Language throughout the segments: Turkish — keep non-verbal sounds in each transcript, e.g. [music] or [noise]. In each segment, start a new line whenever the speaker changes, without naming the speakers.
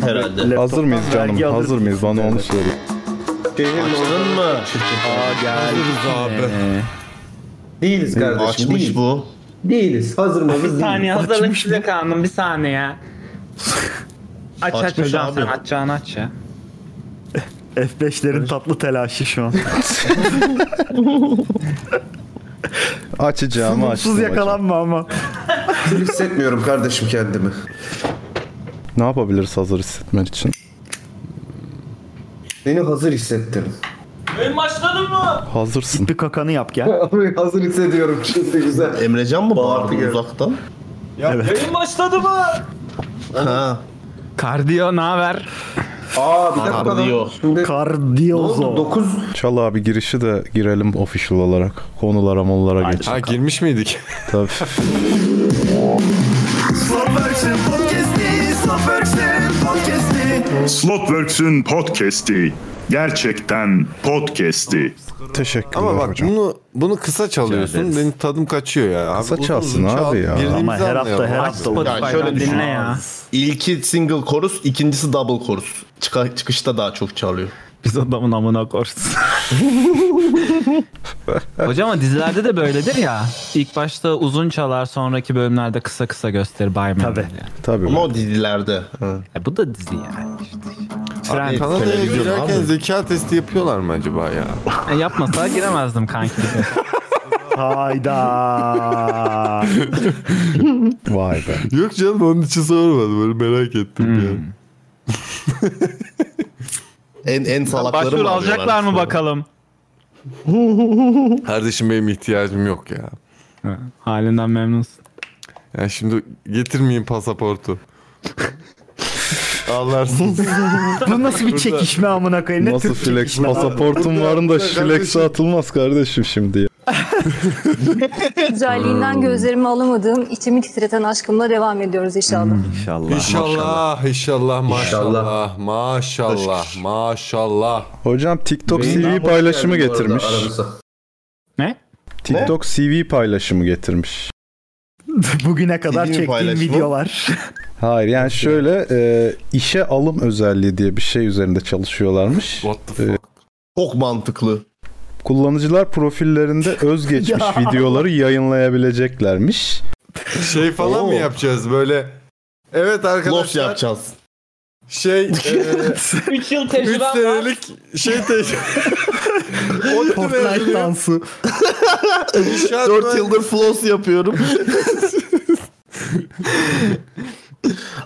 herhalde.
Hazır mıyız canım?
Vergi alırız.
Hazır mıyız? Bana onu söyle.
Açtın mı?
Hazırız abi.
Değiliz kardeşim.
Açmış
değil.
bu.
Değiliz. Hazır mısınız?
Bir
Değil.
saniye hazırlık size kandım bir saniye ya. Aç aç
Açmış
hocam
abi.
sen açacağını aç ya.
F5'lerin tatlı telaşı şu an.
Açacağımı açtım.
Mutsuz
hocam.
yakalanma ama.
hissetmiyorum kardeşim kendimi.
Ne yapabiliriz hazır hissetmen için?
Beni hazır hissettim.
Hazırsın.
Bir kakanı yap
[laughs]
gel.
Abi hazır hissediyorum şimdi güzel.
Emrecan mı bağırdı
geldi.
uzaktan? Ya başladı
Kardiyo naber?
Aa bir dakika
mı? Ha.
lan.
Diyor.
Şimdi ne oldu?
Kardiyozo.
9
Çal abi girişi de girelim official olarak. Konulara mollara geç.
Ha girmiş miydik?
[laughs] Tabii.
Slotworks'ün podcast'i gerçekten podcast'i.
Teşekkürler
Ama bak
hocam.
bunu bunu kısa çalıyorsun. Benim tadım kaçıyor ya. Abi,
Kısa
uzun
çalsın
uzun
abi ya.
girdiğimizi
Ama her hafta her
anlayalım.
Ya
hafta olur.
şöyle düşün.
dinle ya.
İlki single chorus, ikincisi double chorus. Çıka- çıkışta daha çok çalıyor.
Biz adamın amına korsun. [laughs] Hocam ama dizilerde de böyledir ya. İlk başta uzun çalar sonraki bölümlerde kısa kısa gösterir Bayman.
Tabii.
Yani.
Tabii.
Ama o dizilerde. Hı.
E bu da dizi yani. işte.
Abi,
Trend.
Kanada'ya
Televizyon
girerken
abi.
zeka testi yapıyorlar mı acaba ya?
E, yapmasa giremezdim kanki.
Hayda.
Vay
[laughs]
be.
[laughs] Yok canım onun için sormadım. Böyle merak ettim ya.
En en salakları
Başvuru
mı
alacaklar mı
arıyorlar?
bakalım?
Kardeşim benim ihtiyacım yok ya.
Halinden memnunsun.
Ya şimdi getirmeyin pasaportu. [laughs] Ağlarsınız.
Bu nasıl bir çekişme amına koyayım? Ne
Nasıl
Türk
flex
çekişme.
pasaportum varın da flex'e atılmaz kardeşim şimdi ya.
Hmm.
Güzelliğinden gözlerimi alamadığım, içimi titreten aşkımla devam ediyoruz inşallah.
Hmm. İnşallah, inşallah, maşallah, maşallah, maşallah.
Hocam TikTok
Yayından
CV
hoş
paylaşımı
geldin bu arada
getirmiş.
aramıza.
TikTok CV paylaşımı getirmiş.
[laughs] Bugüne kadar
Dediğim
çektiğim
paylaşma.
videolar.
Hayır yani şöyle e, işe alım özelliği diye bir şey üzerinde çalışıyorlarmış.
What the fuck?
Çok mantıklı.
Kullanıcılar profillerinde özgeçmiş
Ya.
videoları yayınlayabileceklermiş.
Şey falan mı
Oo.
yapacağız böyle? Evet
Los
arkadaşlar.
yapacağız.
[laughs]
Şey, 3
3 yıl
senelik şey
[laughs]
tecrübe. o
Fortnite
ne
dansı.
4 yıldır floss yapıyorum. [laughs]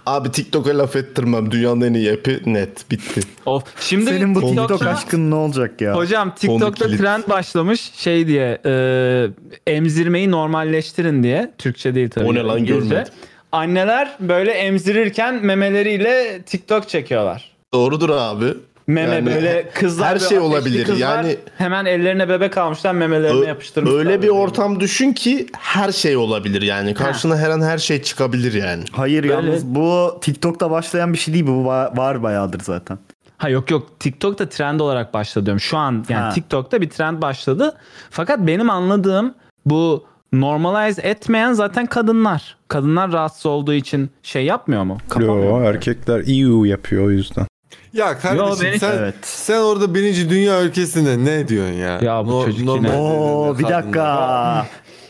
Abi TikTok'a laf ettirmem. Dünyanın en iyi app'i net. Bitti.
Of. Şimdi
Senin bu
TikTok'ta-
TikTok aşkın ne olacak ya?
Hocam TikTok'ta
kilit.
trend başlamış şey diye e, emzirmeyi normalleştirin diye. Türkçe değil tabii.
O ne lan,
İngilizce.
görmedim.
Anneler böyle emzirirken memeleriyle TikTok çekiyorlar.
Doğrudur abi.
Meme
Yani
böyle kızlar
her
böyle
şey
ateşli
olabilir.
kızlar
Yani-
hemen ellerine bebek almışlar memelerini
Ö-
yapıştırmışlar.
Öyle bir ortam düşün ki her şey olabilir yani. Karşına her an her şey çıkabilir yani.
Hayır
Böyle-
yalnız bu TikTok'ta başlayan bir şey değil bu. Bu va- var bayağıdır zaten.
Ha yok yok TikTok'ta trend olarak başladı diyorum. Şu an yani
Ha.
TikTok'ta bir trend başladı. Fakat benim anladığım bu normalize etmeyen zaten kadınlar. Kadınlar rahatsız olduğu için şey yapmıyor mu?
Yo, erkekler EU yapıyor o yüzden.
Ya
Yo,
kardeşim
beni-
sen
Evet.
sen orada birinci dünya ülkesinde ne diyorsun ya?
Ya bu çocuk yine-
normal
Oo
dünyada
bir
kadınlar-
dakika.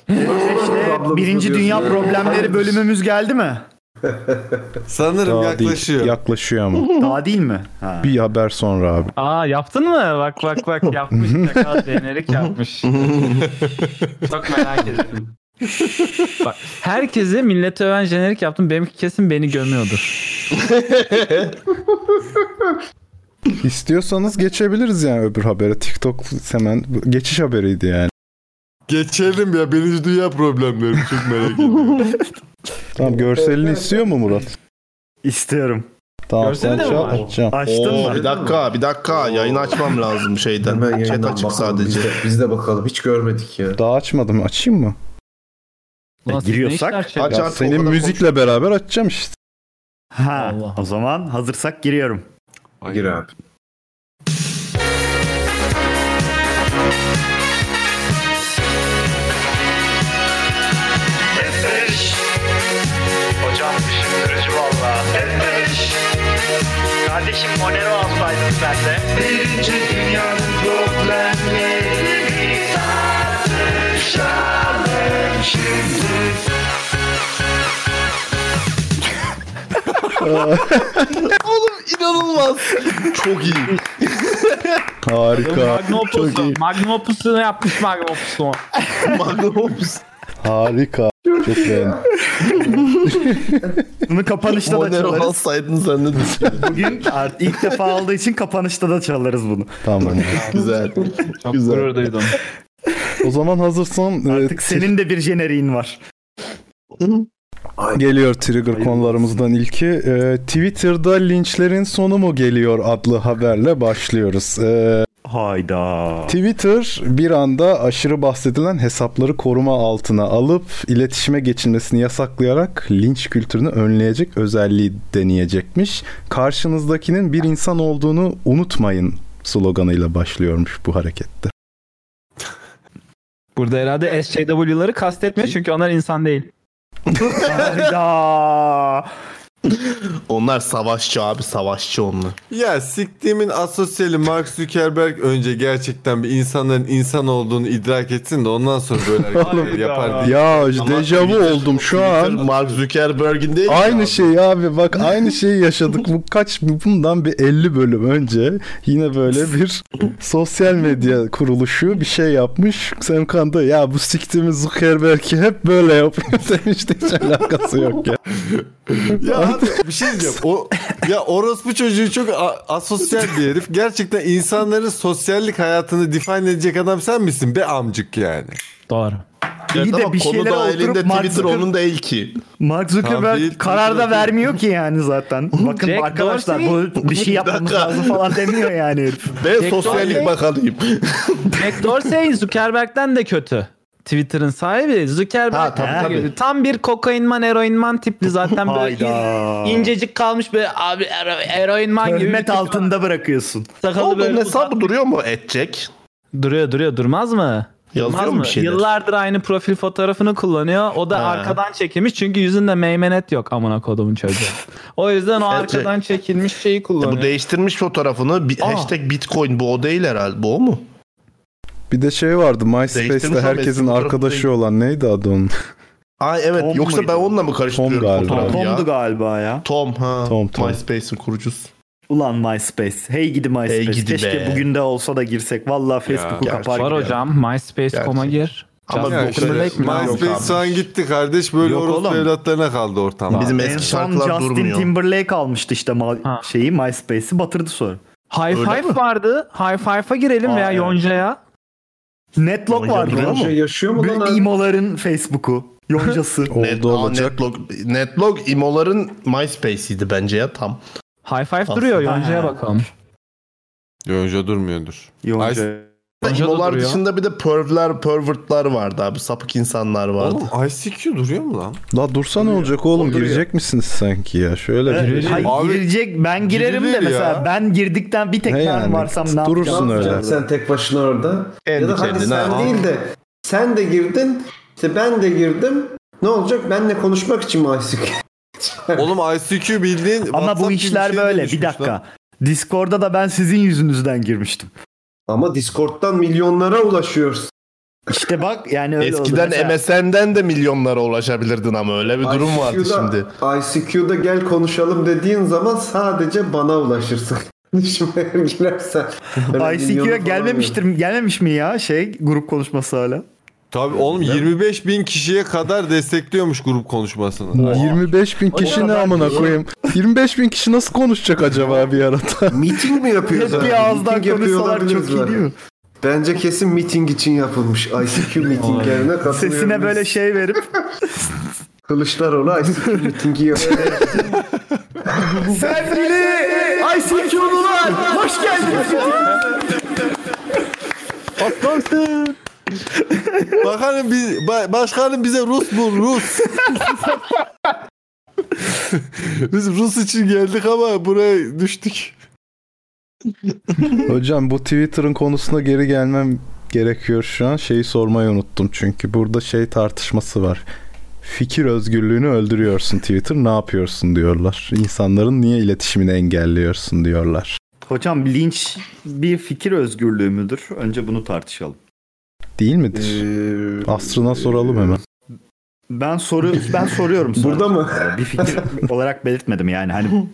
işte
Ablamızı
birinci
diyorsun
dünya
ya.
problemleri bölümümüz geldi mi?
Sanırım
Daha değil,
yaklaşıyor.
yaklaşıyor ama.
[laughs] Daha değil mi? Ha.
bir haber sonra abi.
Aa yaptın mı? Bak bak bak yapmış. Şaka denerek yapmış. Çok merak ettim. Bak herkese millete öven jenerik yaptım. Benimki kesin beni gömüyordur.
İstiyorsanız geçebiliriz yani öbür habere. TikTok hemen geçiş haberiydi yani.
Geçelim ya birinci dünya problemleri çok merak ediyorum.
Tamam görselini istiyor mu Murat?
İstiyorum.
Tamam
Görseli de mi
sen çal,
var?
açacağım.
Açtın
Oo,
mı?
Bir dakika bir dakika. Yayın açmam lazım
Hemen
şeyden. Chat
yayından
açık
bakalım.
sadece.
Biz de, biz de bakalım. Hiç görmedik ya.
Daha açmadım açayım mı?
Ulan siz ne
giriyorsak-
işler çeviriyorsunuz?
Aç
Ya
artık, o
senin
kadar
müzikle beraber açacağım işte.
Ha.
Allah.
O zaman hazırsak giriyorum.
[laughs] Gir abi.
Hocam düşündürücü valla. Kardeşim Monero alsaydın sen de. Birinci dünyanın problemleri tartışalım şimdi.
Oğlum
[laughs]
inanılmaz. Çok iyi.
Harika.
Magnum Opus'u. Magnum Opus'u yapmış Magnum Opus'u.
Magnum Opus.
Harika. Çok beğendim.
[laughs]
Bunu kapanışta da
Monero
çalarız.
alsaydın sen de
[laughs]
düşün.
Bugün art- ilk defa aldığı için kapanışta da çalarız bunu.
Tamam.
[laughs] Güzel.
Çok
Güzel.
gurur duydum.
O zaman hazırsan e,
Artık senin de bir jeneriğin var.
Geliyor trigger konularımızdan ilki. Ee, Twitter'da linçlerin sonu mu geliyor adlı haberle başlıyoruz. Ee,
Hayda.
Twitter bir anda aşırı bahsedilen hesapları koruma altına alıp iletişime geçilmesini yasaklayarak linç kültürünü önleyecek özelliği deneyecekmiş. Karşınızdakinin bir insan olduğunu unutmayın sloganıyla başlıyormuş bu harekette.
Burada herhalde SJW'ları kastetmiyor çünkü onlar insan değil.
Hayda.
Onlar savaşçı abi savaşçı onlar.
Ya siktiğimin asosyali Mark Zuckerberg önce gerçekten bir insanların insan olduğunu idrak etsin de ondan sonra
[laughs]
böyle hareketler yapar diye.
Ya
Ama
dejavu
Twitter-
oldum şu
Twitter
an.
Mark Zuckerberg'in değil mi
Aynı
abi?
şey abi bak aynı şeyi yaşadık. Bu kaç bundan bir 50 bölüm önce yine böyle bir sosyal medya kuruluşu bir şey yapmış. Semkan da ya bu siktiğimiz Zuckerberg'i hep böyle yapıyor [laughs] demişti. Hiç alakası yok ya.
Ya abi bir şey diyeceğim. O, ya orospu çocuğu çok a- asosyal bir herif. Gerçekten insanların sosyallik hayatını define edecek adam sen misin be amcık yani?
Doğru.
İyi de
Ama
bir
konu
şeylere
dahilinde
oturup Mark
Twitter
Zucker-
onun değil ki.
Mark
Tamam,
Zuckerberg
değil,
karar da
Twitter'da-
vermiyor ki yani zaten. Bakın
Jack
arkadaşlar
Dorsey-
bu bir şey yapmamız
dakika.
lazım falan demiyor yani herif.
Ben
Jack
sosyallik
Dorsey-
bakanıyım. [laughs]
Jack Dorsey şey, Zuckerberg'den de kötü. Twitter'ın sahibi Zuckerberg
Ha, tabii,
de
tabii.
kötü. tam bir kokainman eroinman tipli zaten böyle
Hayda.
incecik kalmış böyle abi ero- eroinman gibi. bir
Hürmet
tip var.
altında bırakıyorsun.
Sakalı
Oğlum
böyle
hesabı duruyor mu edecek?
Duruyor duruyor durmaz mı?
Yazıyor
Durmaz
mu bir şeyler?
Yıllardır aynı profil fotoğrafını kullanıyor. O da
He.
arkadan çekilmiş çünkü yüzünde meymenet yok amına kodumun çocuğu. o
[laughs]
yüzden o
Gerçi-
arkadan çekilmiş şeyi
Ya
kullanıyor.
E bu değiştirmiş fotoğrafını. Bi-
Aa.
hashtag bitcoin bu o değil herhalde. Bu o mu?
Bir de şey vardı MySpace'te
Değiştirmiş ama
herkesin
eski
arkadaşı
fotoğrafı
olan neydi adı onun?
Ay evet.
Tom
Yoksa
muydu?
ben onunla mı karıştırıyorum
Tom galiba.
fotoğrafı ya?
Tom'du galiba ya.
Tom ha.
Tom, Tom.
MySpace'in kurucusu.
Ulan MySpace. Hey gidi MySpace.
Hey gidi
Keşke
be.
bugün de olsa da girsek. Vallahi Facebook'u
gerçi
kapar
Var
gider.
hocam MySpace.com'a
Gerçi.
gir.
Ama
Just
Ya
Dokunma
işte,
Dokunmak mı?
Yok abi.
MySpace şu an gitti kardeş. Böyle
Yok
orospu
oğlum.
evlatlarına kaldı ortam.
Bizim
En
eski
son
şarkılar
Justin
durmuyor.
Timberlake almıştı işte ma-
Ha.
şeyi MySpace'i batırdı sonra.
High
Öyle
Five
mi?
vardı. High Five'a girelim
Aa,
veya
evet.
Yonca'ya.
Netlock
Yonca
vardı
duruyor
lan.
mu?
Şey yaşıyor mu lan?
Bütün
abi?
imoların Facebook'u.
[laughs]
Yoncası.
Net,
Oldu
Aa,
olacak.
Netlog, Netlog İmo'ların MySpace'iydi bence ya tam.
High Five
Aslında-
duruyor Yonca'ya
Ha.
bakalım.
Yonca durmuyordur.
Yonca. Ee,
Bence de
İmo'lar
duruyor.
dışında bir de pervler, pervertler vardı abi. Sapık insanlar vardı.
Oğlum ICQ duruyor mu lan?
La dursa ne olacak oğlum
Duruyor.
girecek misiniz sanki ya? Şöyle bir
Evet, hayır,
Abi,
girecek ben girerim de
girilir
mesela
ya.
ben girdikten bir tek
Ne
ben
yani?
varsam ne
Durursun
yapacağım?
öyle.
Sen- Sen tek başına orada.
Kendi
ya da hani
kendine
sen
al.
değil de sen de girdin. işte ben de girdim. Ne olacak? Benle konuşmak için mi açtık?
Oğlum ICQ bildiğin
Ama
WhatsApp
bu
gibi
işler
şeye
böyle bir
dönüşmüş
dakika.
lan.
Discord'da da ben sizin yüzünüzden girmiştim.
Ama Discord'dan milyonlara ulaşıyoruz.
İşte bak yani öyle oldu.
Eskiden
Mesela-
MSN'den de milyonlara ulaşabilirdin ama öyle bir durum vardı
ICQ'da
şimdi.
ICQ'da gel konuşalım dediğin zaman sadece bana ulaşırsın. [laughs] Konuşmaya girersen.
[laughs]
Öyle milyonu
ICQ'ya
falan
gelmemiştir gelmemiş mi ya şey grup konuşması
[laughs]
hala?
Tabii oğlum 25 bin kişiye kadar destekliyormuş grup konuşmasını.
25 bin kişi ne amına koyayım? 25 bin kişi nasıl konuşacak acaba bir arada?
yok. Meeting mi yapıyor
Hep
zaten?
bir ağızdan
Meeting yapıyor
konuşsalar çok
olabiliriz
iyi
bari.
değil mi?
Bence kesin meeting için
[laughs]
yapılmış. ICQ meetinglerine katılıyor.
Sesine böyle şey
[laughs]
verip
Kılıçdaroğlu
[laughs]
ICQ meetingi yapıyor.
Sevgili ICQ'lular hoş geldiniz.
Bakanım biz, ba- başkanım bize Rus bu Rus. [laughs] Biz Rus için geldik ama buraya düştük.
Hocam bu Twitter'ın konusuna geri gelmem gerekiyor şu an. Şeyi sormayı unuttum çünkü burada şey tartışması var. fikir özgürlüğünü öldürüyorsun Twitter ne yapıyorsun diyorlar. İnsanların niye iletişimini engelliyorsun diyorlar.
Hocam linç bir fikir özgürlüğü müdür? Önce bunu tartışalım.
Değil midir?
Ee,
Astrına soralım hemen.
Ben soru ben soruyorum sadece.
Burada mı?
Bir fikir olarak belirtmedim yani.
[laughs]
Hani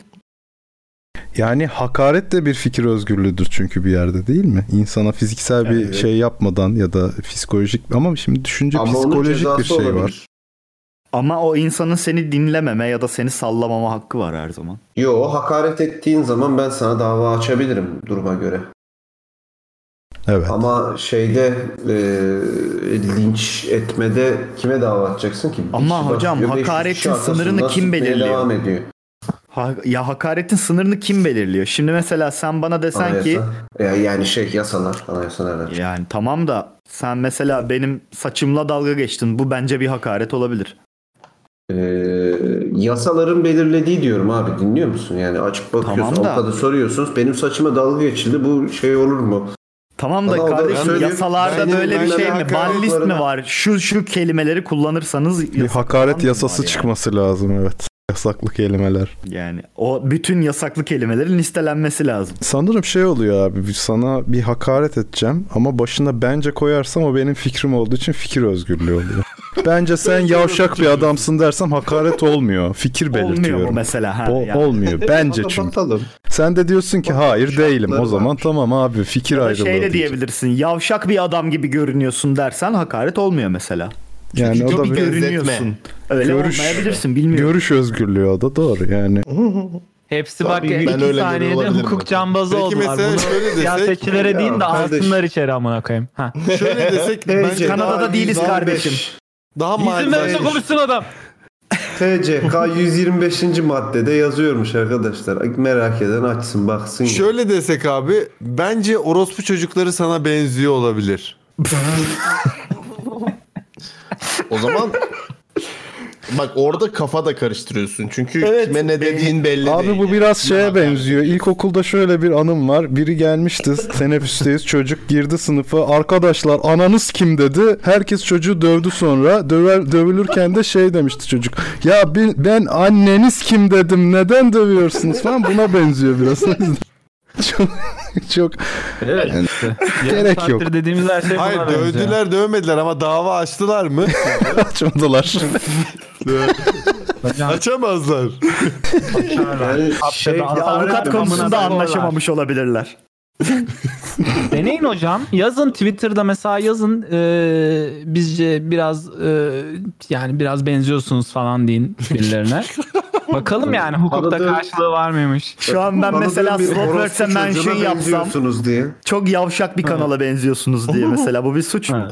Yani hakaret de bir fikir özgürlüğüdür çünkü bir yerde değil mi? İnsana fiziksel bir
Evet.
şey yapmadan ya da psikolojik ama şimdi düşünce
Ama onun
psikolojik bir
cezası
şey
olabilir.
var.
ama o insanın seni dinlememe ya da seni sallamama hakkı var her zaman.
Yo hakaret ettiğin zaman ben sana dava açabilirim duruma göre.
Evet.
Ama şeyde e, linç etmede kime dava açacaksın ki? Bir
Ama
kişi
hocam,
başlıyor, beş
hakaretin
kişi arkasından
sınırını kim
sıkmaya
belirliyor?
Devam ediyor.
Ha- ya hakaretin sınırını kim belirliyor? Şimdi mesela sen bana desen ki
Anayasa. E, yani şey yasalar. Anayasa nereden?
yani tamam da sen mesela benim saçımla dalga geçtin. Bu bence bir hakaret olabilir.
E, yasaların belirlediği diyorum abi dinliyor musun? Yani açıp bakıyorsun
Tamam da-
avukata soruyorsunuz. Benim saçıma dalga geçildi bu şey olur mu?
Tamam da
Ama o da
kardeşim
söylüyor,
yasalarda
benim-
böyle bir
benim
şey mi?
hakaret
Ban list mi
varına-
var? Şu şu kelimeleri kullanırsanız
bir hakaret yasası
çıkmaz.
çıkması lazım evet. Yasaklı kelimeler.
Yani o bütün yasaklı kelimelerin listelenmesi lazım.
Sanırım şey oluyor abi sana bir hakaret edeceğim ama başına bence koyarsam o benim fikrim olduğu için fikir
[laughs]
özgürlüğü oluyor. Bence sen yavşak bir adamsın dersem hakaret olmuyor. Fikir
Olmuyor mu
belirtiyorum.
mesela? Ha,
O-
yani.
olmuyor
[laughs]
bence çünkü.
Kapatalım.
Sen de diyorsun ki hayır değilim o zaman tamam abi fikir
Ya da
ayrılığı.
şey de
diyeceğim.
diyebilirsin. Yavşak bir adam gibi görünüyorsun dersen hakaret olmuyor mesela.
Yani o da bir
Görünüyorsun. Öyle
Görüş-
olmayabilirsin bilmiyorum.
görüş özgürlüğü o da doğru yani.
Hepsi
Tabii,
bak
ben öyle
iki
görüyor
saniyede
olabilirim.
hukuk cambazı
Peki
oldular.
mesela
Bunu
şöyle desek-
siyasetçilere deyin de
Ya kardeş.
alsınlar içeri amına koyayım. Ha.
Şöyle desek bence
Kanada'da
daha
değiliz
yüz-
kardeşim.
Daha
İzin verin de
malzeme.
konuşsun adam.
TCK 125. maddede yazıyormuş arkadaşlar. Merak eden açsın baksın.
Şöyle desek abi bence orospu çocukları sana benziyor olabilir.
O
[laughs]
zaman bak orada kafa da karıştırıyorsun. Çünkü kime ne dediğin belli değil.
Abi bu biraz şeye benziyor. İlkokulda şöyle bir anım var. Biri gelmişti teneffüsteyiz çocuk girdi sınıfa. Arkadaşlar ananız kim dedi. Herkes çocuğu dövdü sonra. Döver, dövülürken de şey demişti çocuk. Ya bi- ben anneniz kim dedim neden dövüyorsunuz falan buna benziyor biraz. [laughs] çok, çok
Evet.
Gerek yok.
dediğimiz her şey buna
Hayır
benziyor.
dövdüler dövmediler ama dava açtılar mı?
açmadılar.
Açamazlar.
yani şey,
Ya
Ya avukat
Hakaret
konusunda
amına
anlaşamamış olabilirler.
Deneyin hocam. Yazın Twitter'da mesela yazın e, bizce biraz e, yani biraz benziyorsunuz falan deyin birilerine. Bakalım yani hukukta
Arada-
karşılığı var mıymış?
Şu an ben
Bana
mesela
diyor bir
Slotworks'e
orospu
mention
çocuğuna
şey yapsam
benziyorsunuz diye.
çok yavşak bir kanala benziyorsunuz diye mesela bu bir suç mu?
Ha.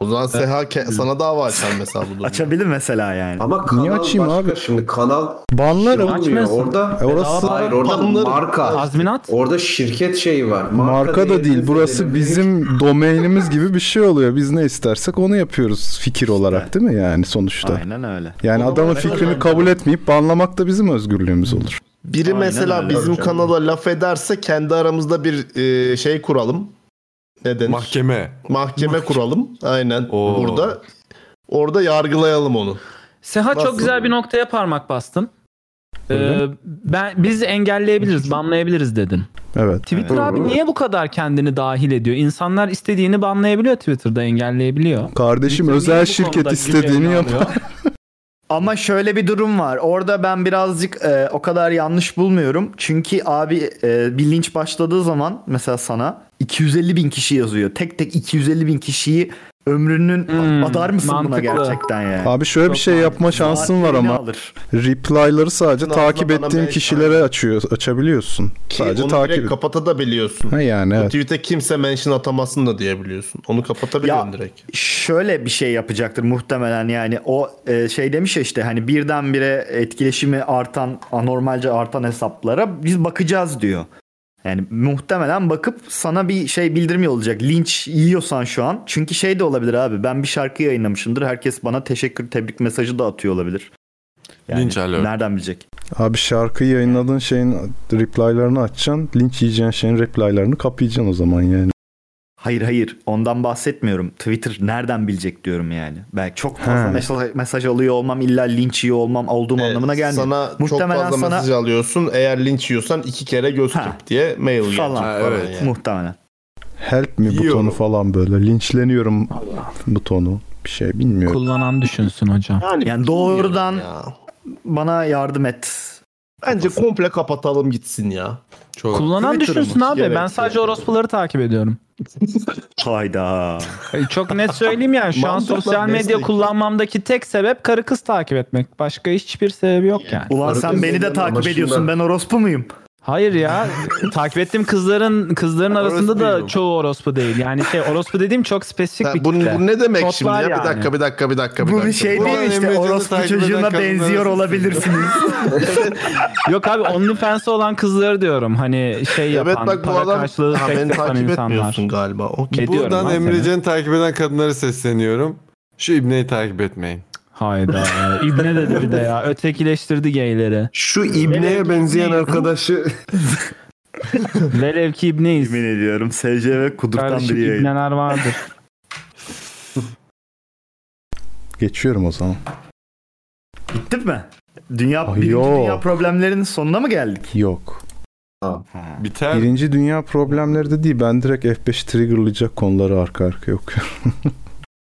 O zaman Seha ke- sana dava açar mesela bu durumda.
Açabilir mesela yani.
Ama kanal
açayım
başka.
abi?
Şimdi kanal şey
Banlarım.
olmuyor.
Açmıyorsun.
Orada
E orası
hayır orada
Banlarım.
marka.
Tazminat?
Orada şirket şeyi var.
Marka da değil.
değerinizi
Burası
belirlemek-
bizim [laughs] domainimiz gibi bir şey oluyor. Biz ne istersek onu yapıyoruz fikir olarak değil mi yani sonuçta?
Aynen öyle.
Yani adamın fikrini kabul etmeyip banlamak da bizim özgürlüğümüz olur.
Biri
Aynen
mesela
öyle.
bizim
Tabii canım.
kanala laf ederse kendi aramızda bir e, şey kuralım. Ne denir?
Mahkeme.
Mahkeme kuralım. Aynen.
Oo.
Burada orada yargılayalım onu.
Seha
Nasıl?
çok güzel bir noktaya parmak bastın. Ee,
Öyle
ben biz engelleyebiliriz, banlayabiliriz dedin.
Evet.
Twitter abi niye bu kadar kendini dahil ediyor? İnsanlar istediğini banlayabiliyor Twitter'da, engelleyebiliyor.
Kardeşim
Twitter niye
özel
bu
şirket
konuda
istediğini
gücünü
yapar. [laughs]
alıyor?
Ama şöyle bir durum var. Orada ben birazcık e, o kadar yanlış bulmuyorum. Çünkü abi e, bir linç başladığı zaman mesela sana 250 bin kişi yazıyor. Tek tek 250 bin kişiyi ömrünün
Hmm,
adar mısın buna
mantıklı.
gerçekten yani?
Abi şöyle bir şey yapma şansın var
Saatlerini
ama
Alır.
reply'ları sadece
Aslında
takip
bana
ettiğin
ben-
kişilere açıyor açabiliyorsun.
Ki
Sadece
onu
takip.
direkt kapatabiliyorsun.
Ha yani
O
evet.
tweet'e kimse mention atamasın da diyebiliyorsun. Onu kapatabiliyorsun
Ya-
direkt.
Şöyle bir şey yapacaktır muhtemelen yani o e, şey demiş ya işte hani birdenbire etkileşimi artan anormalce artan hesaplara biz bakacağız diyor. Yani muhtemelen bakıp sana bir şey bildirim yollayacak. Linç yiyorsan şu an. Çünkü şey de olabilir abi. Ben bir şarkı yayınlamışımdır. Herkes bana teşekkür tebrik mesajı da atıyor olabilir.
Linç alert.
Nereden bilecek?
Abi şarkıyı yayınladığın şeyin reply'larını açacaksın. Linç yiyeceğin şeyin reply'larını kapayacaksın o zaman yani.
Hayır hayır ondan bahsetmiyorum. Twitter nereden bilecek diyorum yani. Belki çok fazla mesaj, mesaj alıyor olmam illa linç yiyor olmam olduğum
E,
Ee,
anlamına gelmiyor.
Sana
Muhtemelen
çok fazla
sana
mesaj alıyorsun. Eğer linç yiyorsan iki kere göz
Ha.
kırp diye mail gelecek
falan,
falan.
evet.
yani.
muhtemelen.
Help me
Yiyorum.
butonu falan böyle. Linçleniyorum butonu. Bir şey bilmiyorum.
Kullanan düşünsün hocam.
Yani doğrudan
Ya.
bana yardım et.
Bence komple kapatalım gitsin ya.
Çok.
Kullanan
Twitter'ı
düşünsün
mı?
abi. ben
Evet,
sadece orospuları takip ediyorum.
Hayda.
E, Çok [laughs] net söyleyeyim yani şu an
Mantıklı,
sosyal medya
meslek.
kullanmamdaki tek sebep karı kız takip etmek. Başka hiçbir sebebi yok yani.
Ulan sen
Arada
beni de
izledim ama
takip ediyorsun.
şundan-
Ben orospu muyum?
[laughs]
Hayır ya takip ettiğim kızların kızların arasında da
Orospuyum.
çoğu orospu değil. Yani şey orospu dediğim çok spesifik
Ha,
bir
bu,
kitle.
bu ne demek
Toplar
şimdi ya?
yani.
Bir dakika bir dakika bir dakika. Bir
Bu
dakika.
bir şey
Bu
değil
an
işte.
Emrecan'ı
Orospu
takip eden
çocuğuna
kadınlar
benziyor
arasında. [laughs]
olabilirsiniz.
Yok abi OnlyFans'ı olan kızları diyorum. Hani şey yapan,
Evet bak bu
para
adam
karşılığı
ha,
seks
beni
yapan
takip
insanlar.
etmiyorsun galiba. Okey.
Ediyorum
Buradan
lan seni.
Emrecan'ı takip eden kadınlara sesleniyorum. Şu İbne'yi takip etmeyin.
Hayda.
[laughs]
İbne dedi bir de ya. Ötekileştirdi geyleri.
Şu ibneye benzeyen arkadaşı
Velev ki İbneyiz.
Yemin ediyorum. SCV kudurtan
Kardeşim
bir yayın.
[laughs]
İbneler vardır.
Geçiyorum o zaman.
Bitti mi? Dünya,
Ay,
birinci
yo.
dünya problemlerinin sonuna mı geldik?
Yok.
Biter.
Birinci dünya problemleri de değil. Ben direkt F5 triggerlayacak konuları arka arkaya okuyorum. [laughs]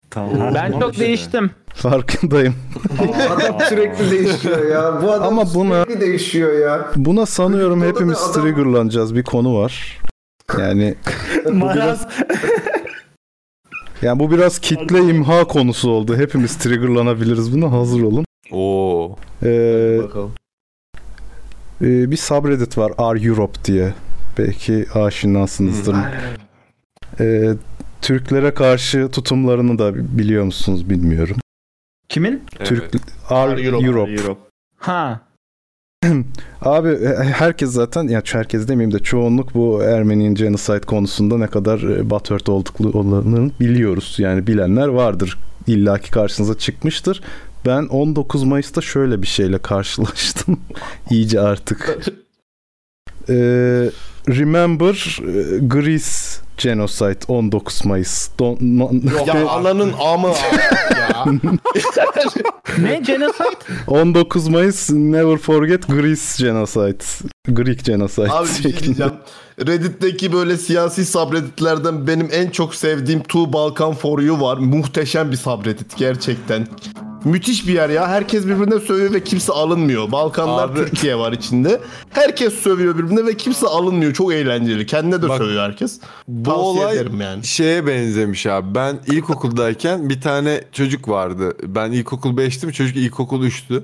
Tamam.
Ben çok değiştim.
Farkındayım.
[laughs] adam sürekli değişiyor ya. Bu adam
Ama buna-
sürekli
[laughs]
değişiyor ya.
Buna sanıyorum
Burada da
hepimiz
adam-
triggerlanacağız. Bir konu var. Yani
Maraz
yani bu biraz kitle imha konusu oldu. Hepimiz triggerlanabiliriz buna. Hazır olun.
Oo.
Ee,
Bakalım.
Ee, bir subreddit var Are Europe diye. Belki aşinasınızdır. Ee, Türklere karşı tutumlarını da biliyor musunuz bilmiyorum.
Kimin?
Evet.
Türk Are,
Are
Europe.
Europe.
Europe.
Ha.
Abi e, herkes zaten ya herkes demeyeyim de çoğunluk bu Ermeni'nin genocide konusunda ne kadar e, batört olduklarını biliyoruz. Yani bilenler vardır. illaki karşınıza çıkmıştır. Ben 19 Mayıs'ta şöyle bir şeyle karşılaştım. [laughs] İyice artık. Ee, remember e, Greece genocide 19 Mayıs. Don, no- [laughs]
Ya [laughs] ananın amı ya.
Ne? Genocide?
19 Mayıs Never Forget Greece genocide. Greek genocide.
Abi bir şey
şeklinde.
diyeceğim. Reddit'teki böyle siyasi subredditlerden benim en çok sevdiğim Two Balkan For You var. Muhteşem bir subreddit gerçekten. Müthiş bir yer ya. Herkes birbirine sövüyor ve kimse alınmıyor. Balkanlar
Abi-
Türkiye var içinde. Herkes sövüyor birbirine ve kimse alınmıyor. Çok eğlenceli. Kendine de
Bak,
sövüyor herkes.
Bu
Tavsiye
olay
ederim yani.
şeye benzemiş abi. Ben ilkokuldayken bir tane çocuk vardı. Ben ilkokul 5'tim çocuk ilkokul 3'tü.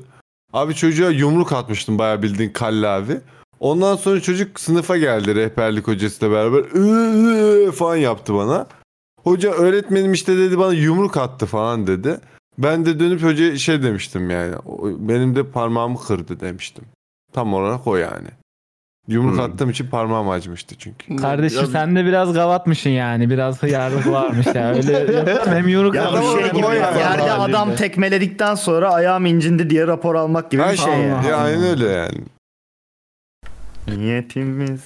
Abi çocuğa yumruk atmıştım bayağı bildiğin kallavi. Ondan sonra çocuk sınıfa geldi rehberlik hocasıyla beraber. "Iı, ıı" falan yaptı bana. Hoca öğretmenim işte dedi bana yumruk attı falan dedi. Ben de dönüp hocaya şey demiştim yani. "O- Benim de parmağımı kırdı demiştim. Tam olarak o yani. Yumruk
Hmm.
attığım için parmağım acımıştı çünkü.
Kardeşim
Ya-
sen de biraz gavatmışsın yani. Biraz hıyarlık varmış ya. Öyle yapma, hem yumruk
Ya
Adam
bu
atma.
şey
orada
gibi
boy
ya,
adam
yerde
halinde.
adam tekmeledikten sonra ayağım incindi diye rapor almak gibi
Her
bir şey ya.
Allah.
ya aynı öyle yani.
Niyetimiz.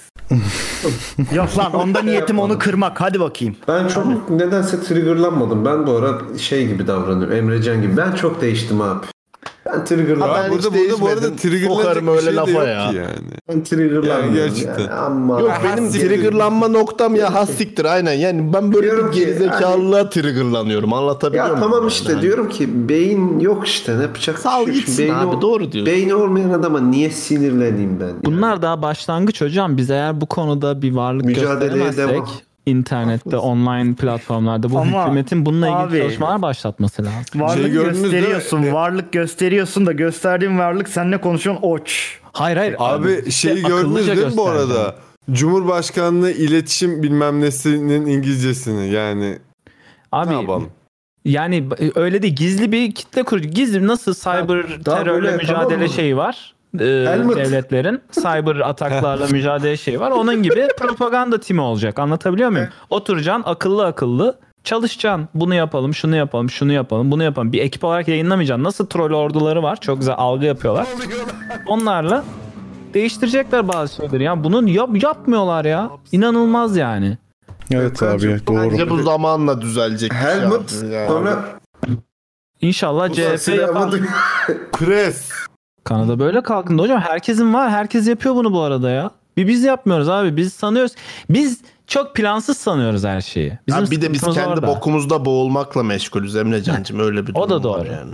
Yok lan onda niyetim onu kırmak. Hadi bakayım.
Ben çok nedense triggerlanmadım. Ben bu ara şey gibi davranıyorum. Emrecan gibi. Ben çok değiştim abi. Ben
Ha,
triggerlanmadım.
ben hiç
burada burada bu arada
değişmedim.
triggerlanacak
Sokarım
bir
öyle
şey de
lafa
yok
ya.
ki yani.
Ben triggerlanmadım.
Yani gerçekten.
yani. Ama
Yok benim
benim
triggerlanma noktam ya has siktir aynen. Yani ben böyle
Diyorum
bir
ki, hani-
gerizekalılığa triggerlanıyorum. Anlatabiliyor
Ya
muyum?
tamam
yani?
işte
Hani-
diyorum ki beyin yok işte ne yapacak?
Sal
bir şey yok.
gitsin
Beyni
abi
ol-
doğru diyorsun.
Beyni olmayan adama niye sinirleneyim ben? yani?
Bunlar daha başlangıç hocam. Biz eğer bu konuda bir varlık
Mücadeleye
gösteremezsek
devam.
internette, online platformlarda bu
Ama
hükümetin bununla ilgili
abi-
çalışmalar başlatması lazım.
Varlık
Şey gördünüz değil mi?
gösteriyorsun. Varlık gösteriyorsun da gösterdiğin varlık seninle konuşuyorsun oç.
Hayır hayır.
Abi şeyi
İşte
gördünüz
şey akıllıca
değil mi bu
gösterdi.
arada? Cumhurbaşkanlığı iletişim bilmem nesinin İngilizcesini yani
Abi
ne yapalım?
yani b- öyle de gizli bir kitle kurucu. Gizli nasıl cyber
daha
terörle
böyle,
mücadele
tamam mı?
şeyi var? Ee,
Helmut. [laughs]
devletlerin cyber ataklarla mücadele şeyi var. Onun gibi propaganda timi olacak. Anlatabiliyor muyum? Oturacaksın akıllı akıllı çalışacaksın. Bunu yapalım, şunu yapalım, şunu yapalım, bunu yapalım. Bir ekip olarak yayınlamayacaksın. Nasıl troll orduları var? Çok güzel algı yapıyorlar. Onlarla değiştirecekler bazı şeyleri. Ya bunun yap, yapmıyorlar ya. İnanılmaz yani.
[laughs] Evet abi
Bence
doğru.
bu zamanla düzelecek. bir şey
Helmut
abi yani.
sonra
İnşallah CHP yapar.
Pres.
Kanada böyle kalkındı hocam. Herkesin var. Herkes yapıyor bunu bu arada ya. Bir biz yapmıyoruz abi. Biz sanıyoruz. Biz çok plansız sanıyoruz her şeyi. Bizim
Ya bir de biz
sıkıntımız
kendi
orada.
bokumuzda boğulmakla meşgulüz Emrecan'cığım öyle bir durum
O da
var
doğru.
yani.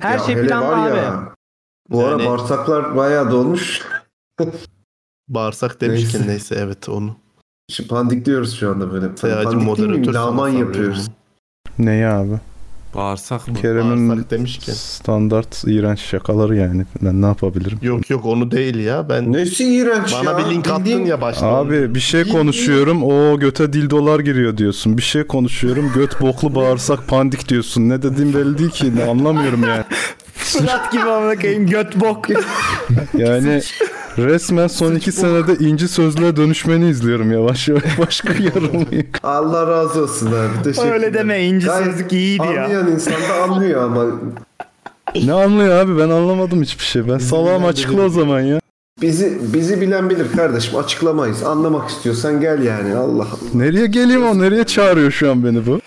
Her şey planlı abi.
Bu
Yani-
ara bağırsaklar bayağı dolmuş.
Bağırsak demişken
Neyse.
neyse, evet onu.
Şimdi pandikliyoruz şu anda böyle.
Seyacı
Pandik değil
moderatör
mi? Laman
sana
yapıyoruz.
Neyi abi?
Bağırsak mı?
Kerem'in
Bağırsak demişken.
standart iğrenç şakaları yani. Ben ne yapabilirim?
Yok yok onu değil ya ben
Nesi iğrenç
bana
ya.
bir link attın
Bildiğin-
ya başta.
Abi bir şey konuşuyorum. O göte dildolar giriyor diyorsun. Bir şey konuşuyorum. Göt boklu bağırsak pandik diyorsun. Ne dediğim belli değil ki. Ne anlamıyorum [laughs] yani.
Surat gibi amına koyayım göt bok. [laughs]
Yani resmen son iki senede inci sözlüğe dönüşmeni izliyorum yavaş [laughs] yavaş. Başka yorum yok.
Allah razı olsun abi. Teşekkür
Öyle deme ince
Gayet
sözlük iyiydi ya.
Anlayan insan da anlıyor ama
Ne anlıyor abi? Ben anlamadım hiçbir şey. Ben salağım açıkla o zaman ya.
bizi bizi bilen bilir kardeşim açıklamayız. Anlamak istiyorsan gel yani Allah Allah.
Nereye geleyim o? Nereye çağırıyor şu an beni bu?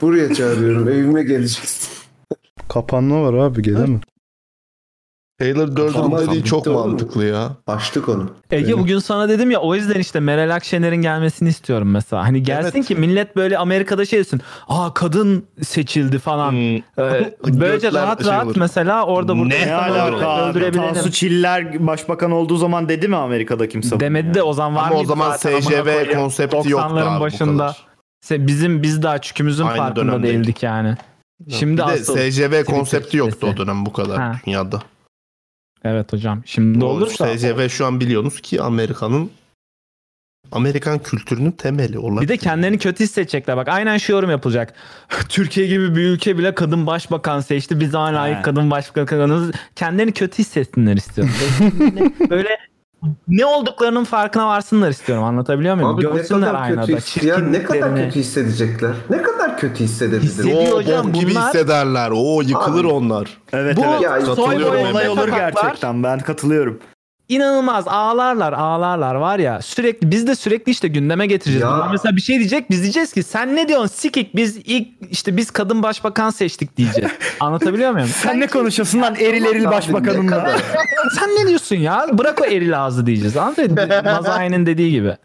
Buraya çağırıyorum evime geleceksin.
Kapanma var abi gelemem.
Taylor
Kafam
Durden dediği
bitti
çok
oğlum.
mantıklı ya.
Açtık onu.
Ege
Benim.
E, bugün sana dedim ya o yüzden işte Meral Akşener'in gelmesini istiyorum mesela. Hani gelsin
Evet.
ki millet böyle Amerika'da şey desin. Aa kadın seçildi falan.
[laughs]
Ee, böylece
Götler
rahat
Hmm. şey
rahat
olur.
mesela orada burada
Ne
Ne
insanları
alaka?
öldürebilirim.
Tansu Çiller başbakan olduğu zaman dedi mi Amerika'da kimse?
Demedi de o zaman var
Ama o
mıydı
zaman
zaten amına koyayım?
SJV konsepti yoktu
90'ların
abi bu
başında.
kadar.
Se- Bizim biz daha çükümüzün
Aynı
farkında
dönemdeydik.
değildik yani. Şimdi
bir de
asıl.
SJV konsepti yoktu
kitlesi.
o dönem bu kadar
Ha.
dünyada.
Evet hocam. Şimdi
O
olursa.
SJV şu an biliyorsunuz ki Amerika'nın Amerikan kültürünün temeli olan.
Bir de kendilerini kötü hissedecekler. Bak aynen şu yorum yapılacak. [laughs] Türkiye gibi bir ülke bile kadın başbakan seçti. Biz hala
He.
layık kadın başbakanız. Kendilerini kötü hissetsinler istiyorum. Böyle- Böyle ne olduklarının farkına varsınlar istiyorum. Anlatabiliyor muyum?
Abi ne
Görsünler
kadar
aynada.
kötü his- ya ne kadar
çirkinliklerini.
kötü hissedecekler? Ne kadar kötü hissedebilir?
Hissediyor
o
hocam
bok gibi
bunlar.
hissederler. O yıkılır
Abi.
onlar.
Evet
Bu
evet.
Ya,
soy
katılıyorum.
boyu
Olay olur
kakaklar
gerçekten ben katılıyorum.
İnanılmaz ağlarlar ağlarlar var ya sürekli biz de sürekli işte gündeme getireceğiz.
Ya.
Bunlar Mesela bir şey diyecek biz diyeceğiz ki sen ne diyorsun sikik biz ilk işte biz kadın başbakan seçtik diyeceğiz.
[laughs]
Anlatabiliyor muyum?
Sen ne konuşuyorsun lan eril eril başbakanım da.
Sen ne diyorsun ya? Bırak o eril ağzı diyeceğiz. Anladın mı?
[laughs]
Mazai'nin dediği gibi.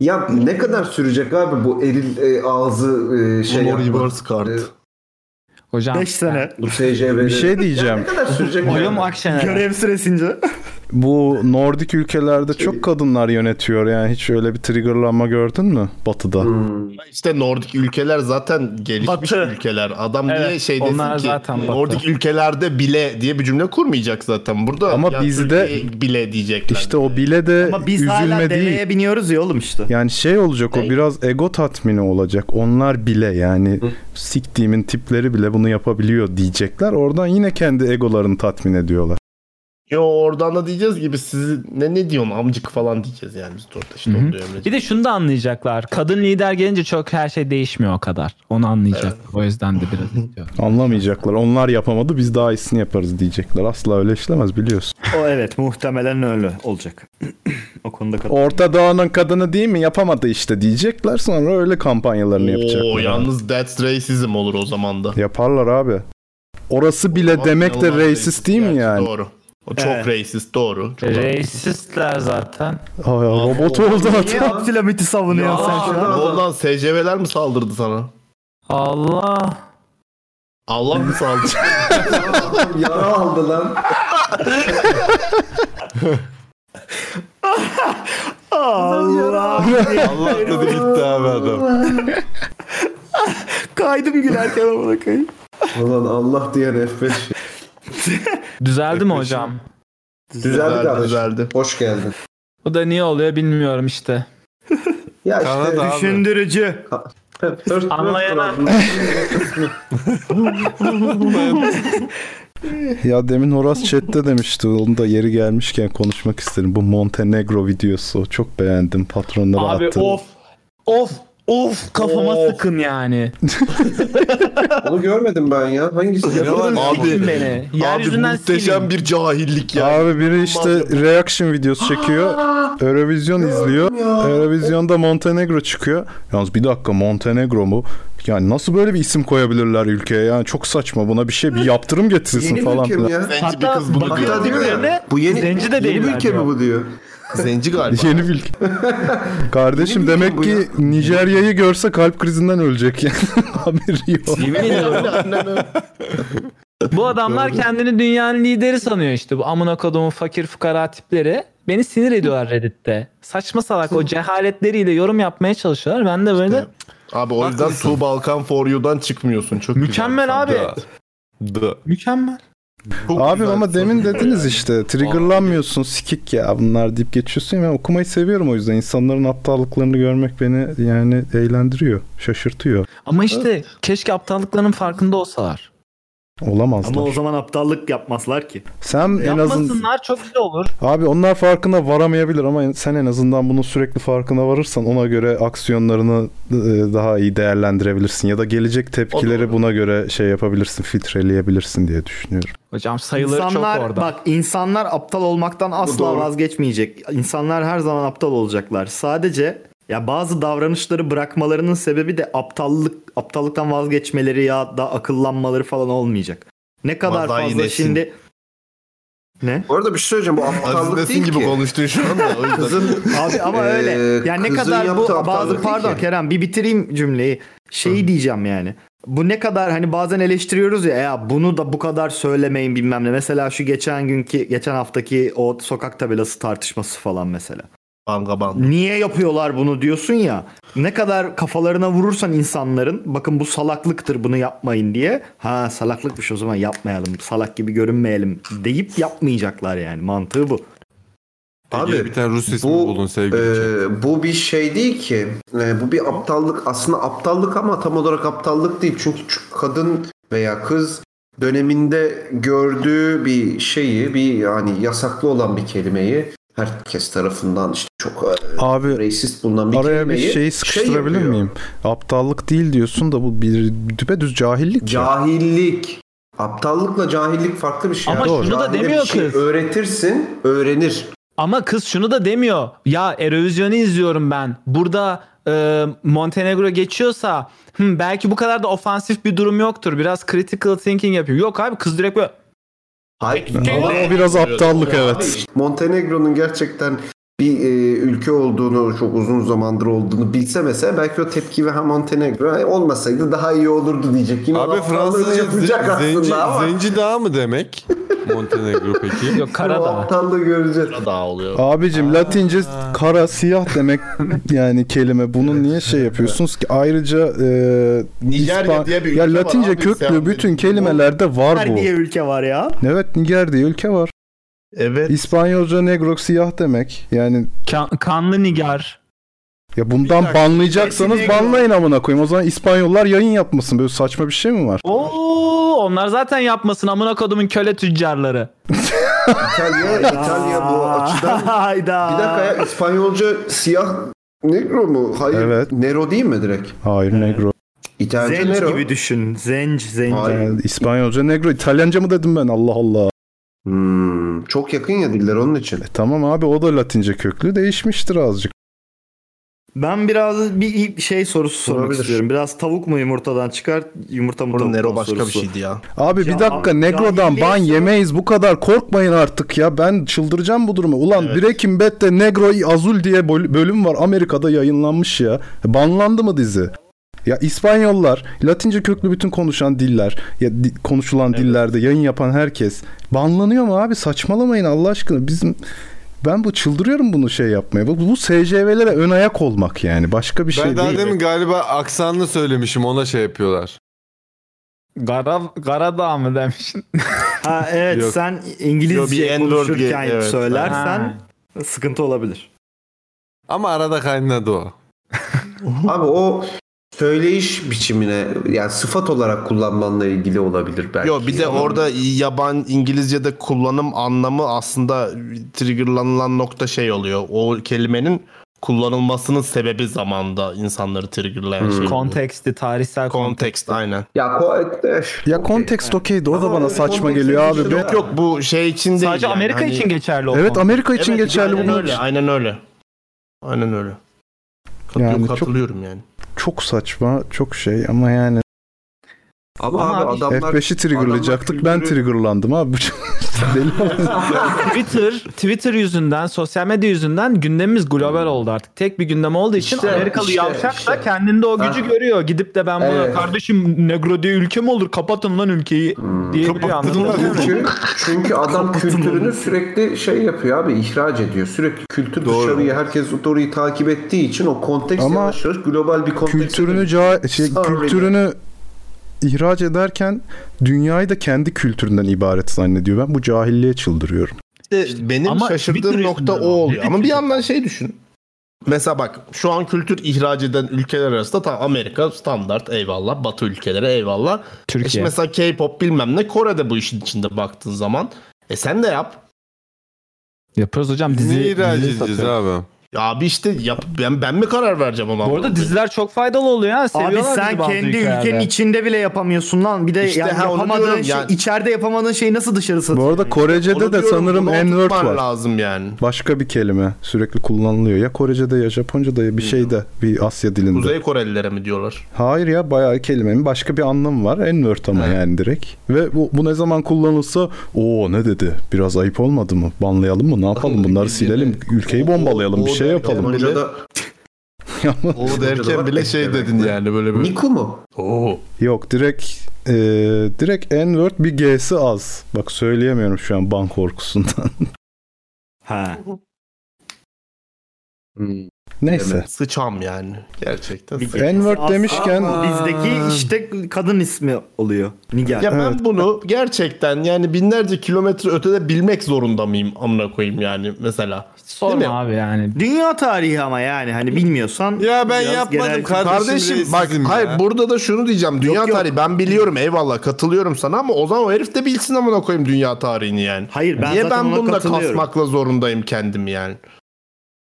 Ya ne kadar sürecek abi bu eril e, ağzı e, şey
Honor
yapmak?
reverse card.
E,
Hocam.
5 sene
Bu SJV'de.
Bir şey
Ya
diyeceğim.
ne kadar sürecek?
Oyum
yani?
Akşener.
görev süresince.
Bu Nordik ülkelerde
Şey-
çok kadınlar yönetiyor yani hiç öyle bir triggerlanma gördün mü batıda?
Hmm.
İşte Nordik ülkeler zaten gelişmiş
Batı.
ülkeler. Adam niye
Evet,
şey desin
onlar
ki
zaten batı.
Nordik ülkelerde bile diye bir cümle kurmayacak zaten. Burada
Ama
ya
bizde-
Türkiye bile diyecekler.
İşte o bile de
Ama biz hala
üzülme değil.
deveye biniyoruz ya oğlum işte.
Yani şey olacak o biraz ego tatmini olacak. Onlar bile yani siktiğimin tipleri bile bunu yapabiliyor diyecekler. Oradan yine kendi egolarını tatmin ediyorlar.
Yo oradan da diyeceğiz gibi sizi ne ne diyorsun amcık falan diyeceğiz yani biz de orada işte
Hı hı.
oluyor Emreciğim.
Bir de şunu da anlayacaklar. Kadın lider gelince çok her şey değişmiyor o kadar. Onu anlayacak. O yüzden de biraz
[laughs]
istiyorum.
Anlamayacaklar. Onlar yapamadı biz daha iyisini yaparız diyecekler. Asla öyle işlemez biliyorsun.
O evet muhtemelen öyle olacak. [clears throat] o konuda katılıyorum.
Orta Doğu'nun kadını değil mi yapamadı işte diyecekler. Sonra öyle kampanyalarını yapacaklar.
Oo yalnız that's racism olur o zaman da.
Yaparlar abi. Orası bile
Ama
demek de
inanılmaz
racist değil mi
Gerçi
yani?
Doğru. O çok
Evet.
racist doğru. Çok
Reisistler zaten.
Ay, robot oldu
Niye
adam.
Abdülhamit'i savunuyorsun sen şu
Ne
an?
oldu lan SCV'ler mi saldırdı sana?
Allah.
Allah mı
[laughs]
saldırdı?
Adam Yara aldı lan.
Allah.
[laughs] Allah dedi gitti abi adam.
Kaydım gülerken amına koyayım.
Ulan Allah diyen F5.
Düzeldi mi hocam?
Düzeldi
Düzeldi,
kardeşim.
düzeldi.
Hoş geldin.
Bu da niye oluyor bilmiyorum işte.
Ya işte
Kanada abi.
Düşündürücü.
First world
Anlayana.
problem.
Ya demin Horas chatte demişti. Onu da yeri gelmişken konuşmak isterim. Bu Montenegro videosu. Çok beğendim. Patronlara
Abi
attı.
of. Of. Of kafama
Of.
sıkın yani.
Onu görmedim ben ya. Hangisi?
Ne var?
Abi-
Silin beni. Yeryüzünden
Abi muhteşem
silin.
bir cahillik ya.
Abi biri işte
Olmaz
reaction videosu çekiyor. Eurovision izliyor. Eurovision'da Montenegro çıkıyor. Yalnız bir dakika Montenegro mu? Yani nasıl böyle bir isim koyabilirler ülkeye? Yani çok saçma. Buna bir şey bir yaptırım getirilsin
Yeni bir
falan
ülke mi
filan.
ya?
Zenci bir
Hatta
kız bunu diyor.
bakıyor
diyor ya.
diyor.
Bu yeni,
Zenci de
yeni
değil
bir ülke
bence.
mi bu diyor.
Zenci galiba.
Yeni bir ülke. Kardeşim
Yeni bir
demek
ülke
ki Nijerya'yı görse kalp krizinden ölecek yani. [laughs] Haberi
[laughs]
yok.
Yemin ediyorum.
[laughs]
Bu adamlar kendini dünyanın lideri sanıyor işte. Bu amına kodumun fakir fukara tipleri. Beni sinir ediyorlar Reddit'te. Saçma salak o cehaletleriyle yorum yapmaya çalışıyorlar. Ben de böyle
Abi o yüzden
Haklısın.
Two Balkan For You'dan çıkmıyorsun. Çok güzel.
mükemmel abi.
Da. Da.
Mükemmel.
Çok
Abi
güzel
ama
bir
demin
soru.
dediniz işte triggerlanmıyorsun sikik ya bunlar deyip geçiyorsun. ya. Ben okumayı seviyorum o yüzden insanların aptallıklarını görmek beni yani eğlendiriyor, şaşırtıyor.
Ama işte keşke aptallıklarının farkında olsalar.
Olamazlar.
Ama o zaman aptallık yapmazlar ki.
Sen en azından
Yapmasınlar çok güzel olur.
abi onlar farkına varamayabilir ama en- sen en azından bunun sürekli farkına varırsan ona göre aksiyonlarını e, daha iyi değerlendirebilirsin ya da gelecek tepkileri buna göre şey yapabilirsin, filtreleyebilirsin diye düşünüyorum.
Hocam sayıları
insanlar
çok orada.
bak insanlar aptal olmaktan asla
doğru.
vazgeçmeyecek. İnsanlar her zaman aptal olacaklar. Sadece ya bazı davranışları bırakmalarının sebebi de aptallık aptallıktan vazgeçmeleri ya da akıllanmaları falan olmayacak. Ne kadar
Vallahi
fazla
Enes'in-
şimdi ne?
Bu arada bir şey söyleyeceğim. Bu
Aziz
aptallık
Nesin
değil
gibi
ki.
konuştun şu anda. O yüzden.
[laughs]
Kızın
Abi ama
[laughs] Ee,
öyle. Yani ne
kızın
kadar
yaptığı
bu
aptallık
bazı
değil
pardon
ki.
Kerem bir bitireyim cümleyi. Şeyi diyeceğim yani. Bu ne kadar hani bazen eleştiriyoruz ya ya bunu da bu kadar söylemeyin bilmem ne. Mesela şu geçen günkü geçen haftaki o sokak tabelası tartışması falan mesela.
Banga banga.
Niye yapıyorlar bunu diyorsun ya. Ne kadar kafalarına vurursan insanların bakın bu salaklıktır bunu yapmayın diye. Ha salaklıkmış o zaman yapmayalım. Salak gibi görünmeyelim deyip yapmayacaklar yani. Mantığı bu.
Abi,
Abi,
bir tane Rus ismi
bu,
bulun sevgili. Çağatay.
Ee, bu bir şey değil ki. Ee, bu bir aptallık. Aslında aptallık ama tam olarak aptallık değil. Çünkü ç- kadın veya kız döneminde gördüğü bir şeyi, bir yani yasaklı olan bir kelimeyi herkes tarafından işte çok
Abi
e, racist bulunan bir
Araya bir
kelimeyi
şey
şey
şeyi sıkıştırabilir
yapıyor.
miyim? Aptallık değil diyorsun da bu bir düpedüz cahillik. ya.
Cahillik. Aptallıkla cahillik farklı bir şey.
Ama
abi.
şunu da
Cahile bir
demiyor
şey
kız.
Öğretirsin, öğrenir.
Ama kız şunu da demiyor. Ya Erovizyon'u izliyorum ben. Burada e, Montenegro geçiyorsa hı, belki bu kadar da ofansif bir durum yoktur. Biraz critical thinking yapayım. Yok abi kız direkt böyle
Hayır.
Ama o biraz aptallık evet.
Montenegro'nun gerçekten bir e, ülke olduğunu çok uzun zamandır olduğunu bilse mesela belki o tepki ve ha Montenegro e, olmasaydı daha iyi olurdu diyecek. Yine
Abi
laf
Fransızca
yapacak
zen-
aslında
zenci,
ama
zenci dağı mı demek? Montenegro peki.
yok
[laughs]
o
karada.
aptallığı göreceğiz.
Daha oluyor.
Abicim Latince kara
[laughs]
siyah demek yani kelime. Bunu niye şey yapıyorsunuz ki? Ayrıca e,
Nijerya
İspan-
diye bir ülke
ya
var
Latince
abi,
köklü
sen-
bütün kelimelerde var
Her
bu.
diye ülke var ya.
Evet Niger diye ülke var.
Evet.
İspanyolca negro siyah demek. Yani
Kan- kanlı nigar.
ya bundan
Bir dakika.
banlayacaksanız
Negro.
banlayın amına koyayım. O zaman İspanyollar yayın yapmasın. Böyle saçma bir şey mi var?
Oo, onlar zaten yapmasın amına kodumun köle tüccarları.
İtalya, İtalya bu açıdan.
[laughs] Hayda.
Bir dakika ya İspanyolca siyah Negro mu? Hayır.
Evet.
Nero değil mi direkt?
Hayır negro.
İtalyanca
Zenc
Nero.
gibi düşün. Zenc, zenc.
Hayır.
Yani İspanyolca negro. İtalyanca mı dedim ben? Allah Allah.
Hmm, çok yakın ya diller onun için.
E tamam abi o da Latince köklü değişmiştir azıcık.
Ben biraz bir şey sorusu sormak
Olabilir.
istiyorum. Biraz tavuk mu yumurtadan çıkar, yumurta mı
Burada
tavuktan
Nero başka
sorusu.
bir şey
şey.
şeydi ya.
Abi
Ya
bir dakika
abi,
Negro'dan
cahilliğe
ban
sor-
yemeyiz bu kadar korkmayın artık ya ben çıldıracağım bu duruma. Ulan
Evet.
Breaking Bad'de Negro y Azul diye bol- bölüm var Amerika'da yayınlanmış ya. E, Banlandı mı dizi? Ya İspanyollar, Latince köklü bütün konuşan diller, ya di- konuşulan dillerde yayın yapan herkes banlanıyor mu abi? Saçmalamayın Allah aşkına. Bizim ben bu çıldırıyorum bunu şey yapmaya. Bu, bu SCV'lere ön ayak olmak yani. Başka bir şey
ben daha
değil.
demin galiba aksanlı söylemişim ona şey yapıyorlar.
Gara, Karadağ mı demiştin?
Ha evet
Yok.
sen
Yok, bir
İngilizce
N-word
konuşurken
ge- evet.
söylersen
Ha.
sıkıntı olabilir.
Ama arada kaynadı o.
Abi o söyleyiş biçimine yani sıfat olarak kullanmanla ilgili olabilir belki.
Yo bir de
Ama
orada yaban İngilizce'de kullanım anlamı aslında triggerlanılan nokta şey oluyor. O kelimenin
kullanılmasının sebebi zamanda insanları triggerlayan şey.
Konteksti, tarihsel kontekst.
Kontekst aynen.
Ya ko- eh,
Ya
okey.
kontekst okeydi o da
Ama
bana
öyle
saçma
kontekst
geliyor
yok
abi.
işte.
Ben-
Yok yok bu şey için değil.
Sadece
yani.
Amerika
Hani-
için geçerli o
Evet
konu.
Amerika için
Evet,
geçerli
aynen
bu.
öyle, aynen öyle. Aynen öyle. Katılıyorum,
Yani çok-
katılıyorum yani.
Çok saçma, çok şey ama yani
Ama,
Ama
abi
abi işte
adamlar...
F5'i triggerlayacaktık. Ben
adamlar kültürü-
triggerlandım abi.
[laughs]
Bu çok deli
Twitter, Twitter yüzünden, sosyal medya yüzünden gündemimiz global oldu artık. Tek bir gündem olduğu için
İşte,
Amerikalı
işte,
yavşak
işte.
da kendinde o gücü
Ah.
görüyor. Gidip de ben buna
Evet.
kardeşim negro diye ülke mi olur kapatın lan ülkeyi
Hmm.
diyebiliyor anladın mı?
Çünkü, çünkü adam kültürünü sürekli şey yapıyor abi ihraç ediyor. Sürekli kültür
Doğru.
dışarıyı herkes doğruyu takip ettiği için o konteks
Ama
yavaş yavaş global bir konteks.
kültürünü ca- şey,
Sorry.
kültürünü ihraç ederken dünyayı da kendi kültüründen ibaret zannediyor. Ben bu cahilliğe çıldırıyorum.
İşte benim
ama
şaşırdığım
Twitter
nokta o
yüzünden
oluyor.
abi.
Ama bir yandan şey düşün. Mesela bak şu an kültür ihraç eden ülkeler arasında tam Amerika standart eyvallah. Batı ülkeleri eyvallah. E şimdi
Türkiye.
mesela K-pop bilmem ne Kore'de bu işin içinde baktığın zaman. E sen de yap.
Yapıyoruz hocam
Dizi,
dizi.
Niye ihraç
dizi
edeceğiz
satıyoruz.
abi?
Ya abi işte yap ben ben mi karar vereceğim ona?
Bu arada diziler çok faydalı oluyor ha.
Abi
Seviyorlar
sen
bizi bazı
kendi
ülkelerde.
ülkenin içinde bile yapamıyorsun lan. Bir de
İşte
yani
ha, onu
yapamadığın
diyorum
şey,
yani.
içeride yapamadığın şeyi nasıl dışarı
Bu
satıyorsun?
arada Korece'de
Onu
de
diyorum,
sanırım
bunu
N-word
oturtman
var.
lazım yani.
Başka bir kelime sürekli kullanılıyor. Ya Korece'de ya Japonca'da ya bir şeyde bir Asya dilinde.
Kuzey Korelilere mi diyorlar?
Hayır ya bayağı kelimenin başka bir anlamı var. N-word ama yani direkt. Ve bu, bu ne zaman kullanılsa o ne dedi? Biraz ayıp olmadı mı? Banlayalım mı? Ne yapalım? Bunları silelim. Ülkeyi bombalayalım. Bir şey yapalım.
Japonca'da
[laughs]
O
derken bile şey dedin
yani böyle
Niku mu?
Oo.
Yok direkt e, direkt N-word bir G'si az. Bak söyleyemiyorum şu an ban korkusundan. [laughs]
Ha.
Neyse.
Sıçam yani. Gerçekten.
Bir-
sıçam.
N-word demişken
Aa.
Bizdeki işte kadın ismi oluyor. Nigar.
Ya ben
Evet.
bunu gerçekten yani binlerce kilometre ötede bilmek zorunda mıyım amına koyayım yani mesela. Değil mi?
Sorma abi yani.
Dünya tarihi ama yani hani bilmiyorsan.
Ya ben
biraz
yapmadım
genel-
kardeşim.
Kardeşim bak
reisizim ya.
hayır burada da şunu diyeceğim. Dünya
Yok, yok.
tarihi ben biliyorum eyvallah katılıyorum sana ama o zaman o herif de bilsin amına koyayım dünya tarihini yani.
Hayır ben
Niye
zaten
ben
ona
bunda
katılıyorum.
kasmakla zorundayım kendimi yani?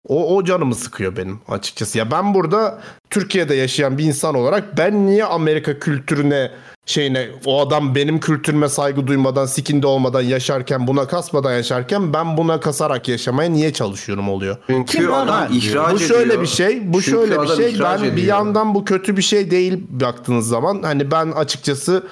O, o canımı sıkıyor benim açıkçası. Ya ben burada Türkiye'de yaşayan bir insan olarak ben niye Amerika kültürüne şeyine o adam benim kültürüme saygı duymadan sikinde olmadan yaşarken buna kasmadan yaşarken ben buna kasarak yaşamaya niye çalışıyorum oluyor.
Çünkü
Kim lan
adam
ben?
ihraç
Bu şöyle
ediyor.
bir şey, bu
Çünkü
şöyle bir
adam
şey. Ben
ihraç
bir
ediyor.
yandan bu kötü bir şey değil baktığınız zaman. Hani ben açıkçası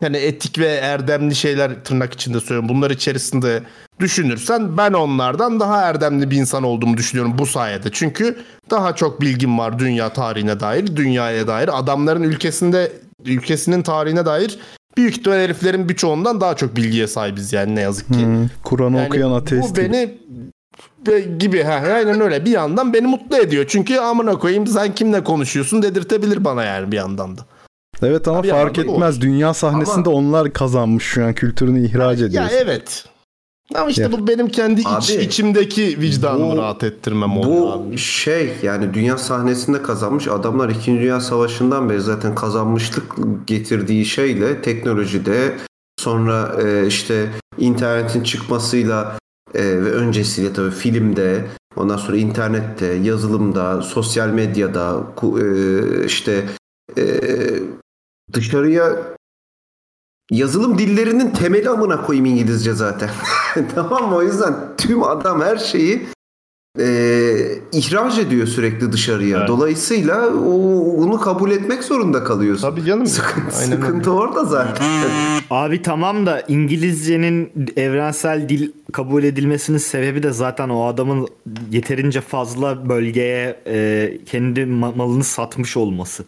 hani etik ve erdemli şeyler tırnak içinde söylüyorum. Bunlar içerisinde düşünürsen ben onlardan daha erdemli bir insan olduğumu düşünüyorum bu sayede. Çünkü daha çok bilgim var dünya tarihine dair, dünyaya dair. Adamların ülkesinde ülkesinin tarihine dair büyük ihtimal heriflerin birçoğundan daha çok bilgiye sahibiz yani ne yazık ki.
Hmm, Kur'an
Yani
okuyan ateist
bu
gibi.
beni be- gibi ha aynen öyle bir yandan beni mutlu ediyor. Çünkü amına koyayım sen kimle konuşuyorsun dedirtebilir bana yani bir yandan da.
Evet ama
Abi
fark
ama bu-
etmez. Dünya sahnesinde onlar kazanmış şu an kültürünü ihraç
Ya
ediyorsun.
evet. Ama işte
Ya.
bu benim kendi iç-
Abi,
içimdeki vicdanımı
bu-
rahat ettirmem oluyor
Bu
abi.
şey yani dünya sahnesinde kazanmış adamlar 2. Dünya Savaşı'ndan beri zaten kazanmışlık getirdiği şeyle teknolojide sonra e, işte internetin çıkmasıyla e, ve öncesiyle tabii filmde ondan sonra internette, yazılımda, sosyal medyada ku- e, işte e, dışarıya yazılım dillerinin temeli amına koyayım İngilizce zaten. [laughs] tamam mı? O yüzden tüm adam her şeyi e, ihraç ediyor sürekli dışarıya.
Evet.
Dolayısıyla o, onu kabul etmek zorunda kalıyorsun.
Tabii canım.
[laughs] Sıkıntı,
Aynen öyle.
sıkıntı orada zaten.
Abi tamam da İngilizcenin evrensel dil kabul edilmesinin sebebi de zaten o adamın yeterince fazla bölgeye e, kendi ma- malını satmış olması.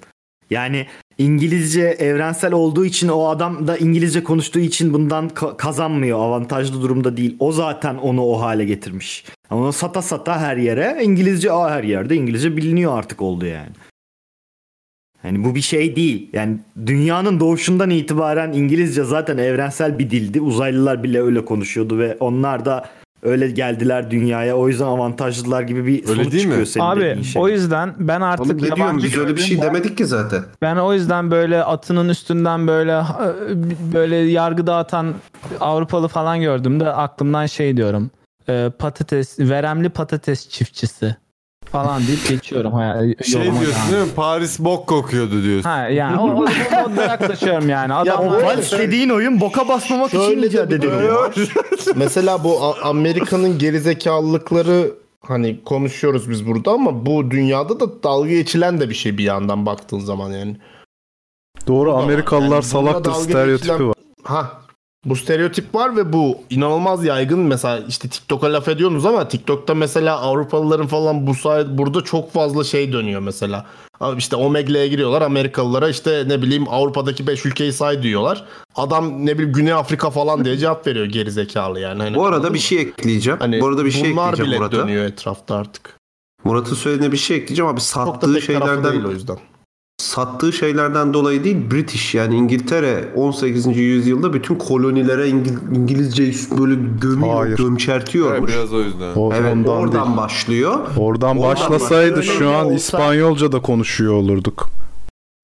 Yani İngilizce evrensel olduğu için o adam da İngilizce konuştuğu için bundan ka- kazanmıyor. Avantajlı durumda değil. O zaten onu o hale getirmiş. Ama onu sata sata her yere İngilizce aa, her yerde İngilizce biliniyor artık oldu yani. Yani bu bir şey değil. Yani dünyanın doğuşundan itibaren İngilizce zaten evrensel bir dildi. Uzaylılar bile öyle konuşuyordu ve onlar da öyle geldiler dünyaya. O yüzden avantajlılar gibi bir
Öyle
sonuç
değil mi?
çıkıyor senin
Abi
dediğin şey.
o yüzden ben artık
Oğlum ne diyorsun?
yabancı
Biz öyle bir şey
gördüğüm-
demedik ki zaten.
Ben o yüzden böyle atının üstünden böyle böyle yargı dağıtan Avrupalı falan e, gördüğümde aklımdan şey diyorum. Ee, patates, veremli patates çiftçisi. falan deyip geçiyorum. Hayal,
Şey
yoluma
diyorsun
yani.
değil mi? Paris bok kokuyordu diyorsun.
Ha yani o, o, o- ondan uzaklaşıyorum yani.
Ya
Adam
o
Vals dediğin oyun boka basmamak için
Şöyle de
icat
bir
edildi.
durum var. [laughs] Mesela bu A- Amerika'nın gerizekalılıkları hani konuşuyoruz biz burada ama bu dünyada da dalga geçilen de bir şey bir yandan baktığın zaman yani.
Doğru
da var.
Amerikalılar
Yani bununla
salaktır
dalga
stereotipi
geçilen-
var.
Ha bu stereotip var ve bu inanılmaz yaygın mesela işte TikTok'a laf ediyorsunuz ama TikTok'ta mesela Avrupalıların falan bu sayede burada çok fazla şey dönüyor mesela. Abi işte Omegle'ye giriyorlar Amerikalılara işte ne bileyim Avrupa'daki 5 ülkeyi say diyorlar. Adam ne bileyim Güney Afrika falan
[laughs]
diye cevap veriyor gerizekalı yani. Hani
Bu arada bir şey ekleyeceğim.
Hani
bu arada bir şey
bunlar
ekleyeceğim
bile
Murat'a.
dönüyor etrafta artık.
Murat'ın söylediğine bir şey ekleyeceğim abi
Çok da
sattığı
tek taraflı
şeylerden
değil o yüzden.
sattığı şeylerden dolayı değil British yani İngiltere 18. yüzyılda bütün kolonilere İngil- İngilizceyi böyle gömüyor,
Hayır.
Evet,
gömçertiyormuş. Evet,
biraz o yüzden.
O, ondan
oradan
değil.
başlıyor.
Oradan
Oradan
başlasaydı
bak-
şu an
Olsa-
İspanyolca da konuşuyor olurduk.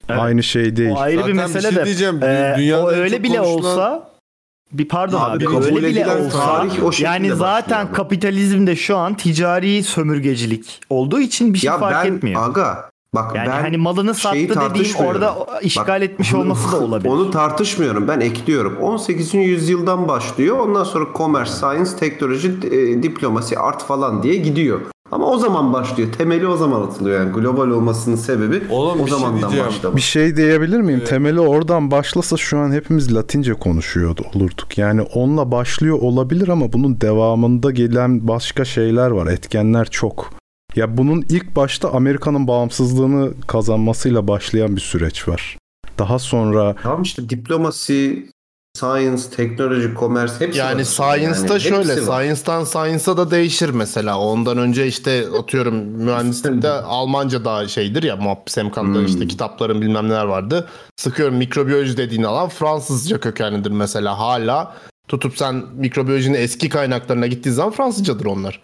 Evet.
Aynı şey değil.
O ayrı
Zaten
bir mesele
şey
de.
diyeceğim.
Ee,
dünyada
o
en
öyle
çok
bile
konuşulan-
olsa bir pardon
Abi
abi,
kabul
öyle bile
edilen
olsa
tarih o şekilde
yani zaten
başlıyor.
kapitalizmde şu an ticari sömürgecilik olduğu için bir şey
Ya
fark
ben
etmiyor.
aga bak
yani
ben
hani malını
şeyi
sattı dediğin
tartışmıyorum.
orada o- işgal
Bak,
etmiş
[laughs] onu-
olması da olabilir.
Onu tartışmıyorum. Ben ekliyorum. 18. yüzyıldan başlıyor. Ondan sonra commerce, science, teknoloji, e, diplomasi, art falan diye gidiyor. Ama o zaman başlıyor. Temeli o zaman atılıyor yani. Global olmasının sebebi
Oğlum,
o
bir şey
zamandan
diyeceğim.
başlamış.
Bir şey diyebilir miyim? Temeli oradan başlasa şu an hepimiz Latince konuşuyordu olurduk. Yani onunla başlıyor olabilir ama bunun devamında gelen başka şeyler var. Etkenler çok. Ya bunun ilk başta Amerika'nın bağımsızlığını kazanmasıyla başlayan bir süreç var. Daha sonra
Tamam işte diplomasi, science, teknoloji, commerce hepsi
Yani
var.
science'da
Yani
şöyle,
hepsi var.
science'dan science'a da değişir mesela. Ondan önce işte atıyorum mühendislikte Almanca daha şeydir ya muhabbet semkanda
Hmm.
işte kitapların bilmem neler vardı. Sıkıyorum mikrobiyoloji dediğin alan Fransızca kökenlidir mesela hala. Tutup sen mikrobiyolojinin eski kaynaklarına gittiğin zaman Fransızcadır onlar.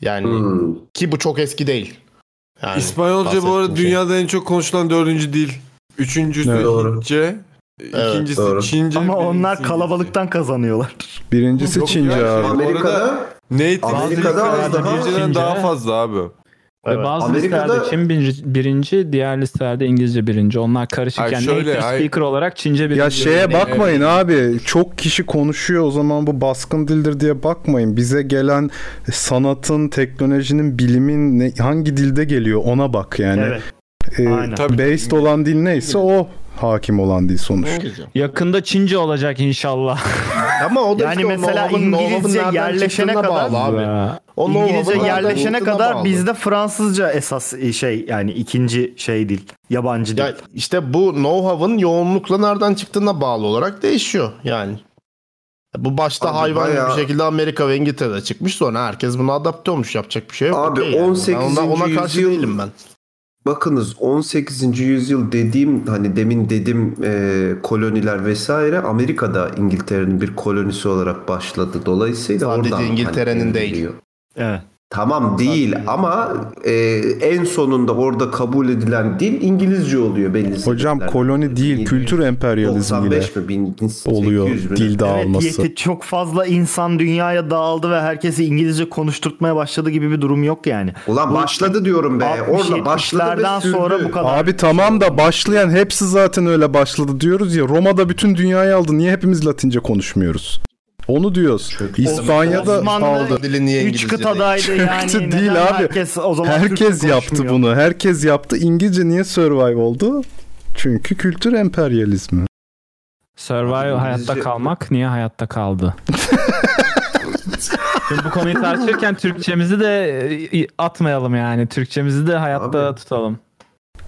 Yani
Hmm.
ki bu çok eski değil. Yani
İspanyolca bu arada
bahsettiğim şey.
dünyada en çok konuşulan dördüncü dil. Üçüncüsü
Evet.
Doğru.
Hintçe.
Evet,
ikincisi
doğru.
Çince.
Ama
birincisi
onlar
İngilizce.
kalabalıktan kazanıyorlar.
birincisi
Yok
Çince
ya,
abi.
şey-
Amerika'da
Native
Amerika'da
Amerika'da
az daha-
İngilizceden daha
Çince.
fazla abi.
Ve E, bazı
Amerika'da-
listelerde Çin birinci, birinci, diğer listelerde İngilizce birinci. Onlar karışık
Hayır,
yani
şöyle,
native
hayır.
speaker olarak Çince birinci.
Ya şeye bakmayın abi. Çok kişi konuşuyor o zaman bu baskın dildir diye bakmayın. Bize gelen sanatın, teknolojinin, bilimin ne, hangi dilde geliyor ona bak yani.
Evet.
Ee,
aynen.
Tabii.
based olan dil neyse o hakim olan dil sonuçta.
Yakında Çince olacak inşallah.
Ama o da
Yani
işte o
mesela
know-how'ın- know-how'ın
İngilizce
nereden
yerleşene
çıktığına
kadar-
bağlı abi. O know-how'ın
İngilizce
nereden
yerleşene
çıktığına
kadar
bağlı.
bizde Fransızca esas e, şey yani ikinci şey dil, yabancı dil.
Ya işte bu know-how'ın yoğunlukla nereden çıktığına bağlı olarak değişiyor yani. Bu başta
Abi
hayvan gibi
bayağı-
bir şekilde Amerika ve İngiltere'de çıkmış sonra herkes buna adapte olmuş yapacak bir şey yok.
Abi
Okey yani. Ben
18.
ona, ona karşı
yüzyıl-
değilim ben.
Bakınız 18. yüzyıl dediğim hani demin dedim e, koloniler vesaire Amerika'da İngiltere'nin bir kolonisi olarak başladı. Dolayısıyla
Sadece
oradan
İngiltere'nin
hani
değil.
geliyor.
Evet.
Tamam değil ama e, en sonunda orada kabul edilen dil İngilizce oluyor belli
Hocam
sebeplerden.
koloni değil kültür emperyalizmiyle
95 mi 1800 mi?
oluyor dil dağılması.
Evet, yeti- çok fazla insan dünyaya dağıldı ve herkesi İngilizce konuşturtmaya başladı gibi bir durum yok yani.
Ulan başladı diyorum be.
60,
Orada başladı ve
70'lerden
sürdü.
sonra bu kadar. şey
Abi tamam da başlayan hepsi zaten öyle başladı diyoruz ya. Roma'da bütün dünyayı aldı. Niye hepimiz Latince konuşmuyoruz? Onu diyoruz. İspanya'da
Osmanlı
aldı.
Dili niye
Üç
İngilizce
kıtadaydı yani.
Çöktü
Neden
değil abi.
Herkes, o zaman
Herkes
Türkçe
yaptı
konuşmuyor?
bunu. Herkes yaptı. İngilizce niye survive oldu? Çünkü kültür emperyalizmi.
Survival hayatta
İngilizce-
kalmak niye
[laughs]
hayatta kaldı? Şimdi bu konuyu tartışırken Türkçemizi de e, atmayalım yani. Türkçemizi de hayatta
Abi.
tutalım.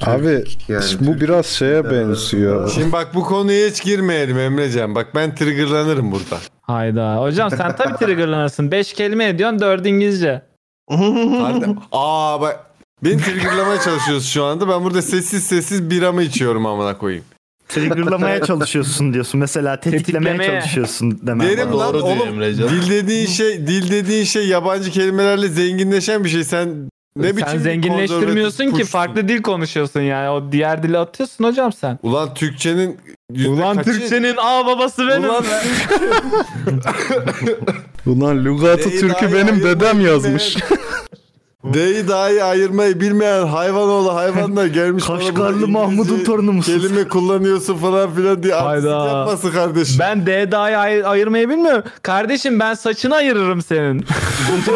Abi
yani
bu biraz şeye
Türkiye'de-
benziyor.
Şimdi bak bu konuya hiç girmeyelim Emrecan. Bak ben triggerlanırım burada.
Hayda. Hocam
[laughs]
sen tabii triggerlanırsın. 5 kelime ediyorsun 4 İngilizce.
Hadi- Aa bak beni triggerlamaya çalışıyorsun şu anda. Ben burada sessiz sessiz biramı içiyorum amına koyayım.
[laughs]
Triggerlamaya çalışıyorsun diyorsun. Mesela tetiklemeye
Tetiklemeye.
çalışıyorsun demem.
Derim
lazım.
lan
Doğru diyor
oğlum
Emrecan.
dil dediğin şey dil dediğin şey yabancı kelimelerle zenginleşen bir şey. Sen ne biçim
sen
bir
zenginleştirmiyorsun ki
konservatif
farklı dil konuşuyorsun yani. O diğer dili atıyorsun hocam sen.
kuşsun? Ulan Türkçenin yüzde
Ulan
kaçı-
Türkçenin a babası benim.
Ulan
Ulan Lugatı
Leyla'yı
Türk'ü benim
ayırmayı
dedem
bilmeyen-
yazmış.
[laughs] D'yi dahi ayırmayı bilmeyen hayvanoğlu hayvanlar gelmiş. bana burada
Kaşgarlı
İngilizce
Mahmud'un torunu musun?
Kelime kullanıyorsun falan filan diye artistik
Hayda.
yapmasın kardeşim.
Ben D dahi ay- ayırmayı bilmiyorum. Kardeşim ben saçını ayırırım senin.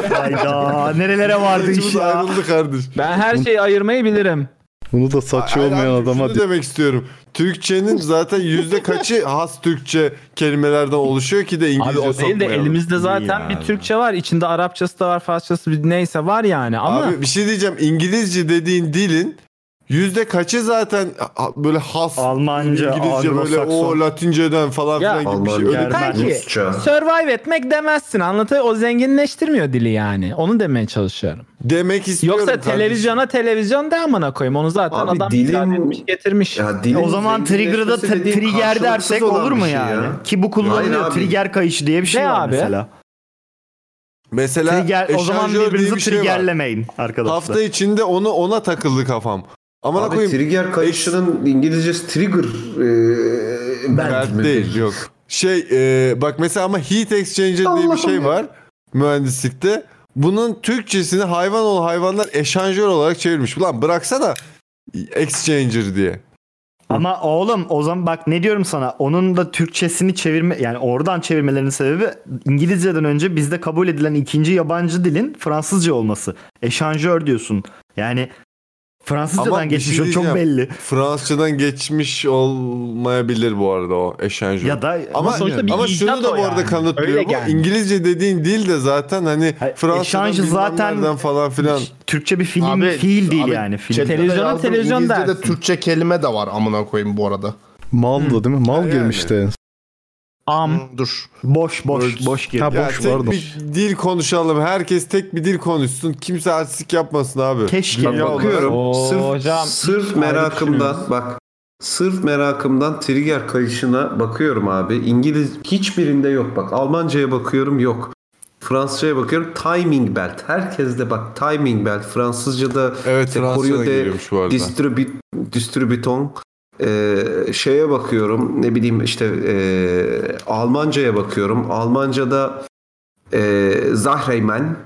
Hayda nerelere vardı iş
İçimiz
ya.
ayrıldı kardeş.
Ben
[laughs]
her şeyi ayırmayı bilirim.
[laughs] Bunu da saçı
Hayır
olmayan
abi,
adama
Şunu demek istiyorum. Türkçenin zaten yüzde kaçı has Türkçe kelimelerden oluşuyor ki de İngilizce
Abi o değil de
sokmayalım.
elimizde zaten
Yani.
bir Türkçe var. İçinde Arapçası da var, Farsçası bir neyse var yani. Ama
Abi bir şey diyeceğim. İngilizce dediğin dilin yüzde kaçı zaten ha- böyle has
Almanca,
İngilizce böyle o
Anglo-Sakson.
Latinceden falan
Ya,
filan gibi bir şey. Öyle
Almanca.
bir-
Belki
Rusça.
survive etmek demezsin. Anlatıyor. O zenginleştirmiyor dili yani. Onu demeye çalışıyorum.
demek istiyorum.
Yoksa
kardeşim.
televizyona televizyon de amına koyayım. Onu zaten
Abi
adam
dilim-
icat etmiş, getirmiş.
Ya dilin
E, O zaman trigger'da
zenginleşmesi dediğin
trigger
karşılıksız
dersek
olan
olur
bir
mu
şey
yani? Ki bu
Hayır
kullanılıyor.
abi.
Trigger kayışı diye bir şey
Ne
var
abi?
mesela.
Mesela
Trigger, o zaman
eşarjör diye
birbirinizi
bir şey var.
triggerlemeyin arkadaşlar.
Hafta içinde onu ona takıldı kafam. Amına
Abi
koyayım.
trigger kayışının İngilizcesi trigger e, belt
Belt
mi?
değil yok. Şey e, bak mesela ama heat exchanger diye bir şey var mühendislikte. Bunun Türkçesini hayvan ol hayvanlar eşanjör olarak çevirmiş. Ulan bıraksana exchanger diye.
Ama oğlum o zaman bak ne diyorum sana onun da Türkçesini çevirme yani oradan çevirmelerinin sebebi İngilizceden önce bizde kabul edilen ikinci yabancı dilin Fransızca olması. Eşanjör diyorsun. Yani Fransızcadan
Ama bir
geçmiş
şey
o çok
diyeceğim.
belli.
Fransızcadan geçmiş olmayabilir bu arada o eşanjör.
Ya da
ama
sonuçta bir
ama
icat
şunu da
o
bu arada
yani.
kanıtlıyor.
Öyle
Bu
gelmiş.
İngilizce dediğin dil de zaten hani
Hayır,
Fransızcadan
eşanjör
bilmem
zaten-
nereden falan filan.
Türkçe bir film
Abi-
fiil değil
abi
yani film.
Çetin de
Televizyona
yazdım,
televizyon
İngilizce'de
dersin.
Türkçe kelime de var amına koyayım bu arada.
mal da değil mi? Mal
Yani.
girmişti.
Am.
Hı, Dur.
boş boş boş gibi.
Ha
Ya
boş
tek
pardon.
bir dil konuşalım. Herkes tek bir dil konuşsun. Kimse artistik yapmasın abi.
Keşke.
Dünya olarak.
Bakıyorum.
Oo,
sırf,
hocam,
sırf
ayrı
merakımdan
düşünüyoruz.
bak sırf merakımdan trigger kayışına bakıyorum abi. İngiliz hiçbirinde yok bak. Almanca'ya bakıyorum yok. Fransızca'ya bakıyorum timing belt. Herkeste bak timing belt. Fransızca'da
Evet
İşte
Fransa'dan
Koryo de
geliyormuş bu arada.
distribü, distribüton Ee, şeye bakıyorum ne bileyim işte ee, Almanca'ya bakıyorum. Almanca'da ee, Zahreymen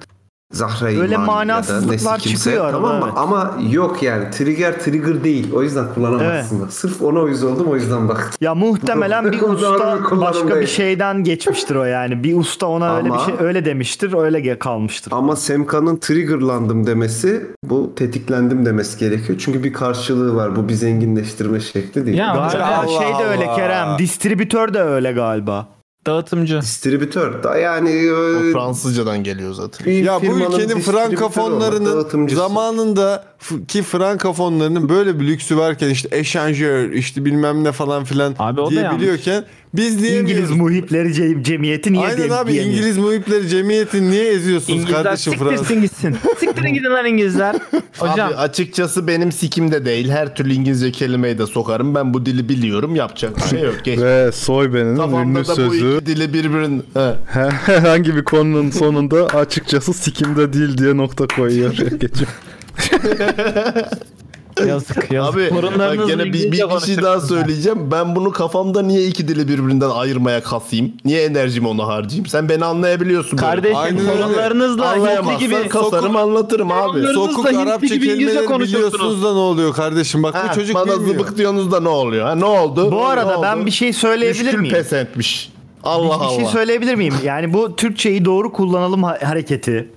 Zahreyman
Öyle
ya da
manasızlıklar
nesi kimse,
çıkıyor arada,
tamam mı?
evet.
Ama yok yani trigger trigger değil. O yüzden kullanamazsın. Sırf ona uyuz oldum o yüzden baktım.
Ya muhtemelen bir
Doğru
usta
kullanım
başka bir
değil.
şeyden geçmiştir o yani. Bir usta ona öyle bir
Ama-
şey öyle demiştir, öyle ge- kalmıştır.
Ama Semkan'ın triggerlandım demesi bu tetiklendim demesi gerekiyor. Çünkü bir karşılığı var. Bu bir zenginleştirme şekli değil.
Ya
Galiba
hocam,
Allah
şey de öyle
Allah.
Kerem, distribütör de öyle galiba.
dağıtımcı.
Distribütör. Da yani
O
e,
Fransızcadan geliyor zaten.
bir
Ya bu
firmanın
ülkenin
distribütörü olan
frankafonlarının
dağıtımcısı.
zamanında f- ki frankafonlarının böyle bir lüksü varken işte eşanjör işte bilmem ne falan filan
Abi o da
diyebiliyorken biz
İngiliz
diyemiyoruz.
muhipleri ce- cemiyeti niye
Aynen
diye-
abi
diyemiyor?
İngiliz muhipleri cemiyetini niye eziyorsunuz
İngilizler
kardeşim Fransa?
siktirsin gitsin. Siktirin gidin lan İngilizler. Hocam
Abi açıkçası benim sikimde değil. Her türlü İngilizce kelimeyi de sokarım. Ben bu dili biliyorum. Yapacak bir şey yok. Geç.
Ve Soyben'in ünlü
Kafamda da bu
sözü
iki dili birbirin... He.
[laughs] herhangi bir konunun sonunda açıkçası sikimde değil diye nokta
[laughs]
koyuyor. Geçiyor.
[laughs]
yazık yazık.
Abi bak gene bir, bir,
İngilizce
bir şey
konuşur.
daha söyleyeceğim. Ben bunu kafamda niye iki dili birbirinden ayırmaya kasayım? Niye enerjimi ona harcayayım? Sen beni anlayabiliyorsun. böyle.
Kardeşim
Aynen öyle.
sorunlarınızla Hintli
Anlayamazsan
gibi
kasarım anlatırım abi.
Sorunlarınızla
Sokuk
Hintli
Arapça
gibi İngilizce
kelimeleri
konuşuyorsunuz.
biliyorsunuz da ne oluyor kardeşim? Bak
Ha,
bu çocuk
bana
bilmiyor.
zıbık diyorsunuz da ne oluyor? Ha, ne oldu?
Bu arada ben bir şey söyleyebilir
Müşkül
miyim?
pes etmiş. Allah
Bir şey
Allah.
söyleyebilir miyim? Yani bu Türkçeyi doğru kullanalım ha- hareketi.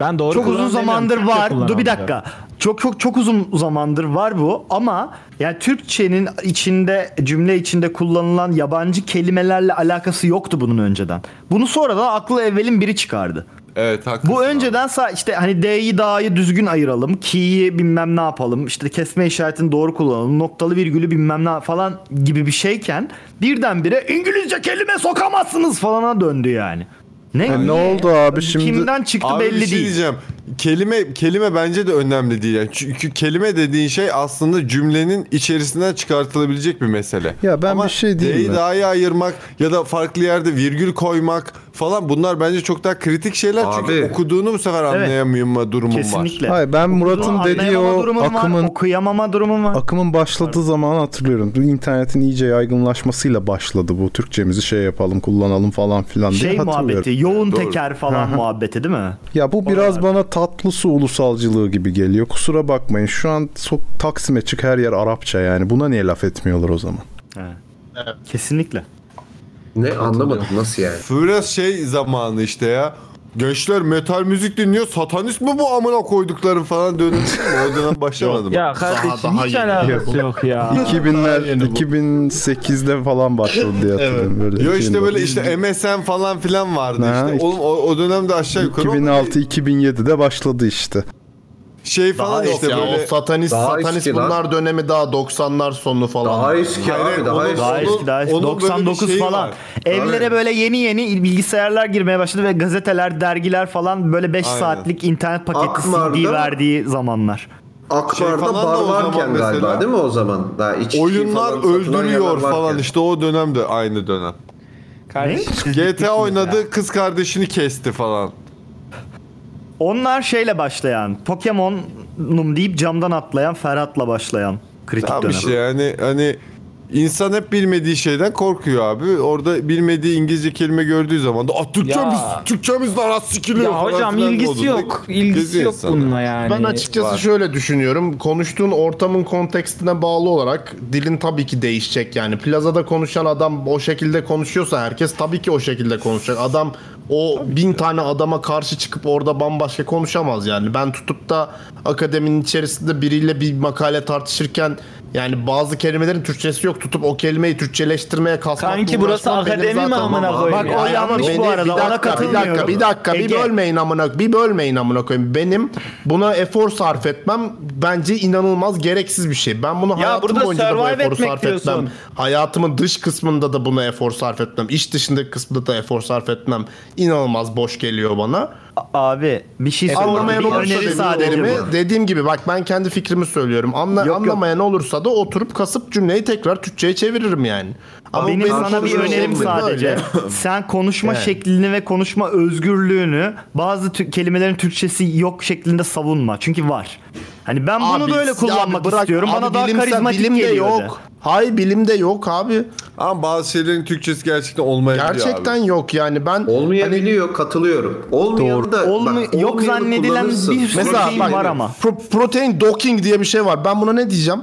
Ben doğru
Çok uzun
kullanıyorum
zamandır
demiyorum. Türkçe
var. Dur bir
kullanıyorum.
dakika. Çok çok çok uzun zamandır var bu ama yani Türkçenin içinde cümle içinde kullanılan yabancı kelimelerle alakası yoktu bunun önceden. Bunu sonradan aklı evvelin biri çıkardı.
Evet haklısın.
Bu önceden sa- işte hani D'yi D'yi düzgün ayıralım. Ki'yi bilmem ne yapalım. işte kesme işaretini doğru kullanalım. Noktalı virgülü bilmem ne falan gibi bir şeyken birdenbire İngilizce kelime sokamazsınız falana döndü yani. Ne,
E, ne
niye?
oldu abi şimdi?
Hani Kimden çıktı
Abi bir
belli
şey
değil.
diyeceğim. Kelime kelime bence de önemli değil. Yani çünkü kelime dediğin şey aslında cümlenin içerisinden çıkartılabilecek bir mesele.
Ya ben
Ama
bir şey diyeyim
D'yi
mi?
dahi ayırmak ya da farklı yerde virgül koymak falan bunlar bence çok daha kritik şeyler. Çünkü
Abi.
okuduğunu bu sefer anlayamama durumum var.
Kesinlikle.
Hayır ben Murat'ın
Bunu
dediği
anlayamama
o
durumum
akımın
var, okuyamama durumum var.
Akımın başladığı zamanı hatırlıyorum. Bu internetin iyice yaygınlaşmasıyla başladı bu. Türkçemizi şey yapalım, kullanalım falan filan diye
şey
hatırlıyorum.
muhabbeti, yoğun
Doğru.
teker falan muhabbeti değil mi?
Ya bu biraz bana tatlı su ulusalcılığı gibi geliyor. Kusura bakmayın. Şu an sok Taksim'e çık her yer Arapça yani. Buna niye laf etmiyorlar o zaman?
Kesinlikle.
Ne anlamadım nasıl yani?
Biraz şey zamanı işte ya. Gençler metal müzik dinliyor. Satanist mi bu amına koydukların falan dönemi. o dönem başlamadım.
Ya kardeşim hiç alakası yok ya.
2000'ler 2008'de falan başladı diye hatırlıyorum böyle.
Yo işte
2000'de.
böyle işte MSN falan filan vardı
Ha,
işte.
iki-
Oğlum o, o dönemde aşağı yukarı
2006 2007'de başladı işte.
şey falan
Yok
işte
ya
böyle
o satanist
Daha
satanist
eski lan.
bunlar dönemi daha 90'lar sonu falan.
Daha eski
Hayır,
abi daha
onun-
eski.
Daha
Onun-
eski daha eski.
onun böyle bir
99
şeyi
falan.
var.
Evlere böyle yeni yeni bilgisayarlar girmeye başladı ve gazeteler, dergiler falan böyle 5
Aynen.
saatlik internet paketi
Akmar'da-
CD verdiği zamanlar.
Akbar'da
Şey falan da
bar
o zaman
varken
mesela-
galiba değil mi o zaman? Daha içki
oyunlar
falan satılan yerler
öldürüyor falan
varken.
işte o dönem de aynı dönem.
Kardeşim,
GTA oynadı kız kardeşini kesti falan.
Onlar şeyle başlayan, Pokemon'um deyip camdan atlayan Ferhat'la başlayan kritik
Tamam
dönem.
işte yani hani insan hep bilmediği şeyden korkuyor abi. Orada bilmediği İngilizce kelime gördüğü zaman da "Aa, Türkçemiz,
Ya.
Türkçemiz de arası sikiliyor
ya
falan
hocam
filan
ilgisi
modunda
yok. ilgisi
geziyor
yok
insanlar.
bununla yani.
Ben açıkçası
var.
şöyle düşünüyorum. Konuştuğun ortamın kontekstine bağlı olarak dilin tabii ki değişecek yani. Plazada konuşan adam o şekilde konuşuyorsa herkes tabii ki o şekilde konuşacak. Adam o bin tane adama karşı çıkıp orada bambaşka konuşamaz yani. Ben tutup da akademinin içerisinde biriyle bir makale tartışırken yani bazı kelimelerin Türkçesi yok. Tutup o kelimeyi Türkçeleştirmeye kasmak
Kanki burası akademi mi amına koyayım?
Bak o
ya?
yanlış bu arada.
bir dakika,
Ona
bir dakika,
katılmıyorum.
bir dakika, bir
Ege.
bölmeyin amına, bir bölmeyin amına koyayım. Benim buna efor sarf etmem bence inanılmaz gereksiz bir şey. Ben bunu hayatım
burada
boyunca da bu
survive
eforu
etmek
sarf
diyorsun.
etmem. Hayatımın dış kısmında da buna efor sarf etmem. İş dışındaki kısmında da efor sarf etmem. İnanılmaz boş geliyor bana.
Abi bir
E,
şey sorayım.
Anlamayan
Bir
olursa
öneri sadece
dediklerimi,
bu.
dediğim gibi bak ben kendi fikrimi söylüyorum. Anla,
yok.
anlamayan olursa da oturup kasıp cümleyi tekrar Türkçe'ye çeviririm yani. Ama
Benim
bu
sana bir
konuşma
önerim
şeklim
sadece.
böyle.
[laughs] Sen konuşma şeklini ve konuşma özgürlüğünü bazı tü- kelimelerin Türkçesi yok şeklinde savunma. Çünkü var. Hani ben bunu
Abi,
böyle
abi
kullanmak
bırak-
istiyorum.
abi
Bana daha
bilimsel-
karizmatik
bilim de
geliyor. de.
yok. Hay bilimde yok abi.
Ama bazı şeylerin Türkçesi gerçekten olmayabiliyor
Gerçekten
abi.
yok yani ben hani
Olmayabiliyor
Hani-
katılıyorum. Olmayan da bak,
Olmu- yok
olmayanı
zannedilen
kullanırsın.
bir sürü
Mesela
şey
bak-
var ama.
pro- protein docking diye bir şey var. Ben buna ne diyeceğim?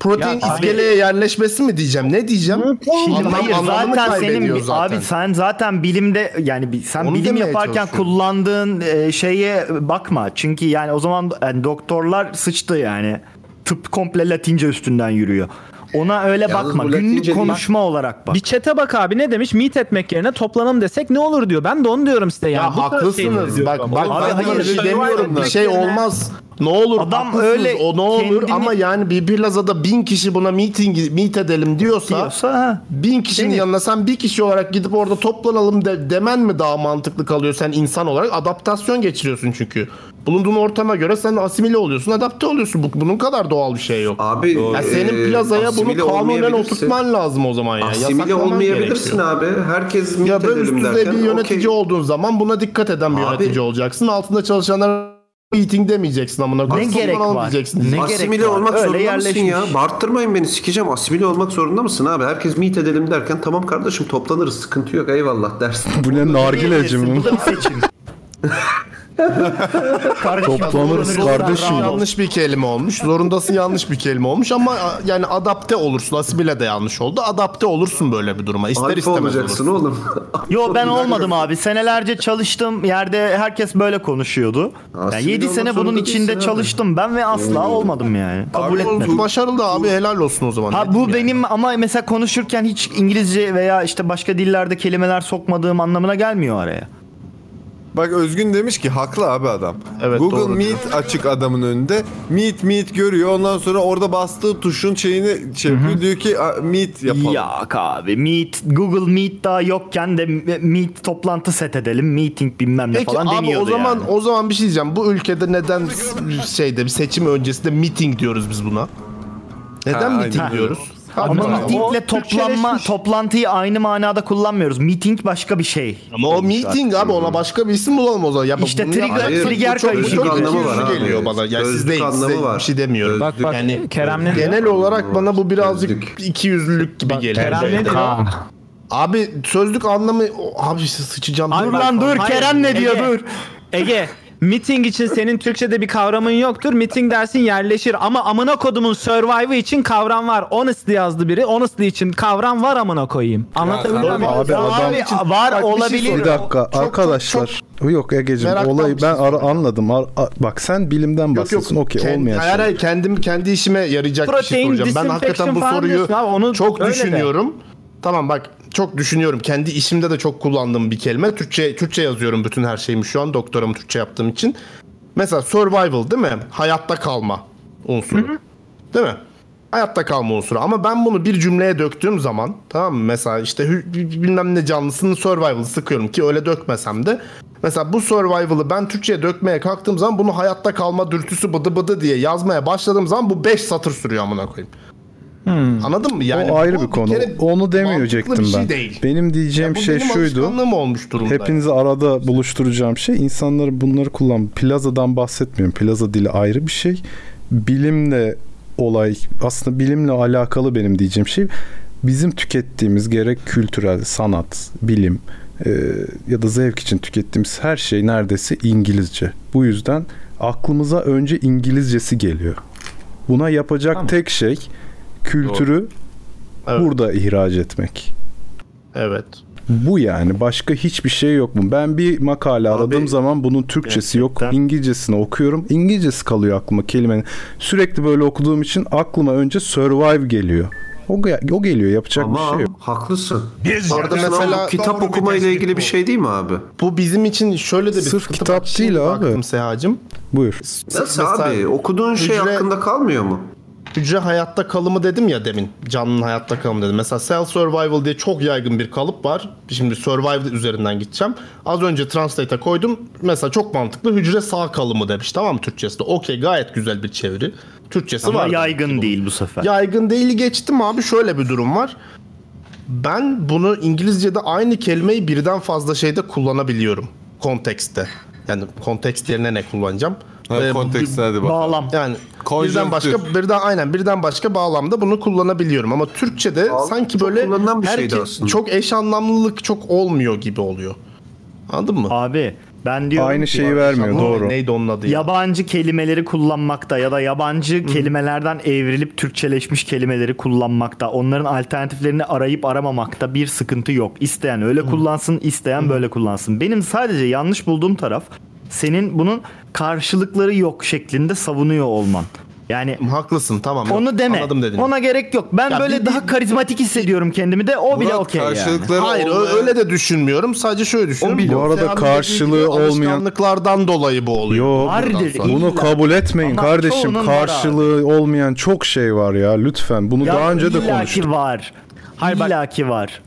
Protein
Ya abi-
iskeleye yerleşmesi mi diyeceğim? Ne diyeceğim?
Şimdi
Anlam-
hayır
anlamını
zaten senin
kaybediyor
bir- abi sen zaten bilimde yani bir- sen
Onu
bilim
demeye
yaparken
çalışıyorum.
kullandığın e, şeye bakma. Çünkü yani o zaman yani doktorlar sıçtı yani. Tıp komple Latince üstünden yürüyor. Ona öyle
Yalnız
bakma.
bu
Günlük
Latince değil.
konuşma olarak bak.
Bir çete bak abi ne demiş? Meet etmek yerine toplanalım desek ne olur diyor. Ben de onu diyorum size yani.
Ya
Bu tarz şeyleri
haklısınız.
diyorum
Bak
ama.
bak
Abi
ben
hayır,
böyle bir şey
survival
demiyorum. Bir şey
etmek yerine-
olmaz. Ne olur
Adam
Adam
öyle
öyle o ne olur
kendini-
ama yani bir plazada bin kişi buna meeting meet edelim diyorsa,
diyorsa ha.
bin kişinin
Denir.
yanına sen bir kişi olarak gidip orada toplanalım de, demen mi daha mantıklı kalıyor sen insan olarak adaptasyon geçiriyorsun çünkü bulunduğun ortama göre sen asimile oluyorsun adapte oluyorsun Bu- bunun kadar doğal bir şey yok.
Abi
Ya
e,
senin plazaya
asimile
bunu kanunen
olmayabilirsin.
oturtman lazım o zaman ya.
Asimile
Yasaklaman
olmayabilirsin
gerekiyor.
abi. Herkes
Ya
mit
böyle üst
edelim
düzey
derken.
bir yönetici
okey.
olduğun zaman buna dikkat eden bir
Abi-
yönetici olacaksın. Altında çalışanlara meeting demeyeceksin amına
Ne
koyayım.
gerek
Sorumlu
var?
diyeceksin.
Ne gerek
Asimile
var?
olmak
Öyle
zorunda mısın
yerleşmiş.
ya? Barttırmayın beni sikeceğim. Asimile olmak zorunda mısın abi? Herkes meet edelim derken tamam kardeşim toplanırız sıkıntı yok eyvallah dersin.
Bu ne nargileci mi?
Bu da bir seçim. Kardeşim,
Toplanırız kardeşim.
Yanlış bir kelime olmuş. Zorundasın yanlış bir kelime olmuş ama a, yani adapte olursun. Asimile de yanlış oldu. Adapte olursun böyle bir duruma. İster
Alfa
istemez
olacaksın
olursun.
oğlum.
Yo ben olmadım abi. Senelerce çalıştım. Yerde herkes böyle konuşuyordu. Yani
Asimile
7
olmak
sene bunun
zorunda değilsin
içinde
abi.
çalıştım ben ve asla olmadım yani. Kabul etmedim.
Başarılı abi helal olsun o zaman.
Ha bu benim ama mesela konuşurken hiç İngilizce veya işte başka dillerde kelimeler sokmadığım anlamına gelmiyor araya.
Bak Özgün demiş ki haklı abi adam.
Evet,
Google
doğru diyor.
Meet açık adamın önünde. Meet Meet görüyor. Ondan sonra orada bastığı tuşun şeyini şey yapıyor. Diyor ki "Aa, Meet yapalım.
Yok abi Meet, Google Meet daha yokken de Meet toplantı set edelim. Meeting bilmem ne
Peki
falan
abi
deniyordu
o zaman
yani.
o zaman bir şey diyeceğim. Bu ülkede neden şeyde bir seçim öncesinde meeting diyoruz biz buna? Neden
Ha,
meeting
aynen.
diyoruz?
Ama
tamam.
meetingle
O
toplanma,
Türkçeleşmiş.
toplantıyı aynı manada kullanmıyoruz. Meeting başka bir şey.
Ama o meeting abi ona başka bir isim bulalım o zaman. Ya bak
İşte
bunun-
trigger-
Hayır, bu
trigger
çok-
kayışı
çok
gibi.
anlamı var
abi.
geliyor bana. Yani
Özlük
siz değil,
anlamı
size
var.
bir şey demiyorum.
Bak bak
Yani
Kerem ne diyor?
Genel olarak bana bu birazcık
Sözlük.
iki yüzlülük gibi geliyor.
Kerem ne diyor?
Abi sözlük anlamı o- abi sıçacağım.
Dur lan dur
Hayır,
Kerem ne diyor
Ege.
dur.
Ege Meeting için senin Türkçe'de bir kavramın yoktur. Meeting dersin yerleşir. Ama amına kodumun survive'ı için kavram var. Honestly yazdı biri. Honestly için kavram var amına koyayım. Anlatabildim
tamam
mi?
Abi adam
Abi var
Bak, bir şey
olabilir.
soracağım.
Bir dakika
Çok- çok-
arkadaşlar. Yok Ege'cim
Meraktan
olayı
bir şey
ben ara, anladım. Ar- a- bak sen bilimden
Yok yok.
bahsediyorsun. Okey
Kend-
olmayan
hayır,
şey.
hayır, kendim kendi işime yarayacak
Protein,
bir şey soracağım. Ben
disinfection
hakikaten bu
falan
soruyu
diyorsun abi, onu
çok
öyle de.
düşünüyorum. Tamam bak çok düşünüyorum. Kendi işimde de çok kullandığım bir kelime. Türkçe Türkçe yazıyorum bütün her şeyimi şu an doktoramı Türkçe yaptığım için. Mesela survival değil mi? Hayatta kalma unsuru. Değil mi? Hayatta kalma unsuru. Ama ben bunu bir cümleye döktüğüm zaman tamam mı? Mesela işte hü- bilmem ne canlısının survival'ı sıkıyorum ki öyle dökmesem de. Mesela bu survival'ı ben Türkçe'ye dökmeye kalktığım zaman bunu hayatta kalma dürtüsü bıdı bıdı diye yazmaya başladığım zaman bu 5 satır sürüyor amına koyayım. Anladın mı? Yani
Hmm. o ayrı
bu
bir konu.
kere
Onu
mantıklı
demeyecektim
bir şey
ben.
Değil.
Benim diyeceğim
Bu
şey
benim
şuydu.
alışkanlığım olmuş durumda.
Hepinizi arada buluşturacağım şey insanları bunları kullan. Plazadan bahsetmiyorum. Plaza dili ayrı bir şey. Bilimle olay aslında bilimle alakalı benim diyeceğim şey bizim tükettiğimiz gerek kültürel, sanat, bilim e, ya da zevk için tükettiğimiz her şey neredeyse İngilizce. Bu yüzden aklımıza önce İngilizcesi geliyor. Buna yapacak tek şey kültürü
Evet.
burada ihraç etmek.
Evet.
Bu yani başka hiçbir şey yok mu? Ben bir makale aradığım zaman bunun Türkçesi yok,
gerçekten.
İngilizcesini okuyorum. İngilizcesi kalıyor aklıma kelimenin. Sürekli böyle okuduğum için aklıma önce survive geliyor. O, ge- o geliyor yapacak bir
Ama
şey yok.
haklısın.
Orada
Orada mesela kitap okumayla ilgili bir şey değil mi abi?
Bu bizim için şöyle de bir
Sırf
sıkıntı
kitap
var. Şimdi
değil abi.
Baktım Sehacım.
Buyur.
Nasıl
Mesela
abi? Okuduğun şey
hücre-
hakkında kalmıyor mu?
Hücre hayatta kalımı dedim ya demin. Canlının hayatta kalımı dedim. Mesela cell survival diye çok yaygın bir kalıp var. Şimdi survival üzerinden gideceğim. Az önce translate'e koydum. Mesela çok mantıklı hücre sağ kalımı demiş tamam mı Türkçesinde? Okey gayet güzel bir çeviri. Türkçesi
Ama
var.
yaygın değil bu sefer.
Yaygın değil geçtim abi şöyle bir durum var. Ben bunu İngilizce'de aynı kelimeyi birden fazla şeyde kullanabiliyorum. Kontekste. Yani kontekst yerine ne kullanacağım?
Ha,
Ee, bu-
kontekst hadi bakalım.
Bağlam.
yani
Konjonktür.
birden başka birden aynen birden başka bağlamda bunu kullanabiliyorum ama Türkçe'de
Al-
sanki
çok
böyle
kullanılan bir şeydi
herkes
aslında.
çok eş anlamlılık çok olmuyor gibi oluyor. Anladın mı?
Abi ben diyorum
Aynı
ki-
şey.
şeyi vermiyor
Ama
doğru.
Neydi onun adı ya?
Yabancı kelimeleri kullanmakta ya da yabancı kelimelerden evrilip Türkçeleşmiş kelimeleri kullanmakta, onların alternatiflerini arayıp aramamakta bir sıkıntı yok. İsteyen öyle kullansın, isteyen böyle kullansın. Benim sadece yanlış bulduğum taraf senin bunun karşılıkları yok şeklinde savunuyor olman. Yani
Haklısın tamam. yok,
onu deme.
Anladım dedin.
Ona gerek yok. Ben
Ya
böyle
bir-
daha karizmatik hissediyorum kendimi de. O bile
Murat,
okey yani.
karşılıkları
Hayır ö-
olmayan-
öyle de düşünmüyorum. Sadece şöyle düşünüyorum.
Bu arada
Seyahat dediği
karşılığı
gibi
olmayan-
alışkanlıklardan dolayı bu oluyor.
Yok.
Vardır.
Bunu
illa.
kabul etmeyin
Ama
kardeşim.
çoğunun var
Karşılığı olmayan çok şey var ya lütfen. Bunu
Ya
daha önce de
illaki
konuştuk.
var.
Hayır bak-
illaki var.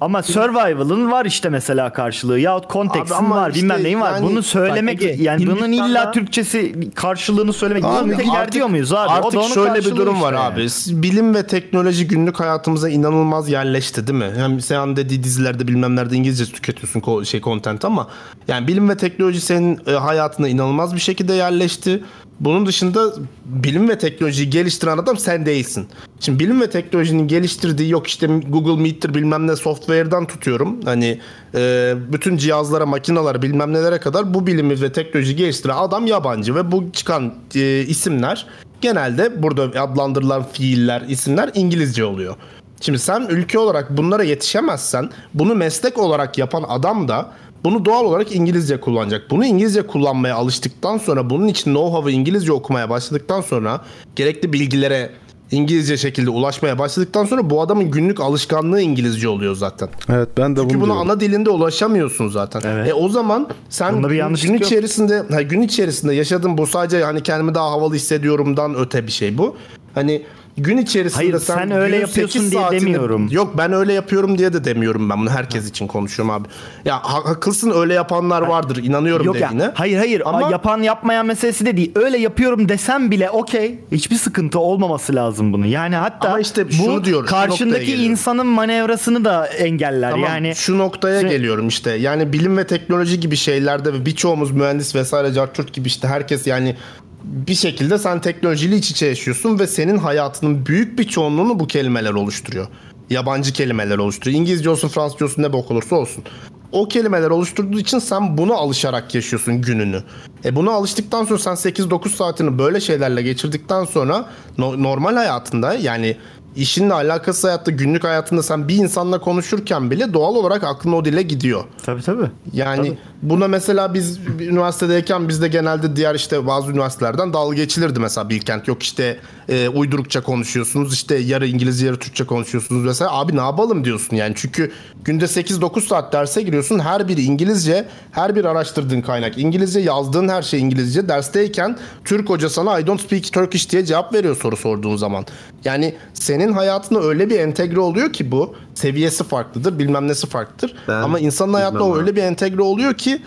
Ama survival'ın var işte mesela karşılığı yahut
Abi
kontekstin
ama
var
işte
bilmem neyin var.
yani-
bunu söylemek
Bak Ege,
yani bunun illa
Hindistan'da-
Türkçesi karşılığını söylemek
Abi
zorunda
artık-
yer diyor muyuz abi? O da
Artık
onun
şöyle bir
karşılığı
durum
işte
var
yani.
abi. Bilim ve teknoloji günlük hayatımıza inanılmaz yerleşti değil mi? Hem sen hani dediği dizilerde bilmemlerde İngilizce tüketiyorsun ko- şey content ama yani bilim ve teknoloji senin e, hayatına inanılmaz bir şekilde yerleşti. Bunun dışında bilim ve teknolojiyi geliştiren adam sen değilsin. Şimdi bilim ve teknolojinin geliştirdiği yok işte Google Meet'tir bilmem ne software'dan tutuyorum. Hani e, bütün cihazlara, makinalara bilmem nelere kadar bu bilimi ve teknoloji geliştiren adam yabancı ve bu çıkan e, isimler genelde burada adlandırılan fiiller, isimler İngilizce oluyor. Şimdi sen ülke olarak bunlara yetişemezsen bunu meslek olarak yapan adam da bunu doğal olarak İngilizce kullanacak. Bunu İngilizce kullanmaya alıştıktan sonra bunun için know-how'ı İngilizce okumaya başladıktan sonra gerekli bilgilere İngilizce şekilde ulaşmaya başladıktan sonra bu adamın günlük alışkanlığı İngilizce oluyor zaten.
Evet ben de
Çünkü
bunu
buna
diyorum.
ana dilinde ulaşamıyorsun zaten.
Evet.
E o zaman sen
Bunda bir
gün,
yanlışlık
gün
yok.
içerisinde ha, gün içerisinde yaşadığın bu sadece hani kendimi daha havalı hissediyorumdan öte bir şey bu. Hani gün içerisinde
Hayır, sen öyle
günün
yapıyorsun
8
diye
saatini-
demiyorum.
Yok ben öyle yapıyorum diye de demiyorum ben bunu herkes için konuşuyorum abi. Ya ha- haklısın öyle yapanlar vardır inanıyorum
Yok
dediğine.
ya. Hayır hayır.
Ama-
Ama... Yapan yapmayan meselesi de değil. Öyle yapıyorum desem bile okey. Hiçbir sıkıntı olmaması lazım bunu. Yani hatta
Ama işte şunu
bu
diyoruz, şu noktaya
karşındaki
geliyorum.
insanın manevrasını da engeller.
Tamam,
yani
şu noktaya
Şimdi-
geliyorum işte. Yani bilim ve teknoloji gibi şeylerde ve birçoğumuz mühendis vesaire cartçurt gibi işte herkes yani bir şekilde sen teknolojiyle iç içe yaşıyorsun ve senin hayatının büyük bir çoğunluğunu bu kelimeler oluşturuyor. Yabancı kelimeler oluşturuyor. İngilizce olsun, Fransızca olsun ne bok olursa olsun. O kelimeler oluşturduğu için sen buna alışarak yaşıyorsun gününü. E buna alıştıktan sonra sen 8-9 saatini böyle şeylerle geçirdikten sonra no- normal hayatında yani işinle alakası hayatta günlük hayatında sen bir insanla konuşurken bile doğal olarak aklına o dile gidiyor.
tabii tabii.
Yani buna mesela biz bir üniversitedeyken bizde genelde diğer işte bazı üniversitelerden dalga geçilirdi mesela Bilkent. Yok işte e, uydurukça konuşuyorsunuz işte yarı İngilizce yarı Türkçe konuşuyorsunuz mesela. Abi ne yapalım diyorsun yani çünkü günde 8-9 saat derse giriyorsun her biri İngilizce her bir araştırdığın kaynak İngilizce yazdığın her şey İngilizce dersteyken Türk hoca sana I don't speak Turkish diye cevap veriyor soru sorduğun zaman. Yani senin hayatına öyle bir entegre oluyor ki bu seviyesi farklıdır bilmem nesi farklıdır
Ben
ama insanın hayatına
bilmem
o
abi.
öyle bir entegre oluyor ki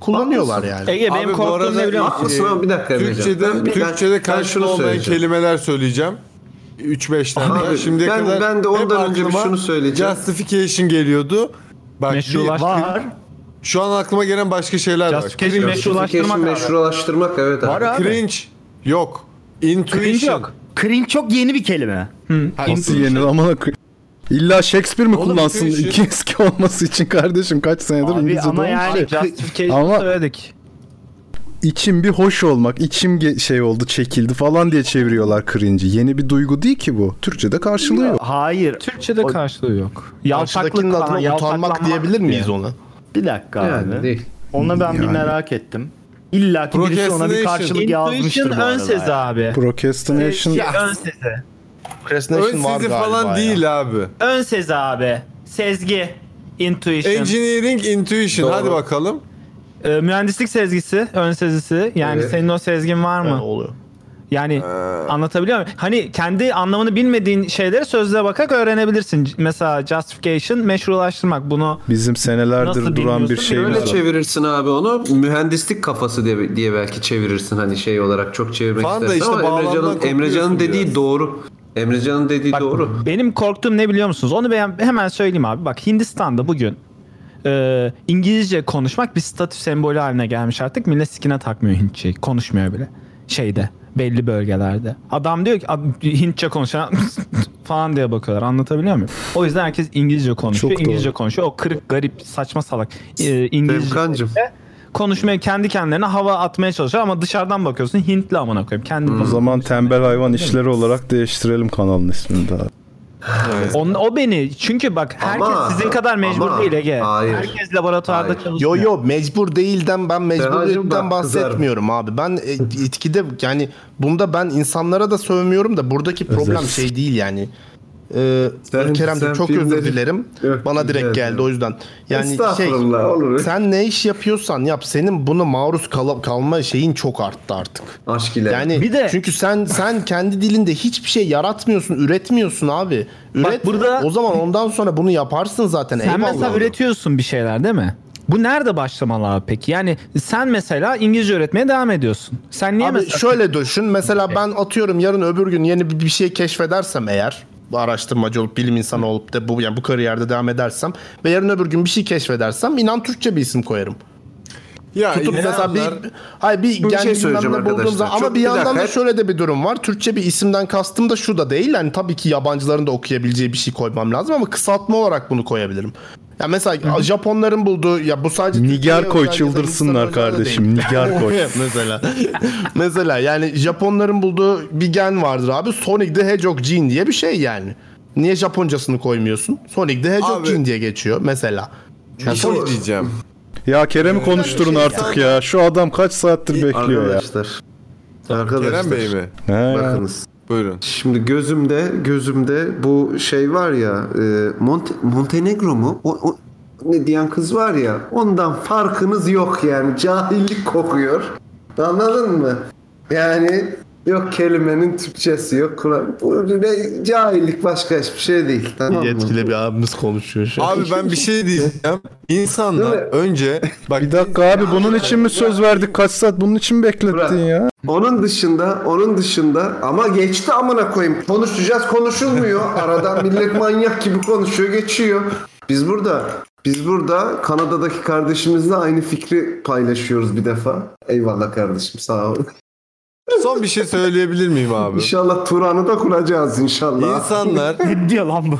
kullanıyorlar yani.
Ege
Abi
benim
bu
korktuğum
arada-
ne biliyor musun?
Haklısın ama bir dakika Emrecan. Ben-
Türkçe'de,
ben-
Türkçe'de
ben
karşılığı
şunu
olmayan
söyleyeceğim.
kelimeler söyleyeceğim. 3-5 tane.
Abi,
Şimdiye
ben-
kadar
ben de
hep
ondan önce bir
aklıma
şunu söyleyeceğim.
Justification geliyordu. Bak,
Meşrulaştırma.
Var.
bir- şu an aklıma gelen başka şeyler var.
Justification meşrulaştırmak
Justification
abi.
meşrulaştırmak evet abi.
Var abi.
Cringe yok. Intuition.
Cringe yok.
Cringe çok yeni bir kelime.
Nasıl yenir amına koy- İlla Shakespeare mi
Oğlum,
kullansın
bütün işi-
iki eski olması için kardeşim kaç senedir
Abi
İngilizce
ama
doğmuş.
yani
Justification
Ama-
söyledik.
İçim bir hoş olmak, içim ge- şey oldu çekildi falan diye çeviriyorlar cringe'i. Yeni bir duygu değil ki bu. Türkçe'de karşılığı yok.
hayır.
Türkçe'de karşılığı yok. Yaltaklık
Karşıdakinin
falan.
adına utanmak
yaltaklanmak
diyebilir miyiz
diye.
ona?
Bir dakika
Yani
abi.
değil.
Ona ben bir
Yani.
merak ettim. İlla ki birisi ona bir
Procrastination.
karşılık yazmıştır
Intuition
bu
ön
arada.
sezi
yani.
abi.
Procrastination
Ön sezi.
Ön
Procrastination var
sizi
galiba
falan
ya.
değil abi.
Ön sezi abi. Sezgi. Intuition.
Engineering intuition.
Doğru.
Hadi bakalım.
Ee, mühendislik sezgisi, ön sezisi. Yani
Evet.
senin o sezgin var
Ha,
mı?
oluyor.
Yani
Ee.
anlatabiliyor muyum? Hani kendi anlamını bilmediğin şeyleri sözlüğe bakarak öğrenebilirsin. C- Mesela justification, meşrulaştırmak. Bunu
bizim senelerdir duran
Nasıl
bir
bilmiyorsun?
şey
Böyle
var.
Öyle çevirirsin abi onu. Mühendislik kafası diye, diye belki çevirirsin hani şey olarak çok çevirmek
Falan da işte
istersin ama
bağlamdan
Emrecan'ın
kopuyorsun
Emrecan'ın dediği
biraz.
doğru. Emrecan'ın dediği
Bak,
doğru.
benim korktuğum ne biliyor musunuz? Onu ben hemen söyleyeyim abi. Bak Hindistan'da bugün e, İngilizce konuşmak bir statü sembolü haline gelmiş artık. Millet sikine takmıyor Hintçeyi. Konuşmuyor bile. Şeyde belli bölgelerde. Adam diyor ki "Ab- Hintçe konuşan [laughs] falan diye bakıyorlar. Anlatabiliyor muyum? O yüzden herkes İngilizce konuşuyor.
Çok doğru.
İngilizce konuşuyor. O kırık garip saçma salak e, İngilizce
Sevkancım.
konuşmaya kendi kendilerine hava atmaya çalışıyor ama dışarıdan bakıyorsun Hintli amına koyayım. Kendi
O zaman tembel hayvan işleri olarak değiştirelim kanalın ismini daha.
On- o beni çünkü bak herkes
Ama-
sizin kadar mecbur
ama-
değil Ege.
hayır.
herkes laboratuvarda
Hayır.
çalışıyor.
Yo yo mecbur değilden ben
Ferhacığım
mecburiyetten
bak,
bahsetmiyorum abi. Ben e, etkide yani bunda ben insanlara da sövmüyorum da buradaki problem
Özür.
şey değil yani. Ee,
Sen-
Kerem'cim
sen
çok
filmleri-
özür dilerim.
Yok,
Bana direkt
rica
geldi
ederim.
o yüzden. Yani şey
Estağfurullah, olur.
sen ne iş yapıyorsan yap senin buna maruz kal- kalma şeyin çok arttı artık.
Aşk ile.
Yani
Bir de-
çünkü sen sen kendi dilinde hiçbir şey yaratmıyorsun, üretmiyorsun abi. Üret.
burada-
o zaman ondan sonra bunu yaparsın zaten.
Sen
Eyvallah.
mesela üretiyorsun bir şeyler değil mi? Bu nerede başlamalı abi peki? Yani sen mesela İngilizce öğretmeye devam ediyorsun. Sen niye
Abi
mesela
şöyle düşün. Mesela ben atıyorum yarın öbür gün yeni bir bir şey keşfedersem eğer bu araştırmacı olup bilim insanı olup da bu yani bu kariyerde devam edersem ve yarın öbür gün bir şey keşfedersem inan Türkçe bir isim koyarım.
Ya
Tutup mesela bir
insanlar-
hayır bir
Bir
yani
şey
bilmem
söyleyeceğim
ne bulduğum
arkadaşlar.
zaman- ama
Çok-
bir
bir
yandan da
dakika.
şöyle de bir durum var. Türkçe bir isimden kastım da şu da değil. Yani tabii ki yabancıların da okuyabileceği bir şey koymam lazım ama kısaltma olarak bunu koyabilirim. Ya mesela Japonların bulduğu ya bu sadece
Nigar
Türkiye'ye
koy
özel ya da Hindistan'a
çıldırsınlar
özel de değil. [laughs]
kardeşim. Nigar koy.
mesela. mesela yani Japonların bulduğu bir gen vardır abi. Sonic the Hedgehog gene diye bir şey yani. Niye Japoncasını koymuyorsun? Sonic the Hedgehog
Abi-
gene diye geçiyor mesela.
Bir şey diyeceğim.
Ya Kerem'i konuşturun
şey
artık ya. Şu adam kaç saattir bekliyor ya.
arkadaşlar. Arkadaşlar.
Kerem Bey mi?
He.
Bakınız.
Buyurun.
Şimdi gözümde gözümde bu şey var ya e, Monte- Montenegro mu? O, o- ne diyen kız var ya ondan farkınız yok yani cahillik kokuyor. Anladın mı? Yani Yok kelimenin Türkçesi yok. Kur'an. Bu ne cahillik başka hiçbir şey değil. Tamam mı?
Yetkili bir abimiz konuşuyor şu an.
Abi ben bir şey diyeceğim. İnsanlar
Değil mi?
önce bak
Bir dakika abi bunun için mi söz verdik? Kaç saat bunun için mi beklettin
Bırak.
ya?
Onun dışında, onun dışında ama geçti amına koyayım. Konuşacağız konuşulmuyor. Aradan millet manyak gibi konuşuyor geçiyor. Biz burada, biz burada Kanada'daki kardeşimizle aynı fikri paylaşıyoruz bir defa. Eyvallah
[laughs]
kardeşim sağ ol.
son bir şey söyleyebilir miyim abi?
İnşallah Turan'ı da kuracağız inşallah.
İnsanlar
Ne diyor lan bu?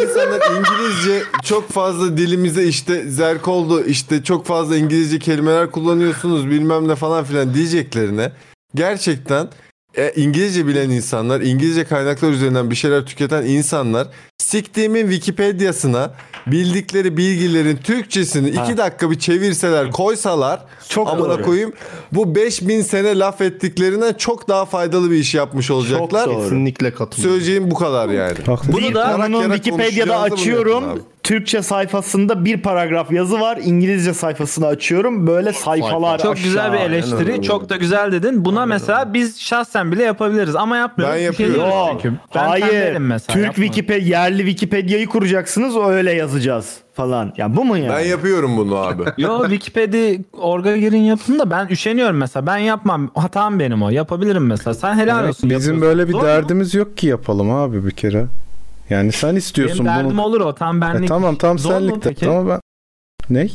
İnsanlar İngilizce çok fazla dilimize işte zerk oldu işte çok fazla İngilizce kelimeler kullanıyorsunuz bilmem ne falan filan diyeceklerine gerçekten e, İngilizce bilen insanlar İngilizce kaynaklar üzerinden bir şeyler tüketen insanlar siktiğimin Wikipedia'sına bildikleri bilgilerin Türkçesini 2 dakika bir çevirseler koysalar
Çok
amına
doğru.
koyayım bu 5000 sene laf ettiklerinden çok daha faydalı bir iş yapmış olacaklar.
Kesinlikle katılıyorum.
Söyleyeceğim bu kadar yani.
Haklı.
Bunu
Bir
da
konunun
yarak yarak
Wikipedia'da
konuşacağınıza bunu yapın abi.
açıyorum. Türkçe sayfasında bir paragraf yazı var. İngilizce sayfasını açıyorum. Böyle sayfalar
Çok güzel bir
aşağı.
eleştiri. Çok da güzel dedin. Buna mesela biz şahsen bile yapabiliriz ama yapmıyoruz.
Ben
Bir şey
yapıyorum.
diyoruz
Yok.
çünkü. Ben
Hayır.
tembelim mesela,
Türk
yapmıyorum.
Wikipedia yerli Wikipedia'yı kuracaksınız. Öyle yazacağız falan. Ya bu mu yani?
Ben yapıyorum bunu abi.
Yo Wikipedia orga girin yapın da ben üşeniyorum mesela. Ben yapmam. Hatam benim o. Yapabilirim mesela. Sen helal
Evet, Bizim
olsun. yapıyorsun.
böyle bir
Doğru mu?
derdimiz yok ki yapalım abi bir kere. Yani sen istiyorsun
Benim derdim
bunu.
olur o. Tam
E,
benlik.
tamam tam
Zor mu
senlik de.
peki?
Tamam ben. Ne?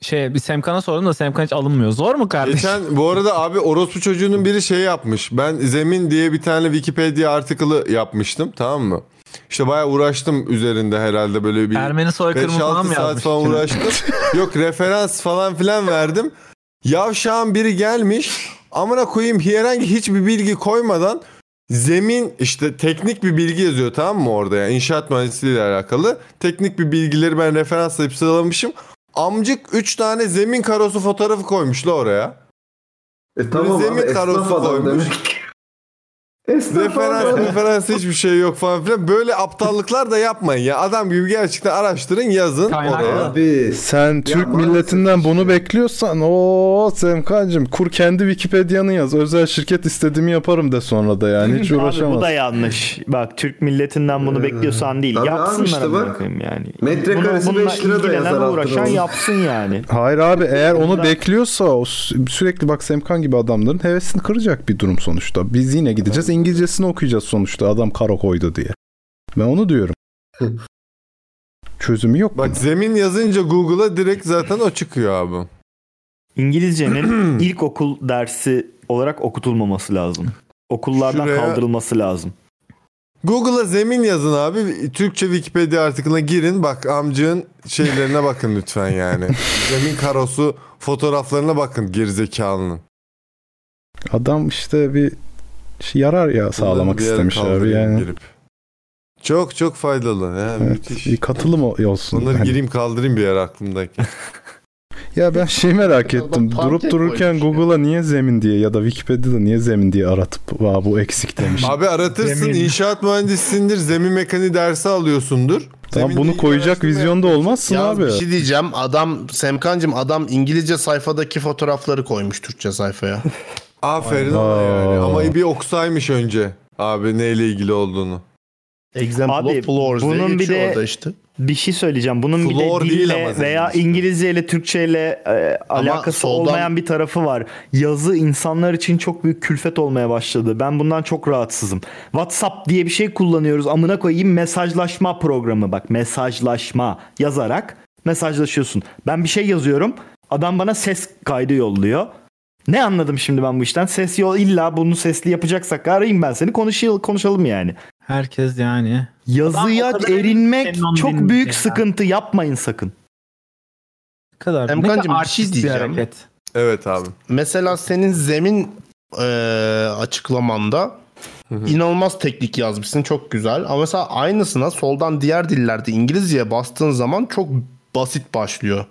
Şey bir Semkan'a sordum da Semkan hiç alınmıyor. Zor mu kardeşim?
Geçen bu arada abi orospu çocuğunun biri şey yapmış. Ben Zemin diye bir tane Wikipedia article'ı yapmıştım tamam mı? İşte bayağı uğraştım üzerinde herhalde böyle bir
Ermeni soykırımı falan
5-6
mı
saat
yazmış?
falan
içine?
uğraştım. [laughs] Yok referans falan filan verdim. Yavşağın biri gelmiş. Amına koyayım herhangi hiçbir bilgi koymadan zemin işte teknik bir bilgi yazıyor tamam mı orada yani inşaat mühendisliği ile alakalı. Teknik bir bilgileri ben referanslayıp sıralamışım. Amcık 3 tane zemin karosu fotoğrafı koymuş la oraya.
E tamam abi
Zemin
esnaf
karosu
adam
koymuş.
demek. Esnaf [laughs]
Referans
adam.
referans hiçbir şey yok falan filan. Böyle aptallıklar da yapmayın ya. Adam gibi gerçekten araştırın yazın
Kaynaklar.
oraya.
Abi.
Sen Türk
maalesef
milletinden
işte.
bunu bekliyorsan o Semkancığım kur kendi Wikipedia'nı yaz. Özel şirket istediğimi yaparım de sonra da yani [laughs] hiç
Abi bu
uğraşamaz.
da yanlış. Bak Türk milletinden bunu bekliyorsan değil.
Ee, tabii
Yapsınlar
abi işte
amına
bak.
koyayım yani.
Metrekaresi
Bunu- bununla
beş lira da
ilgilenen,
yazar altına
uğraşan
oğlum.
yapsın
[clears throat]
yani.
Hayır abi eğer onu
Bundan-
bekliyorsa o sü- sürekli bak Semkan gibi adamların hevesini kıracak bir durum sonuçta. Biz yine gideceğiz İngilizcesini okuyacağız sonuçta adam karo koydu diye. Ben onu [laughs] diyorum. Çözümü yok.
Bak
bunun.
zemin yazınca Google'a direkt zaten o çıkıyor abi.
İngilizcenin ilkokul dersi olarak okutulmaması lazım. Okullardan
Şuraya-
kaldırılması lazım.
Google'a zemin yazın abi. Türkçe Wikipedia artikel'ına girin. Bak amcığın şeylerine bakın
[laughs]
lütfen yani. zemin karosu fotoğraflarına bakın gerizekalının.
Adam işte bir şey yarar ya sağlamak
Bir yere
istemiş abi
kaldırayım
yani.
girip. Çok çok faydalı. Ya,
Evet,
müthiş.
bir katılım o- olsun.
Onları
Hani-
gireyim kaldırayım bir
[laughs]
yere aklımdaki.
Ya ben şey merak
Adam
ettim.
pancake
Durup dururken
koymuş ya.
Google'a niye zemin diye ya da Wikipedia'da niye zemin diye aratıp "Aa,
[laughs]
bu eksik demiş.
Abi aratırsın
Zemin.
inşaat mühendisindir. Zemin mekaniği dersi alıyorsundur.
Tamam
Zeminde
bunu
iyi
koyacak
araştırma
vizyonda olmazsın
Ya
abi.
bir şey diyeceğim. Adam Semkancım adam İngilizce sayfadaki fotoğrafları koymuş Türkçe sayfaya.
Aferin ona yani.
Aa.
Ama bir oksaymış önce. Abi neyle ilgili olduğunu.
[laughs] Example
Abi,
of floors diye
bunun bir
geçiyor
de-
orada işte.
Bir şey söyleyeceğim. Bunun bir
Floor
de
değil ama
dille
zemin
veya
işte.
İngilizceyle Türkçeyle e,
Ama
alakası
soldan-
olmayan bir tarafı var. Yazı insanlar için çok büyük külfet olmaya başladı. Ben bundan çok rahatsızım. WhatsApp diye bir şey kullanıyoruz. Amına koyayım mesajlaşma programı bak. Mesajlaşma yazarak mesajlaşıyorsun. Ben bir şey yazıyorum. Adam bana ses kaydı yolluyor. Ne anladım şimdi ben bu işten? Ses yol illa bunu sesli yapacaksak arayayım ben seni konuşalım, konuşalım yani.
Herkes yani.
Yazıya
Adam o kadar
erinmek
memnun
çok
değil
büyük
ya.
sıkıntı yapmayın sakın.
Ne kadar ne
Emkancığım,
kadar
bir şey
arşist bir
diyeceğim.
hareket.
Evet abi.
Mesela senin zemin e, açıklamanda inanılmaz teknik yazmışsın. Çok güzel. Ama mesela aynısına soldan diğer dillerde İngilizceye bastığın zaman çok basit başlıyor.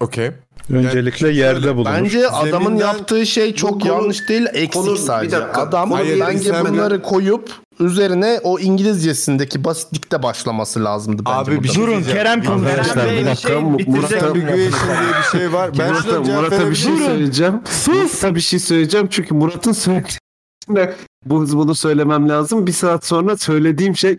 Okey.
Öncelikle yerde bulunur.
şey Bence adamın
Zeminden-
yaptığı şey çok
Bu konu-
yanlış değil, eksik
konu- bir
sadece.
dakika.
Adam
Konu
bir-
bence
sen-
bunları koyup üzerine o İngilizcesindeki basitlikte başlaması lazımdı bence.
Abi bir
burada.
şey
Durun
diyeceğim.
Kerem
Bilmiyorum.
konuşuyor.
Kerem Bey bir şey
Murat'a-
bitirecek.
Murat'a-
Disambiguation diye bir şey var. Ben şuna
Murat'a,
cevap
Murat'a bir şey
verebilirim.
söyleyeceğim. Murat'a bir şey söyleyeceğim çünkü Murat'ın söylediği içinde bu hız bunu söylemem lazım. Bir saat sonra söylediğim şey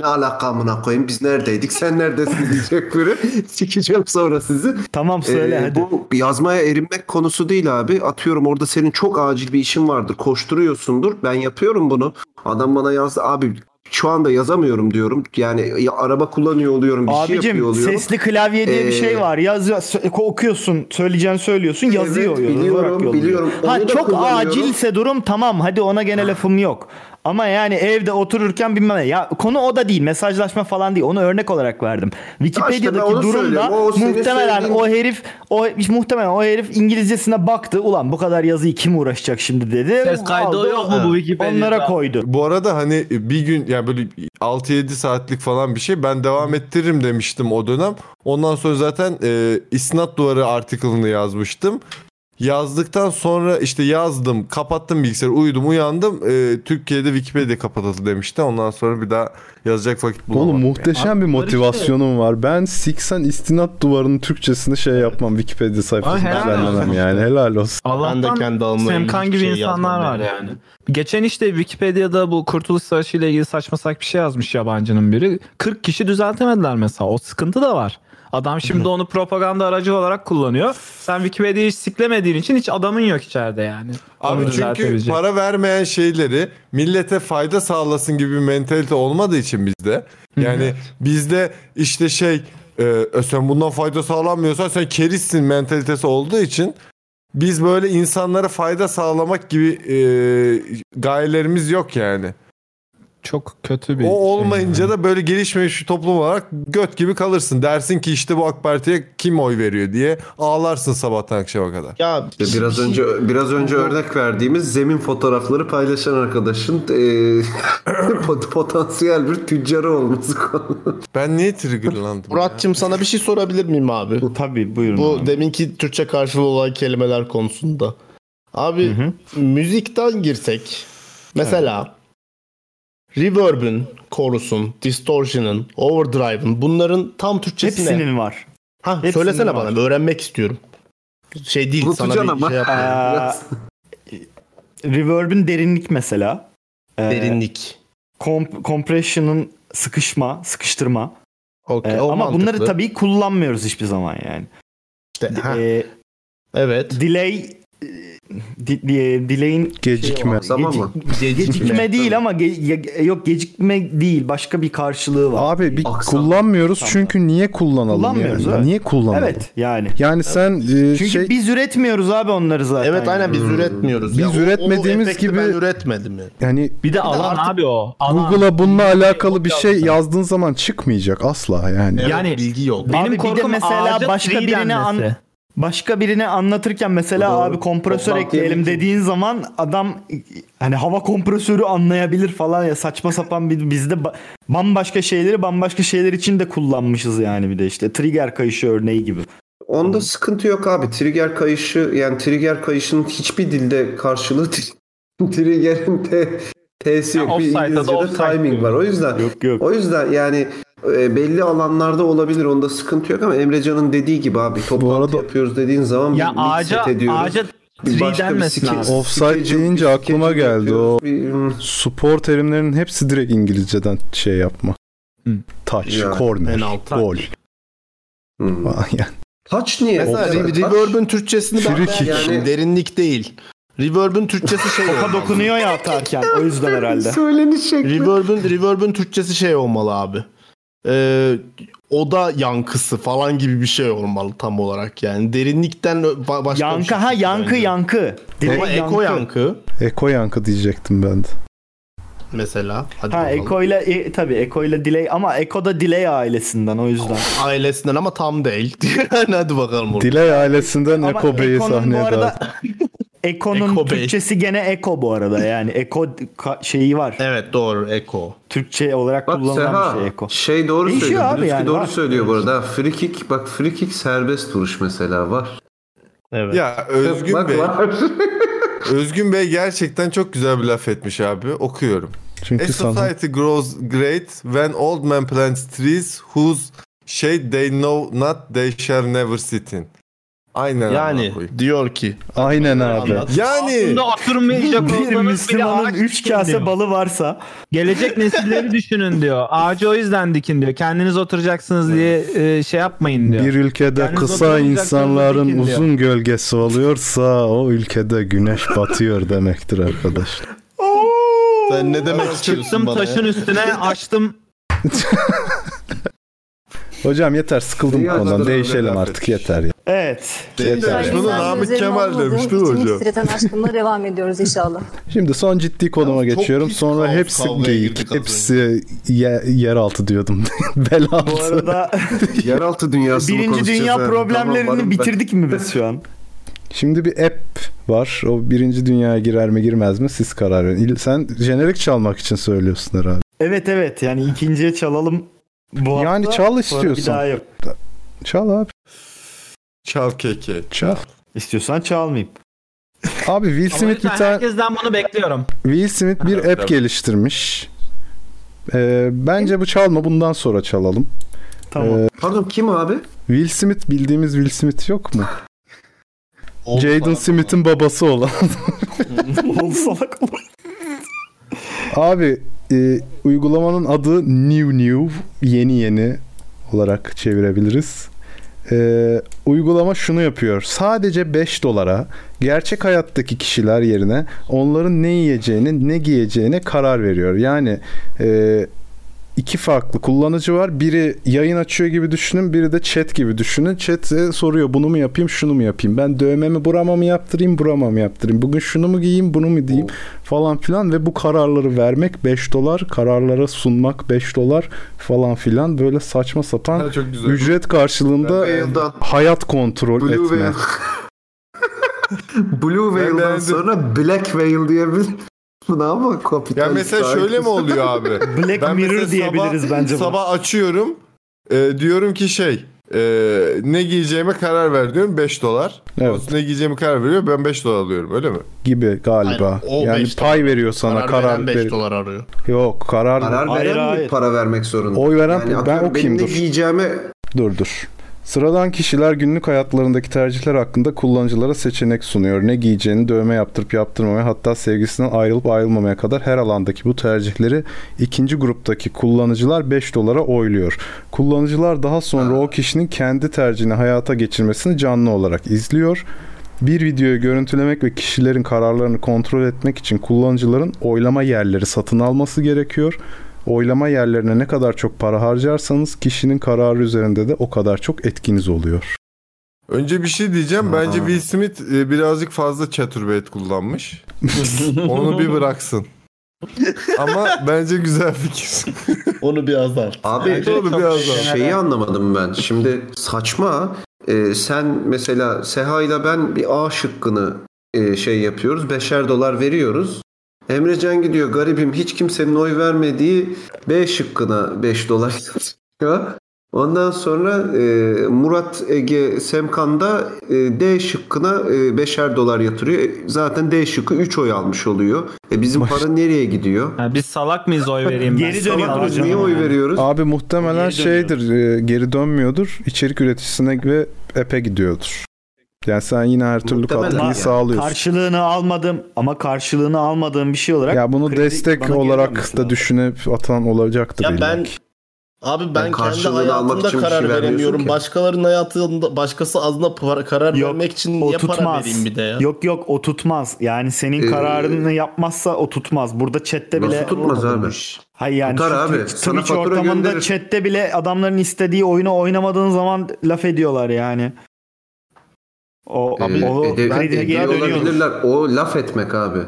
ne alaka amına koyayım biz neredeydik sen neredesin [laughs] diyecek biri. Sikeceğim sonra sizi.
Tamam söyle
Ee,
hadi.
Bu yazmaya erinmek konusu değil abi. Atıyorum orada senin çok acil bir işin vardır. Koşturuyorsundur. Ben yapıyorum bunu. Adam bana yazdı abi şu anda yazamıyorum diyorum. Yani ya araba kullanıyor oluyorum, bir şey yapıyor
Abicim
oluyorum.
sesli klavye diye bir şey
Ee,
var. Yazıyor, sö- okuyorsun, söyleyeceğini söylüyorsun, yazıyor.
Evet,
yoluna
biliyorum,
bırakıyor.
biliyorum. Onu
Ha
da
çok
kullanıyorum.
acilse durum tamam. Hadi ona gene lafım yok. Ama yani evde otururken bilmem ne. Ya konu o da değil. Mesajlaşma falan değil. Onu örnek olarak verdim.
ben
Wikipedia'daki
onu
durumda
söylüyorum. O senin
muhtemelen
söylediğin-
o herif o muhtemelen o herif İngilizcesine baktı. Ulan bu kadar yazıyı kim uğraşacak şimdi dedi.
Ses kaydı
Aldı,
yok mu bu Wikipedia'da?
Onlara koydu.
Bu arada hani bir gün yani böyle 6-7 saatlik falan bir şey ben devam ettiririm demiştim o dönem. Ondan sonra zaten e, isnat duvarı article'ını yazmıştım. Yazdıktan sonra işte yazdım, kapattım bilgisayarı, uyudum, uyandım. E, Türkiye'de Wikipedia kapatıldı demişti. Ondan sonra bir daha yazacak vakit bulamadım.
Oğlum muhteşem bir motivasyonum var. Ben Siksen istinat duvarının Türkçesini şey yapmam Wikipedia sayfasını
helal
düzenlemem
olsun.
yani helal olsun.
Ben de
Allah'tan
kendi alnıma
Semkan
ilginç
gibi
bir şey
insanlar var
yazmam
yani. Geçen işte Wikipedia'da bu Kurtuluş Savaşı ile ilgili saçma sak bir şey yazmış yabancının biri. 40 kişi düzeltemediler mesela. O sıkıntı da var. Adam şimdi onu propaganda aracı olarak kullanıyor. Sen Wikipedia'yı hiç siklemediğin için hiç adamın yok içeride yani.
Abi
Onu
çünkü
düzeltebilecek.
para vermeyen şeyleri millete fayda sağlasın gibi bir mentalite olmadığı için bizde. Yani bizde işte şey e, e, sen bundan fayda sağlanmıyorsan sen kerissin mentalitesi olduğu için biz böyle insanlara fayda sağlamak gibi e, gayelerimiz yok yani.
çok kötü bir
O
şey
olmayınca
yani.
da böyle gelişmemiş bir toplum olarak göt gibi kalırsın. Dersin ki işte bu AK Parti'ye kim oy veriyor diye ağlarsın sabahtan akşama kadar.
Ya
İşte biraz önce biraz önce örnek verdiğimiz zemin fotoğrafları paylaşan arkadaşın e, [laughs] pot- potansiyel bir tüccarı olması konu.
Ben niye triggerlandım? ya?
Murat'cığım sana bir şey sorabilir miyim abi?
Tabii buyurun.
Bu
abi.
deminki Türkçe karşılığı olan kelimeler konusunda. Abi müzikten girsek mesela reverb'ün, chorus'un, distortion'ın, overdrive'ın bunların tam Türkçesi ne?
Hepsinin var.
Ha,
hepsinin
söylesene
var.
bana öğrenmek istiyorum. Şey değil sana
Unutacaksın
bir
ama.
şey yapmıyorum.
Ee,
[laughs] Biraz
reverb'in derinlik mesela. Ee,
Derinlik.
Komp- compression'ın sıkışma, sıkıştırma. Ee,
Okey, o
ama bunları
mantıklı.
tabii kullanmıyoruz hiçbir zaman yani.
İşte, ha,
Ee,
evet.
delay e, di- di- delay'in
Gecikme.
Tamam mı?
gecikme değil ama ge- ge- yok gecikme değil başka bir karşılığı var.
Abi bir
Aksan.
kullanmıyoruz çünkü niye kullanalım
Kullanmıyoruz,
yani?
evet.
Niye kullanalım?
evet yani.
Yani sen e,
Çünkü
şey
biz üretmiyoruz abi onları zaten.
Evet aynen Hmm. biz üretmiyoruz.
Biz
Ya o- o
üretmediğimiz
efekti
gibi-
ben üretmedim yani.
yani
bir de alan abi o. Alan.
Google'a bununla alakalı bir şey yazdığın zaman çıkmayacak asla yani.
Yani-
Evet, bilgi yok.
Benim
Abi bir de
korkum
mesela
ağaca
başka
tree
birine an-
denmesi.
Başka birine anlatırken mesela
Doğru.
abi kompresör
Toplantıya
ekleyelim
gittim.
dediğin zaman adam hani hava kompresörü anlayabilir falan ya saçma sapan bir bizde ba- bambaşka şeyleri bambaşka şeyler için de kullanmışız yani bir de işte trigger kayışı örneği gibi.
Onda sıkıntı yok abi. Trigger kayışı yani trigger kayışının hiçbir dilde karşılığı [laughs] tri- trigger'in te, T'si yok. Bir
offside'da da
İngilizce'de
offside
timing var. O yüzden
Yok yok.
o yüzden yani e, belli alanlarda olabilir. Onda sıkıntı yok ama Emrecan'ın dediği gibi abi toplantı
arada-
yapıyoruz dediğin zaman
Ya
bir mix
ağaca
set ediyoruz.
ağaca
Bir
tree
başka bir
denmesin
sketch-
abi.
Offside
sketch'im-
deyince aklıma
sketch'im
geldi
yapıyoruz.
o.
Bir, hmm,
Spor terimlerinin hepsi direkt İngilizceden şey yapma.
Hı.
Touch,
Ya,
corner,
penaltı.
gol.
hmm.
falan [laughs] yani.
Touch niye?
Mesela
Offside
re-
touch?
Reverb'ün Türkçesini ben
Free
ben-
kick.
yani derinlik değil. Reverb'ün Türkçesi şey
Topa
olmalı.
dokunuyor ya atarken o
[laughs]
yüzden herhalde.
Söyleniş şekli.
Reverb'ün reverb'ün Türkçesi şey olmalı abi. Ee, oda yankısı falan gibi bir şey olmalı tam olarak yani. Derinlikten ö- ba- başka bir
Yankı
şey
ha
yok
yankı
bence.
yankı. Direkt
Ama eko yankı
Eko yankı diyecektim ben de.
mesela. Hadi
Ha
bakalım.
eko ile e, tabii eko ile delay ama eko da delay ailesinden o yüzden.
Ailesinden ama tam değil. [laughs] Yani hadi bakalım. oğlum.
Dilay ailesinden Eko Bey'i
Eko'nun bu
sahneye
arada- [laughs]
davet.
Eko'nun
Eko Bey.
Türkçesi gene Eko bu arada yani Eko ka- şeyi var.
Evet doğru eko.
Türkçe olarak
Bak
kullanılan
Seha
bir şey Eko.
şey doğru
Değişiyor
söylüyor.
abi
Abi
yani,
doğru
var.
söylüyor bu arada. Ha, Free kick bak free kick serbest vuruş mesela var.
Evet.
Ya Özgün
bak
Bey.
var.
Özgün Bey gerçekten çok güzel bir laf etmiş abi. Okuyorum. A
Çünkü sana
society grows great when old man plants trees whose shade they know not they shall never sit in. Aynen. amına
Yani
koyayım.
diyor ki
Aynen abi.
Yani
Bunda oturmayacak
Bir
olmanız bile
Müslümanın
ağaç
3
dikin diyor.
kase balı varsa
Gelecek nesilleri düşünün diyor. Ağacı o yüzden dikin diyor. Kendiniz oturacaksınız diye e, şey yapmayın diyor.
Bir ülkede
Kendiniz
kısa
oturacaksınız,
insanların
dikin diyor.
uzun gölgesi oluyorsa o ülkede güneş batıyor demektir arkadaşlar.
Sen ne demek istiyorsun
Çıktım
bana
taşın
ya?
üstüne
[laughs]
açtım.
Hocam yeter sıkıldım
Dünyada
konudan
da böyle
değişelim
laf
artık yeter ya.
evet.
Yeter.
Bunu Namık Kemal demiş, değil mi hocam?
titreten aşkımla devam ediyoruz inşallah.
Şimdi son ciddi konuma
Yalnız çok
geçiyorum.
pis
Sonra
kaos-
hepsi
kavgaya girdik
geyik,
az
hepsi ye- yeraltı diyordum. [laughs] Bel altı.
Bu arada
Yeraltı dünyasını
birinci
konuşacağız
dünya
abi.
problemlerini
Tamam, varım ben.
bitirdik mi biz şu an?
Şimdi bir app var. O birinci dünyaya girer mi girmez mi siz karar verin. İl- Sen jenerik çalmak için söylüyorsun herhalde.
Evet evet yani ikinciye çalalım. Bu
Yani
hafta,
çal
sonra Bir
istiyorsan.
daha yok.
Çal abi
çal keke.
çal.
İstiyorsan [laughs] çalmayayım.
Abi Will
Ama
Smith bir
lütfen
tane
herkesten bunu bekliyorum.
Will Smith bir app geliştirmiş. Ee, bence bu çalma bundan sonra çalalım.
Tamam.
Ee,
Pardon kim abi?
Will Smith bildiğimiz Will Smith yok mu?
Oğlum
Jaden
falan.
Smith'in babası olan.
Oğlum salak mı?
Abi e, uygulamanın adı New New yeni yeni olarak çevirebiliriz. E, uygulama şunu yapıyor. Sadece 5 dolara gerçek hayattaki kişiler yerine onların ne yiyeceğini ne giyeceğine karar veriyor. Yani e, iki farklı kullanıcı var. Biri yayın açıyor gibi düşünün, biri de chat gibi düşünün. Chat'e soruyor bunu mu yapayım, şunu mu yapayım? Ben dövmemi burama mı yaptırayım, burama mı yaptırayım? Bugün şunu mu giyeyim, bunu mu diyeyim? Falan filan ve bu kararları vermek 5 dolar, kararlara sunmak 5 dolar falan filan böyle saçma sapan
Ha, çok güzel.
ücret karşılığında
Whale'dan.
hayat kontrol
Blue
etme.
[laughs]
Whale. Blue
Ben
Whale'dan
beğendim.
sonra Black Whale diyebilir [laughs] mi ama kapital.
Ya mesela şöyle mi oluyor abi?
Black
Ben mesela
Mirror diyebiliriz
sabah,
bence bu.
Sabah açıyorum. e, diyorum ki şey e, ne giyeceğime karar ver diyorum 5 dolar.
Evet.
O Ne giyeceğime karar veriyor ben 5 dolar alıyorum öyle mi?
gibi galiba.
Aynen, o
yani
beş
pay veriyor sana
karar
karar,
veren 5
ver-
dolar arıyor.
Yok, karar
Karar
Hayır,
veren mi
hayır.
para vermek zorunda.
Oy veren- ben
atıyorum
okuyayım,
benim
dur.
ne giyeceğime
Dur dur. Sıradan kişiler günlük hayatlarındaki tercihler hakkında kullanıcılara seçenek sunuyor. Ne giyeceğini, dövme yaptırıp yaptırmamaya, hatta sevgisinden ayrılıp ayrılmamaya kadar her alandaki bu tercihleri ikinci gruptaki kullanıcılar 5 dolara oyluyor. Kullanıcılar daha sonra o kişinin kendi tercihini hayata geçirmesini canlı olarak izliyor. Bir videoyu görüntülemek ve kişilerin kararlarını kontrol etmek için kullanıcıların oylama yerleri satın alması gerekiyor. Oylama yerlerine ne kadar çok para harcarsanız kişinin kararı üzerinde de o kadar çok etkiniz oluyor.
Önce bir şey diyeceğim. Bence Will Smith e, birazcık fazla
[laughs]
chaturbate kullanmış. Onu bir bıraksın. Ama bence güzel fikir.
Onu biraz daha.
Abi
Bence onu biraz daha.
şeyi anlamadım ben. Şimdi saçma. Ee, sen mesela Seha ile ben bir A şıkkını e, şey yapıyoruz. Beşer dolar veriyoruz. Emrecan gidiyor garibim hiç kimsenin oy vermediği B şıkkına 5 dolar yapıyor. Ondan sonra e, Murat Ege Semkan da e, D şıkkına e, beşer dolar yatırıyor. E, zaten D şıkkı 3 oy almış oluyor. E, bizim para nereye gidiyor?
Ha, biz salak mıyız oy vereyim ben?
Geri dönüyor.
Salak mıyız,
canım
niye oy
yani.
veriyoruz?
Abi muhtemelen
Geri dönüyor.
şeydir e, geri dönmüyordur. İçerik üreticisine ve app'e gidiyordur. Yani sen yine her türlü
Muhtemelen
katkıyı
yani.
sağlıyorsun.
Karşılığını almadım ama karşılığını almadığım bir şey olarak.
ya bunu
kredi bana
destek
geri
olarak
dönmesi
da
lazım.
düşünüp atan olacaktır.
Ya
illa
ben
ki.
Abi
Ben
ben kendi
karşılığını almak
hayatımda
için bir şey
karar
vermiyorsun
veremiyorum.
ki.
Başkalarının hayatında başkası adına para- karar
Yok,
vermek için
O
niye para
tutmaz.
vereyim bir de ya?
Yok yok o tutmaz. Yani senin
Ee,
kararını yapmazsa o tutmaz. Burada chatte
Nasıl
bile
tutmaz abi?
Hayır yani
Tutar
şu
abi.
Twitch,
Sana
Twitch
fatura
ortamında
gönderir.
chatte bile adamların istediği oyunu oynamadığın zaman laf ediyorlar yani. O,
Ee,
o
ede-
krediye geri
ede- ediyor
dönüyormuş.
olabilirler. O laf etmek abi.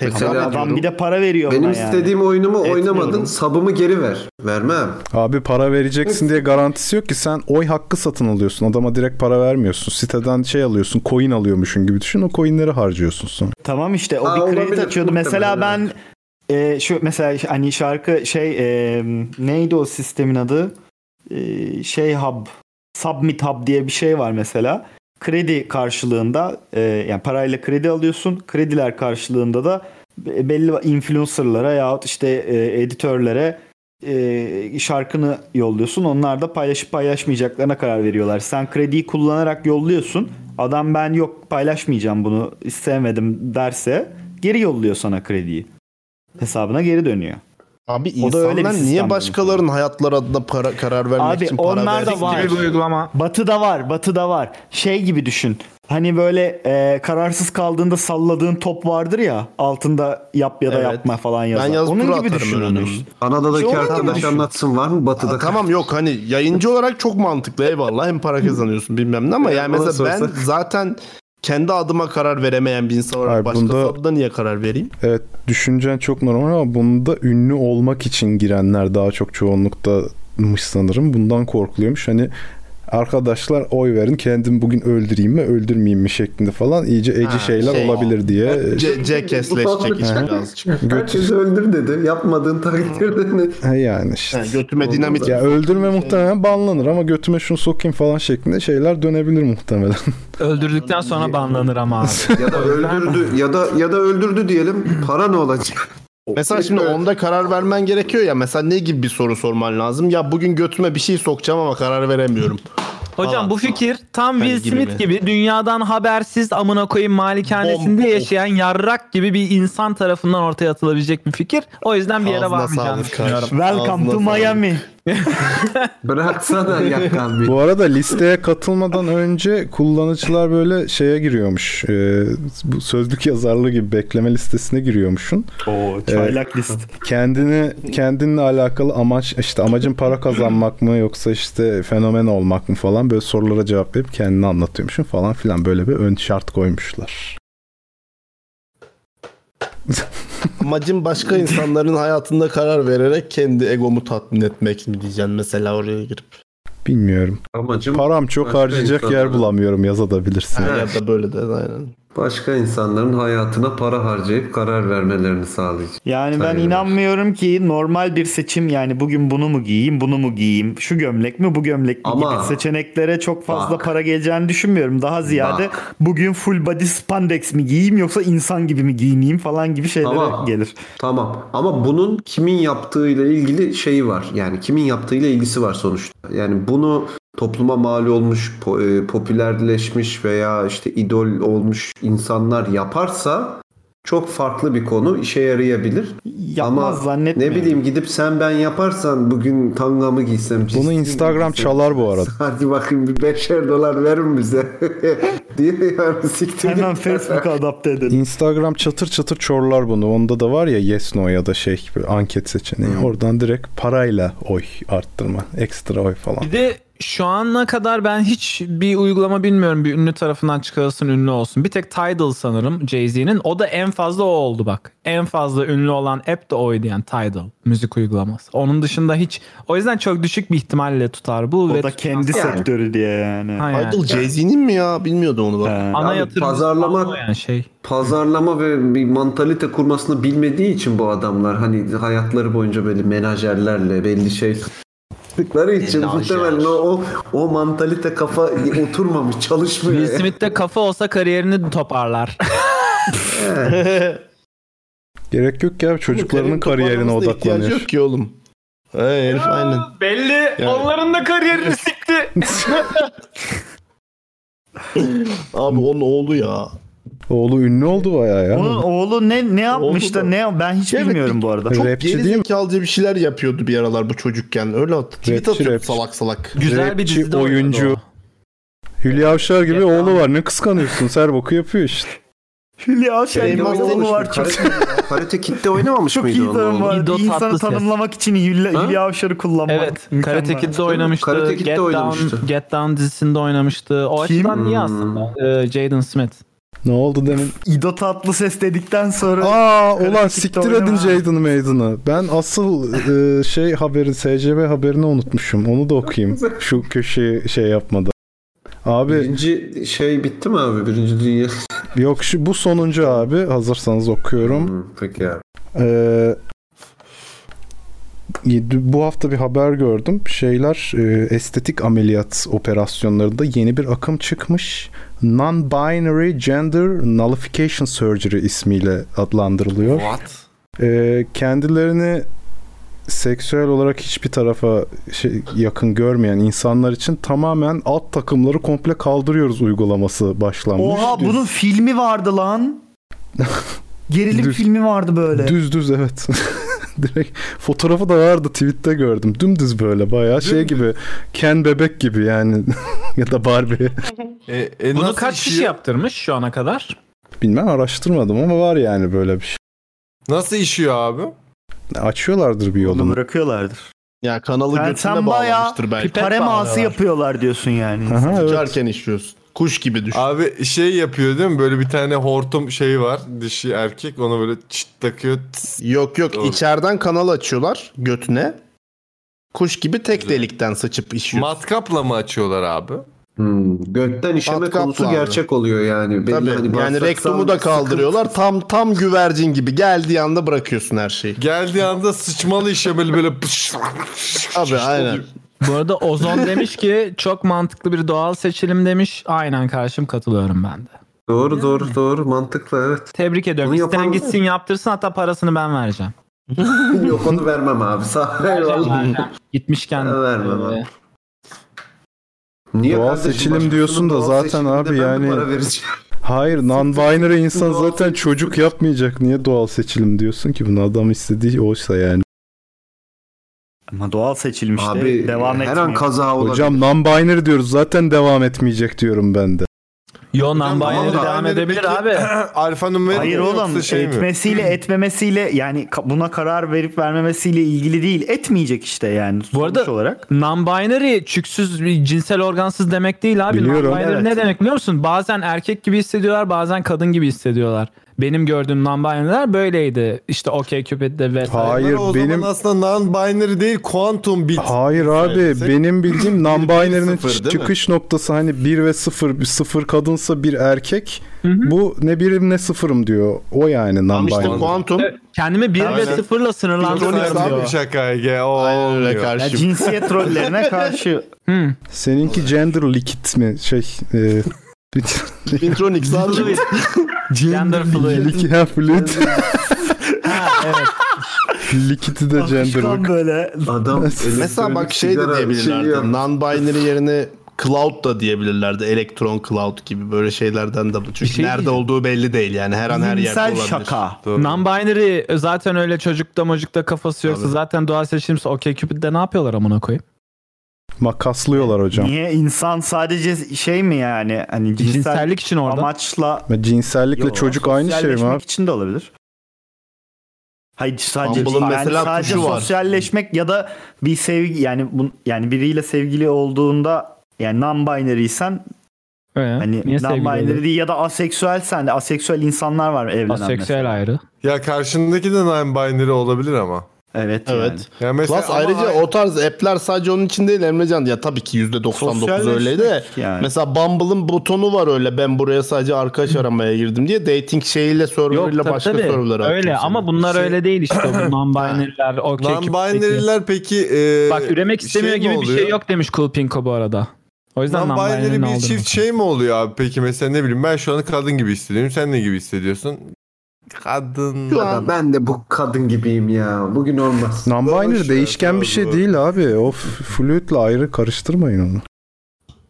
Ama
Mesela
adam bir de para veriyor
benim
ona yani.
istediğim oyunumu
Etmiyorum.
oynamadın. Sabımı geri ver. Vermem.
Abi para vereceksin diye garantisi yok ki sen oy hakkı satın alıyorsun. Adama direkt para vermiyorsun. Siteden şey alıyorsun, coin alıyormuşsun gibi düşün. O coinleri harcıyorsun sonra.
Tamam işte o
Ha,
bir
olabilir,
kredi açıyordu. Mesela ben
muhtemelen,
e, şu mesela hani şarkı şey e, neydi o sistemin adı? E, şey hub, submit hub diye bir şey var mesela. Kredi karşılığında e, yani parayla kredi alıyorsun. Krediler karşılığında da be- belli influencerlara yahut işte e, editörlere e, şarkını yolluyorsun. Onlar da paylaşıp paylaşmayacaklarına karar veriyorlar. Sen krediyi kullanarak yolluyorsun. Adam ben yok paylaşmayacağım bunu sevmedim derse geri yolluyor sana krediyi. Hesabına geri dönüyor.
Abi
O da öyle bir
insanlar
sistem
niye başkalarının hayatları adına para, karar vermek
Abi
için para
onlar da
versin?
var.
Gibi bir uygulama.
Batı'da var, Batı'da var. Şey gibi düşün. Hani böyle e, kararsız kaldığında salladığın top vardır ya altında yap ya da
Evet.
yapma falan yazan.
Ben yaz tura
Onun gibi
atarım
düşün
ben
onu
onu.
işte.
Kanada'daki
Şey olur mu?
arkadaş anlatsın var mı Batı'da?
Ha, tamam yok hani yayıncı olarak çok mantıklı eyvallah hem para kazanıyorsun bilmem ne ama yani
Bana
mesela
sorsak.
ben zaten kendi adıma karar veremeyen bir insan olarak
Hayır,
başkası
bunda-
adına niye karar vereyim?
Evet düşüncen çok normal ama bunda ünlü olmak için girenler daha çok çoğunluktamış sanırım. Bundan korkuluyormuş. Hani arkadaşlar oy verin kendim bugün öldüreyim mi öldürmeyeyim mi şeklinde falan iyice eci
Ha,
şeyler
şey.
olabilir diye. [laughs]
C, C kesleşecek işte
Hı hı.
birazcık.
Herkesi öldür dedi. Yapmadığın takdirde ne?
Ha, yani işte.
Ha, götüme dinamit
Ya öldürme
Şey.
muhtemelen banlanır ama götüme şunu sokayım falan şeklinde şeyler dönebilir muhtemelen.
Öldürdükten sonra banlanır ama abi.
ya da öldürdü ya da ya da öldürdü diyelim. Para ne olacak? [laughs]
Mesela şimdi onda karar vermen gerekiyor ya. Mesela ne gibi bir soru sorman lazım? Ya bugün götüme bir şey sokacağım ama karar veremiyorum.
Hocam
Falan.
bu fikir tam
Ben
Will
gibi
Smith
mi?
gibi dünyadan habersiz amına koyayım malikanesinde
Bom-
yaşayan yarrak gibi bir insan tarafından ortaya atılabilecek bir fikir. O yüzden bir yere
Ağzına
varmayacağını
sağlık kardeşim.
düşünüyorum.
Welcome
Ağzına
to
sağlık.
Miami.
Bıraksana yakan bir.
Bu arada listeye katılmadan önce kullanıcılar böyle şeye giriyormuş. Ee, bu sözlük yazarlığı gibi bekleme listesine giriyormuşsun.
Oo, çaylak list.
Kendini kendinle alakalı amaç işte amacın para kazanmak mı yoksa işte fenomen olmak mı falan böyle sorulara cevap verip kendini anlatıyormuşsun falan filan böyle bir ön şart koymuşlar.
Amacım başka insanların hayatında karar vererek kendi egomu tatmin etmek mi diyeceksin mesela oraya girip.
Bilmiyorum.
Amacım
Param çok
Başka
harcayacak yer
insanlara.
bulamıyorum yazabilirsin.
Ya da böyle de aynen.
başka insanların hayatına para harcayıp karar vermelerini sağlayacak.
Yani ben
Saygılar.
inanmıyorum ki normal bir seçim yani bugün bunu mu giyeyim bunu mu giyeyim şu gömlek mi bu gömlek mi
Ama-
gibi seçeneklere çok fazla
Bak.
para geleceğini düşünmüyorum. Daha ziyade
Bak.
bugün full body spandex mi giyeyim yoksa insan gibi mi giyineyim falan gibi şeylere
Tamam.
gelir.
Tamam. Ama bunun kimin yaptığıyla ilgili şeyi var. Yani kimin yaptığıyla ilgisi var sonuçta. Yani bunu topluma mal olmuş, po- e, popülerleşmiş veya işte idol olmuş insanlar yaparsa çok farklı bir konu işe yarayabilir.
Yapmaz
Ama
zannetmiyorum.
Ne bileyim gidip sen ben yaparsan bugün tangamı giysem.
Bunu
cizgimi
Instagram
giysem,
çalar bu arada.
[laughs] Hadi bakayım bir beşer dolar verin bize. [laughs] diye yani siktir.
Hemen
git.
Facebook'a adapte edelim.
Instagram çatır çatır çorlar bunu. Onda da var ya yes no ya da şey gibi anket seçeneği. Oradan direkt parayla oy arttırma. Ekstra oy falan.
Bir de şu ana kadar ben hiç bir uygulama bilmiyorum bir ünlü tarafından çıkarılsın ünlü olsun. Bir tek Tidal sanırım Jay-Z'nin. O da en fazla o oldu bak. En fazla ünlü olan app de oydu yani Tidal müzik uygulaması. Onun dışında hiç o yüzden çok düşük bir ihtimalle tutar bu.
O
ve
da kendi
tutmaz.
sektörü diye yani.
Aynen.
Idol Jay-Z'nin mi ya? Bilmiyordum onu bak.
He.
Ana
Abi
yatırımcısı
pazarlama-
falan o yani şey.
Pazarlama ve bir mantalite kurmasını bilmediği için bu adamlar hani hayatları boyunca böyle menajerlerle belli şey tıkları için muhtemelen o, o, o mantalite kafa oturmamış çalışmıyor.
Will
[laughs]
Smith de kafa olsa kariyerini toparlar.
Gerek yok ya çocuklarının
Senin
kariyerine
toparlanmasına ihtiyacı
odaklanıyor.
yok ki oğlum. He, herif aynen.
Belli.
Yani.
Onların da kariyerini sikti.
Abi onun oğlu ya.
Oğlu ünlü oldu bayağı ya.
Onun oğlu ne ne yapmış
Oldu
da
da.
ne ben hiç
Evet,
bilmiyorum bu arada.
Evet.
Çok
Rapçi
geri
değil mi?
zekalıca bir şeyler yapıyordu bir aralar bu çocukken. Öyle attı. Tweet
Rapçi,
atıyordu
rapçi.
salak salak.
Güzel bir
Rapçi,
dizide
oyuncu.
oynadı
Hülya Avşar gibi
Evet,
oğlu
tamam.
var. Ne kıskanıyorsun? Serboku yapıyor işte.
Hülya Avşar'ın
Şey,
bir oğlu
olmuş
var çok.
Karate Kid'de oynamamış
Çok iyi
mıydı
tanım
onu?
var.
İdo
Bir İnsanı
Tatlıses.
tanımlamak için Hülya,
Ha?
Hülya Avşar'ı kullanmak.
Evet. Karate
mükemmel.
Kid'de oynamıştı.
Karate Kid'de
Get,
oynamıştı.
Down, Get Down dizisinde oynamıştı. O
Kim?
açıdan iyi
Hmm.
aslında. Ee, Jaden Smith.
Ne oldu demin?
İdo Tatlıses dedikten sonra
Aa ulan
Karate Kid'de
siktir
oynama.
edin Jaden Maiden'ı. Ben asıl e, şey haberi SCB haberini unutmuşum. Onu da okuyayım. Şu köşeyi şey yapmadan. Abi
Birinci şey bitti mi abi? Birinci dünya.
yok şu bu sonuncu abi. Hazırsanız okuyorum.
Hı, Hmm, Peki abi.
Ee, bu hafta bir haber gördüm. Şeyler e, estetik ameliyat operasyonlarında yeni bir akım çıkmış. Non-binary gender nullification surgery ismiyle adlandırılıyor.
What?
Ee, kendilerini seksüel olarak hiçbir tarafa şey, yakın görmeyen insanlar için tamamen alt takımları komple kaldırıyoruz uygulaması başlanmış.
Oha bunun filmi vardı lan. Gerilim
Düz-
filmi vardı böyle.
Düz düz evet. [laughs] Direkt fotoğrafı da vardı tweette gördüm. Dümdüz böyle bayağı şey gibi. Ken bebek gibi yani. [laughs] ya da Barbie.
E, e,
Bunu
nasıl
kaç kişi
işiyor?
yaptırmış şu ana kadar?
Bilmem araştırmadım ama var yani böyle bir şey.
Nasıl işiyor abi?
Açıyorlardır bir
Onu
yolunu.
bırakıyorlardır.
Ya kanalı
Sen-
götüne
sen bayağı
bağlamıştır belki.
Pare mağası yapıyorlar diyorsun yani.
Aha, evet.
Uçarken işliyorsun. Kuş gibi düşün.
Abi şey yapıyor değil mi? Böyle bir tane hortum şey var. Dişi erkek ona böyle çıt takıyor. tıs.
Yok yok
Doğru.
içeriden kanal açıyorlar götüne. Kuş gibi tek
Güzel.
delikten sıçıp işiyor.
Matkapla mı açıyorlar abi?
Hmm, gökten işeme
Matkaplı
konusu
abi.
gerçek oluyor yani. Belli
Tabii.
hani
yani
bağırsaksal
rektumu da kaldırıyorlar. Tam tam güvercin gibi geldiği anda bırakıyorsun her şeyi.
Geldiği anda sıçmalı işemeli böyle pış.
Abi aynen.
Bu arada Ozon demiş ki çok mantıklı bir doğal seçilim demiş. Aynen karşım katılıyorum ben de.
Doğru doğru doğru mantıklı evet.
Tebrik ediyorum.
Bunu
İsteyen
yapan-
gitsin yaptırsın hatta parasını ben vereceğim.
Yok onu vermem abi. Sağ ol.
Vereceğim. [laughs] Gitmişken. e,
Ben vermem abi. Niye
Doğal
kardeşim?
seçilim
Başkasının
diyorsun da
doğal
zaten
seçiminde
abi
ben mi
yani-
para vereceğim?
Hayır non-binary insan
Doğal
zaten
seçim.
çocuk yapmayacak. Niye doğal seçilim diyorsun ki bunu adam istediği oysa yani.
Ama doğal seçilmiş
Abi
de devam
her
etmiyor.
an kaza olabilir.
Hocam non-binary diyoruz zaten devam etmeyecek diyorum ben de.
Yo non
Hocam,
binary
non-binary
devam edebilir
peki-
abi.
[clears throat] Alfa numeri
Hayır
mi
oğlum
yoksa şey mi?
etmesiyle etmemesiyle yani ka- buna karar verip vermemesiyle ilgili değil etmeyecek işte yani
Bu arada-
sonuç olarak.
Non-binary çüksüz bir cinsel organsız demek değil abi.
Biliyorum.
Non-binary
Evet.
ne demek biliyor musun? Bazen erkek gibi hissediyorlar bazen kadın gibi hissediyorlar. Benim gördüğüm non-binary'ler böyleydi. İşte okey Cupid'de vesaire.
Hayır,
Hayır, o
benim-
zaman aslında non-binary değil kuantum bit.
Hayır abi benim bildiğim non-binary'nin
sıfır, değil mi?
çıkış noktası hani 1 ve 0 0 kadınsa bir erkek.
hı.
Bu ne birim ne sıfırım diyor. O yani
Tam işte
non-binary.
kuantum.
Kendimi 1 ve
Aynen.
0 ile sınırlandırıyorum
Kontrol bir
diyor.
şaka Ege. O
Aynen öyle
olmuyor.
Ya
karşı.
cinsiyet rollerine karşı
Hı.
Seninki gender likit mi şey e,
Bintronics abi.
[laughs]
Gender fluid.
Likit ha flüt.
Ha,
[laughs]
evet.
Likiti de
akışkan
gender.
böyle
[laughs] Adam
Mesela bak
elektronik
şey de
sigara
diyebilirlerdi.
şeyi yap-
Non-binary yerine cloud da diyebilirlerdi. Elektron cloud gibi böyle şeylerden de. Çünkü
şey
nerede
diyeceğim.
olduğu belli değil yani. Her an her yerde
cinsel
olabilir.
şaka.
Non-binary e, zaten öyle çocukta mocukta kafası yoksa
Tabii.
zaten doğal seçilimse okey Cupid'de ne yapıyorlar amına koyayım?
Makaslıyorlar hocam.
Niye insan sadece şey mi yani hani cinsel
Cinsellik için orada.
amaçla
Ve Cinsellikle
Yo,
çocuk aynı şey mi
sosyalleşmek
abi?
için de olabilir. Hayır sadece
Bumble'ın
yani
mesela
sadece
tuşu var.
sosyalleşmek ya da bir sevgi yani bu, yani biriyle sevgili olduğunda yani non-binary'sen
Öyle.
hani
Niye sevgili
non-binary
oluyor?
değil ya da aseksüelsen de aseksüel insanlar var evlenen. mesela.
Aseksüel ayrı.
Ya karşındaki de non-binary olabilir ama.
Evet.
Evet.
yani.
Ya mesela
Plus
ama
ayrıca
ay-
o tarz app'ler sadece onun için değil Emrecan. Ya tabii ki %99
Sosyalleşmek
öyle de.
yani.
Mesela Bumble'ın butonu var öyle. Ben buraya sadece
[clears throat]
arkadaş aramaya girdim diye. Dating şeyiyle
Yok
server'ıyla
tabii,
başka
tabii.
server'lara
Öyle
atıyorsun.
ama bunlar
Şey-
öyle değil işte. Bu non-binary'ler, okey Cupid'deki.
Non-binary'ler peki... e,
Bak üremek
şey
istemiyor
mi
gibi bir şey
oluyor?
yok demiş Cool Pinko bu arada. O yüzden non-binary'nin
Non-binary bir
olduğunu.
çift şey mi oluyor abi peki mesela ne bileyim ben şu an kadın gibi hissediyorum sen ne gibi hissediyorsun? Kadın.
Şu
Ya ben de bu kadın gibiyim ya. Bugün [laughs] olmaz.
Non-binary
Boş
değişken
ya,
bir şey
doğru.
değil abi. O f- flütle ayrı karıştırmayın onu.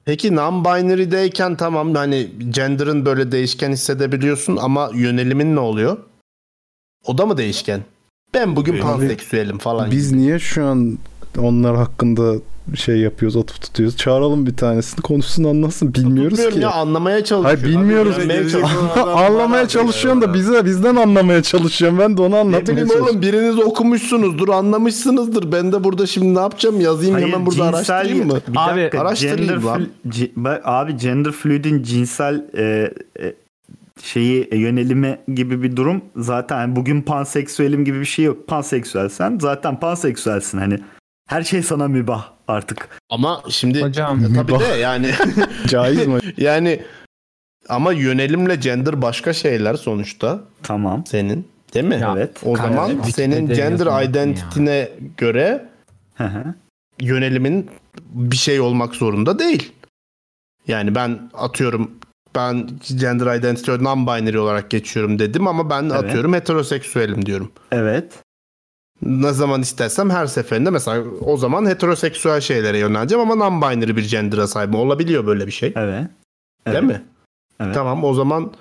Peki non-binary'deyken tamam hani gender'ın böyle değişken hissedebiliyorsun ama yönelimin ne oluyor? O da mı değişken? Ben bugün
Abi,
panseksüelim falan.
Biz niye şu an onlar hakkında şey yapıyoruz, atıp tutuyoruz? Çağıralım bir tanesini konuşsun anlasın. Bilmiyoruz
Bilmiyorum
ki.
ya anlamaya çalışıyorum.
Hayır bilmiyoruz.
Abi,
Gelecek
bilmiyorum.
olan adam var abi
Anlamaya
ya.
çalışıyorsun da bize bizden anlamaya çalışıyorsun. Ben de onu
Ne
anlatmaya
bileyim
çalışıyorum.
oğlum biriniz okumuşsunuzdur, anlamışsınızdır. Ben de burada şimdi ne yapacağım? Yazayım
Hayır,
hemen burada
cinsel-
araştırayım mı?
Bir
Abi,
dakika,
araştırayım
gender
lan.
flu- ci- ba- abi gender fluid'in cinsel e, e, şeyi e, yönelimi gibi bir durum zaten hani bugün panseksüelim gibi bir şey yok. Panseksüelsen zaten panseksüelsin hani. Her şey sana mübah artık.
Ama şimdi
Hocam.
tabii
[laughs]
de yani [laughs]
Caiz mi?
yani ama yönelimle gender başka şeyler sonuçta
Tamam.
senin değil mi?
Ya,
Evet.
O
Kanka,
zaman
Wikipedia'ya
senin
yazın
gender identity'ne göre
Hı hı.
yönelimin bir şey olmak zorunda değil. Yani ben atıyorum ben gender identity non-binary olarak geçiyorum dedim ama ben
Evet.
atıyorum heteroseksüelim diyorum.
evet.
ne zaman istersem her seferinde mesela o zaman heteroseksüel şeylere yöneleceğim ama non-binary bir gender'a sahip olabiliyor böyle bir şey.
Evet.
Değil mi?
Evet.
Tamam o zaman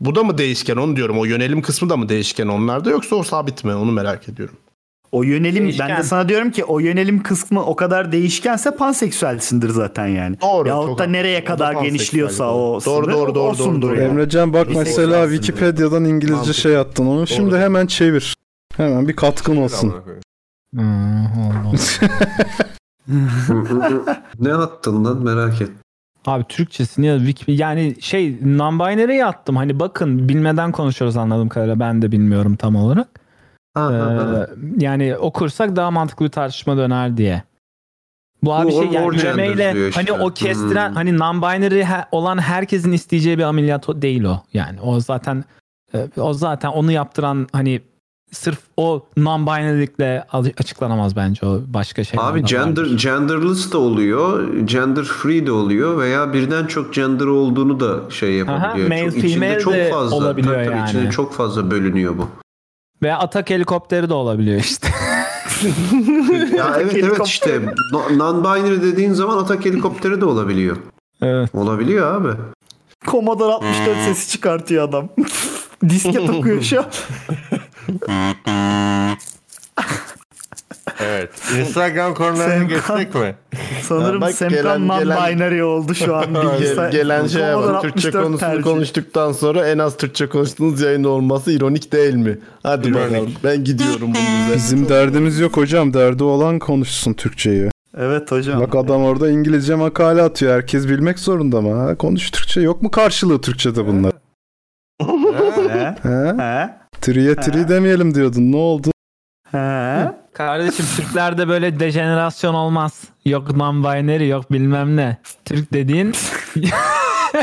bu da mı değişken onu diyorum. O yönelim kısmı da mı değişken onlarda yoksa o sabit mi onu merak ediyorum.
O yönelim ben
Değişken.
de sana diyorum ki o yönelim kısmı o kadar değişkense panseksüelsindir zaten yani.
Doğru,
Yahut
çok
da
haklı.
nereye
O da
kadar
panseksüel
genişliyorsa
doğru.
o
Doğru,
sınır,
doğru, doğru,
o sundur
doğru, doğru.
yani.
[laughs] Emrecan bak
Bir
mesela
seksensin
Wikipedia'dan İngilizce şey attın onu. Şimdi hemen çevir. Hemen bir
[laughs]
katkın olsun.
ne attın lan merak et.
Abi Türkçesini ya Wiki yani şey non-binary'e attım. Hani bakın bilmeden konuşuyoruz anladığım kadarıyla. Ben de bilmiyorum tam olarak. Ee, yani okursak daha mantıklı bir tartışma döner diye. Bu abi şey yani
Warner
üremeyle
diyor işte.
hani o kestiren
Hmm.
hani non-binary he- olan herkesin isteyeceği bir ameliyat o- değil o. Yani o zaten e, o zaten onu yaptıran hani sırf o non-binary'likle al- açıklanamaz bence o başka şey.
Abi gender, genderless da oluyor, gender free de oluyor veya birden çok gender olduğunu da şey yapabiliyor.
male,
çok, içinde
female
çok
de
fazla,
olabiliyor
tabii, tabii,
yani.
içinde çok fazla bölünüyor bu.
Veya atak helikopteri de olabiliyor işte. [laughs]
ya evet evet işte no- non-binary dediğin zaman atak helikopteri de olabiliyor.
evet.
Olabiliyor abi.
Commodore 64
Hmm.
sesi çıkartıyor adam. [laughs] Diske takıyor şu an.
Evet. Instagram konularına
Sen-
geçtik mi?
Sanırım
Ya bak,
Semkan
gelen-
non-binary oldu
[laughs]
şu an.
Gel-
Bilgisayar-
gelen şey
Commodore
var. Türkçe
64
konusunu
tercih.
konuştuktan sonra en az Türkçe konuştuğunuz yayında olması ironik değil mi? Hadi bakalım. Ben gidiyorum bunun üzerine.
Bizim derdimiz yok hocam. Derdi olan konuşsun Türkçeyi.
Evet hocam.
Bak
e-
adam orada İngilizce makale atıyor. Herkes bilmek zorunda mı? Ha, konuş Türkçe. Yok mu karşılığı Türkçe'de bunlar?
He?
He?
He?
Triye tri demeyelim diyordun. Ne oldu?
He?
Kardeşim Türklerde böyle dejenerasyon olmaz. Yok non-binary yok bilmem ne. Türk dediğin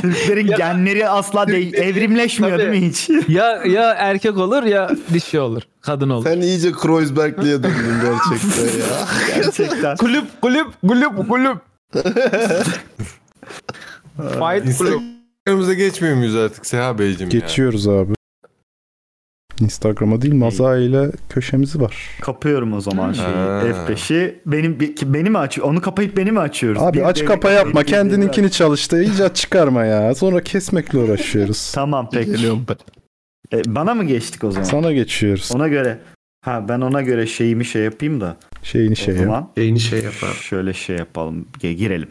Türklerin genleri asla değil, evrimleşmiyor değil mi hiç? [laughs]
ya ya erkek olur ya dişi olur. Kadın olur.
Sen iyice Kreuzberg'liye döndün gerçekten ya.
Gerçekten.
Kulüp kulüp kulüp kulüp. Fight kulüp.
Instagram'ımıza geçmiyor muyuz artık Seha Beyciğim ya?
Geçiyoruz abi. Instagram'a değil Maza ile köşemizi var.
Kapıyorum o zaman şeyi.
Ha.
F5'i. Benim bi- ki- beni mi açıyor? Onu kapayıp beni mi açıyoruz?
Abi
Bir
aç
devre-
kapa yapma.
bir devre-
Kendininkini çalıştı. İyice çıkarma ya. Sonra kesmekle uğraşıyoruz.
[laughs] Tamam peki.
Geliyorum ben.
E, bana mı geçtik o zaman?
Sana geçiyoruz.
Ona göre. Ha ben ona göre şeyimi şey yapayım da.
Şeyini şey
o
yap.
zaman
Şeyini şey yapar.
şöyle şey yapalım. Ge- Girelim.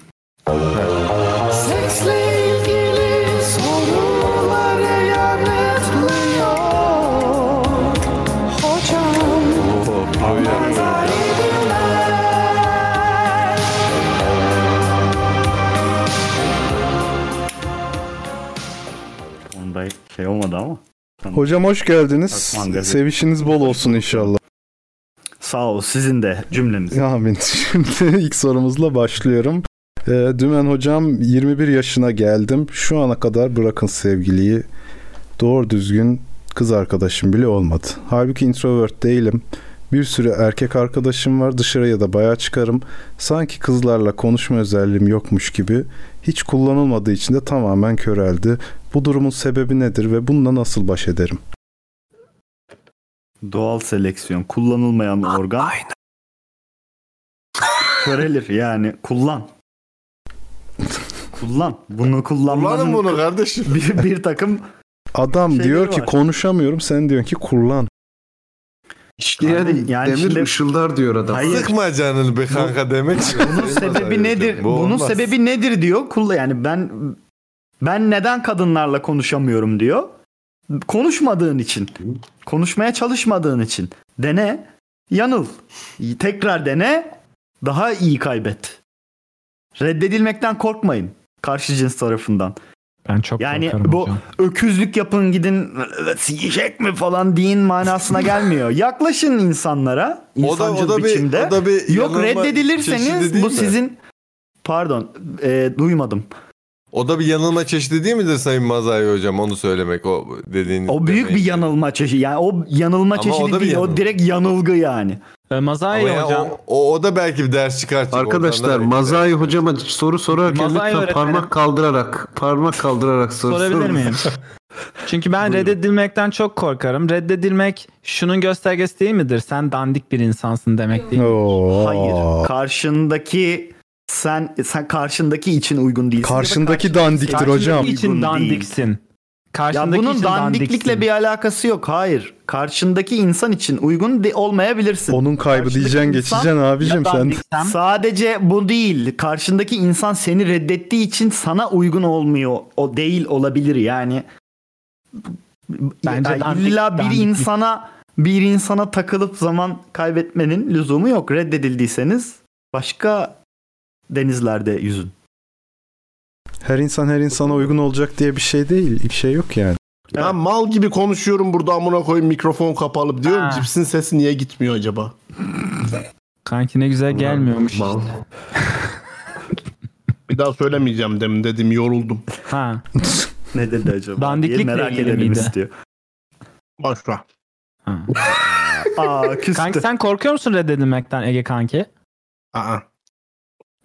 Oo, tabii ya.
Onda şey olmadı ama.
Hocam hoş geldiniz.
Akman gazete.
Sevişiniz bol olsun inşallah.
Sağ ol sizin de cümleniz.
Amin. [laughs] Şimdi ilk sorumuzla başlıyorum. Ee, Dümen hocam 21 yaşına geldim. Şu ana kadar bırakın sevgiliyi. Doğru düzgün kız arkadaşım bile olmadı. Halbuki introvert değilim. Bir sürü erkek arkadaşım var. Dışarıya da bayağı çıkarım. Sanki kızlarla konuşma özelliğim yokmuş gibi. Hiç kullanılmadığı için de tamamen köreldi. Bu durumun sebebi nedir ve bununla nasıl baş ederim?
Doğal seleksiyon kullanılmayan organ. Aynen. [laughs] Körelir yani
[laughs]
kullan. Kullan. Bunu
Kullanın
kullanmanın
bunu kardeşim.
bir, bir takım
Adam
Şeyleri
diyor ki
var.
konuşamıyorum. Sen diyorsun ki kullan.
İşleyen
Abi, yani
demir
şimdi-
ışıldar diyor adam.
Hayır.
Sıkma canını be
[laughs]
kanka demek. şey.
bunun sebebi nedir? bunun sebebi nedir diyor. Kulla yani ben ben neden kadınlarla konuşamıyorum diyor. Konuşmadığın için. Konuşmaya çalışmadığın için. Dene, yanıl. Tekrar dene, daha iyi kaybet. Reddedilmekten korkmayın karşı cins tarafından.
Ben çok
Yani
korkarım
bu
hocam.
öküzlük yapın gidin yiyecek mi falan deyin manasına
[laughs]
gelmiyor. Yaklaşın insanlara
o da,
insancıl
o da bir,
biçimde.
o da
Yok
bir yanılma çeşidi
reddedilirseniz
değil
bu
mi?
sizin pardon e, duymadım.
O da bir yanılma çeşidi değil midir Sayın Mazai hocam onu söylemek o dediğiniz.
O büyük bir
demeyin.
yanılma çeşidi. Yani o yanılma
Ama
çeşidi
o da bir
değil.
yanılma.
O direkt yanılgı yani.
Ee, Mazai
Ama ya
hocam.
o, o, o da belki bir ders çıkartacak.
Arkadaşlar
oradan da
Mazai hocama soru sorarken
Mazai
lütfen
öğretmenim.
parmak kaldırarak parmak kaldırarak soru [laughs]
Sorabilir
sorun.
miyim? Çünkü ben reddedilmekten çok korkarım. Reddedilmek şunun göstergesi değil midir? Sen dandik bir insansın demek değil mi?
Oo.
Hayır. Karşındaki sen sen karşındaki için uygun değilsin.
Karşındaki
Ya da karşındaki
dandiktir hocam.
Karşındaki için
Uygun değil.
dandiksin.
Ya
Karşındaki
bunun
için
dandiklikle
dandiksin.
bir alakası yok. Hayır. Karşındaki insan için uygun de- olmayabilirsin.
Onun kaybı
Karşındaki
diyeceksin
insan-
geçeceksin abicim
Ya
sen.
dandiksem-
Sadece bu değil. Karşındaki insan seni reddettiği için sana uygun olmuyor. O değil olabilir yani.
Bence
Yani
dandik-
illa bir
dandiklik.
insana bir insana takılıp zaman kaybetmenin lüzumu yok. Reddedildiyseniz başka denizlerde yüzün.
Her insan her insana uygun olacak diye bir şey değil. Bir şey yok
[laughs]
yani.
Ben mal gibi konuşuyorum burada amına koyayım mikrofon kapalı diyorum.
Ha.
Cipsin sesi niye gitmiyor acaba?
Kanki ne güzel gelmiyormuş.
Mal.
Bir daha söylemeyeceğim demin dedim yoruldum.
Ha.
Ne dedi acaba?
Dandiklikle
diye merak
ilgili
edelim
miydi?
istiyor.
Başla.
ha. [laughs]
Aa küstü.
Kanki sen korkuyor musun reddedilmekten Ege kanki?
Aa.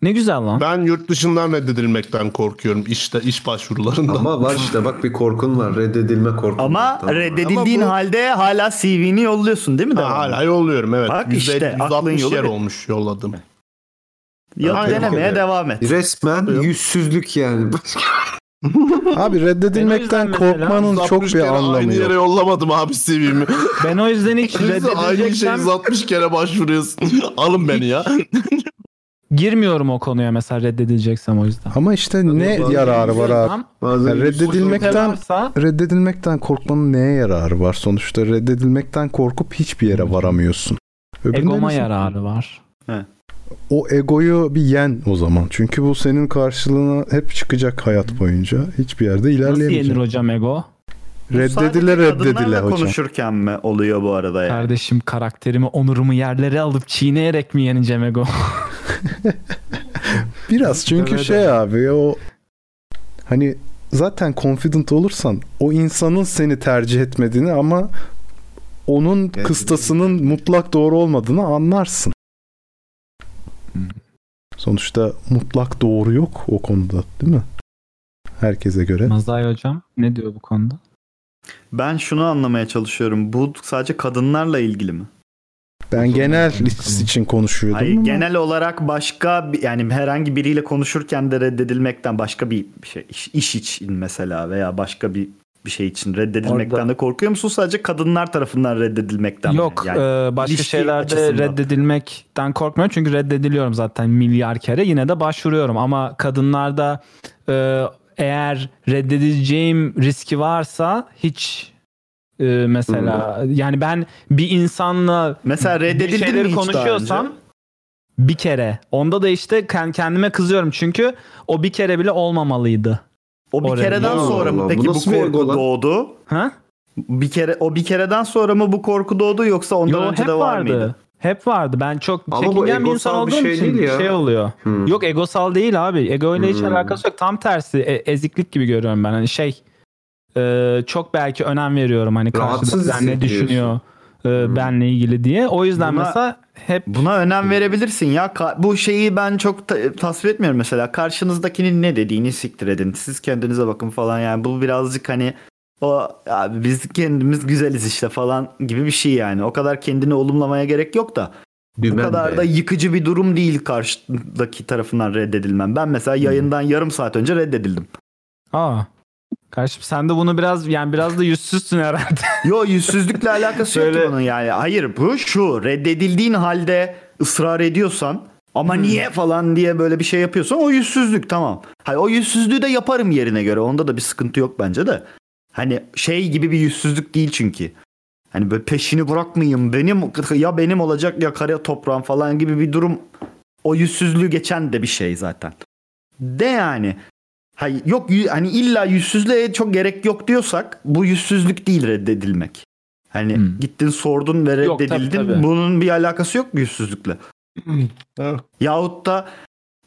Ne güzel lan.
Ben yurt dışından reddedilmekten korkuyorum. İşte iş başvurularından.
Ama var işte bak bir korkun var. Reddedilme korkun.
Ama
Tamam.
reddedildiğin
Ama bu-
halde hala CV'ni yolluyorsun değil mi?
Ha,
devamlı?
hala yolluyorum evet.
Bak
Yüzde
işte,
elli,
aklın
160
yolu
yer
bir-
olmuş yolladım.
Yok,
Aynen.
denemeye devam et.
Resmen yüzsüzlük yani. [laughs]
Abi
Ben o
reddedilmekten
yüzden mesela
korkmanın
160
çok bir
kere Aynı
anlamı
yere
yok.
yollamadım abi
[laughs]
CV'mi.
Ben o yüzden
[laughs] Biz
hiç
de aynı şeyi
reddedilecekten
160 kere başvuruyorsun. [laughs] Alın beni ya.
girmiyorum o konuya mesela reddedileceksem o yüzden.
Ama işte ne
bazı
yararı var abi?
Adam
Bazen
Yani reddedilmekten
severse-
reddedilmekten korkmanın neye yararı var? Sonuçta reddedilmekten korkup hiçbir yere varamıyorsun. Öbüründen
egoma
ise
yararı var.
O egoyu bir yen o zaman. Çünkü bu senin karşılığına hep çıkacak hayat boyunca. Hiçbir yerde
Nasıl yenir
ilerleyemeyeceksin.
hocam ego?
Reddedile
Sadece
reddedile
kadınlarla
hocam.
konuşurken mi oluyor bu arada yani?
Kardeşim karakterimi, onurumu yerlere alıp çiğneyerek mi yeneceğim ego?
Biraz çünkü şey abi o hani zaten confident olursan o insanın seni tercih etmediğini ama onun kıstasının mutlak doğru olmadığını anlarsın. Sonuçta mutlak doğru yok o konuda değil mi? Herkese göre.
Mazay hocam ne diyor bu konuda?
Ben şunu anlamaya çalışıyorum. Bu sadece kadınlarla ilgili mi?
Ben genel için konuşuyordum.
Hayır,
ama-
genel olarak başka bir- yani herhangi biriyle konuşurken de reddedilmekten başka bir bir şey iş, iş için mesela veya başka bir bir şey için reddedilmekten de korkuyor musun? Sadece kadınlar tarafından reddedilmekten mi?
Yok
Yani
e, başka
ilişki
şeylerde
açısından.
reddedilmekten korkmuyorum çünkü reddediliyorum zaten milyar kere yine de başvuruyorum ama kadınlarda e, eğer reddedileceğim riski varsa hiç e, mesela yani ben bir insanla
Hmm. Mesela
bir
reddedildin mi
şeyleri
hiç
konuşuyorsam
daha önce?
bir kere onda da işte kend- kendime kızıyorum çünkü o bir kere bile olmamalıydı.
O bir
Oraya-
kereden
Allah
sonra mı
Allah,
peki
bu
bu,
nasıl bir
korku
ego lan?
doğdu?
Ha?
Bir kere o bir kereden sonra mı bu korku doğdu yoksa ondan
Yo,
önce
hep
de var
vardı.
mıydı?
Hep vardı. Ben çok
Ama bu
çekingen bir insan
egosal bir
olduğum
şey
için
değil ya.
şey oluyor.
Hmm.
Yok egosal değil abi. Ego ile hiç
Hmm.
alakası yok. Tam tersi e- eziklik gibi görüyorum ben. Hani şey e, çok belki önem veriyorum hani
Rahatsız
karşıdakiler ne
hissediyorsun.
düşünüyor e, benle ilgili diye. O yüzden
Buna-
mesela hep
Buna önem verebilirsin ya. Ka- Bu şeyi ben çok ta- tasvir etmiyorum mesela. Karşınızdakinin ne dediğini siktir edin. Siz kendinize bakın falan yani. Bu birazcık hani o abi biz kendimiz güzeliz işte falan gibi bir şey yani. O kadar kendini olumlamaya gerek yok da. Bu
Dümen
kadar
be.
da yıkıcı bir durum değil karşıdaki tarafından reddedilmem. Ben mesela yayından yarım saat önce reddedildim.
aa karşı sen de bunu biraz yani biraz da yüzsüzsün herhalde.
Yo yüzsüzlükle alakası yok ki bunun yani. Hayır bu şu reddedildiğin halde ısrar ediyorsan ama niye falan diye böyle bir şey yapıyorsan o yüzsüzlük tamam. Hayır o yüzsüzlüğü de yaparım yerine göre. Onda da bir sıkıntı yok bence de. Hani şey gibi bir yüzsüzlük değil çünkü. Hani böyle peşini bırakmayayım benim ya benim olacak ya kara toprağım falan gibi bir durum. O yüzsüzlüğü geçen de bir şey zaten. De yani. Hayır, yok yü- hani illa yüzsüzlüğe çok gerek yok diyorsak bu yüzsüzlük değil reddedilmek. Hani
Hmm.
gittin sordun ve
Yok, tabii,
reddedildin.
tabii.
Bunun bir alakası yok mu yüzsüzlükle? Yahut da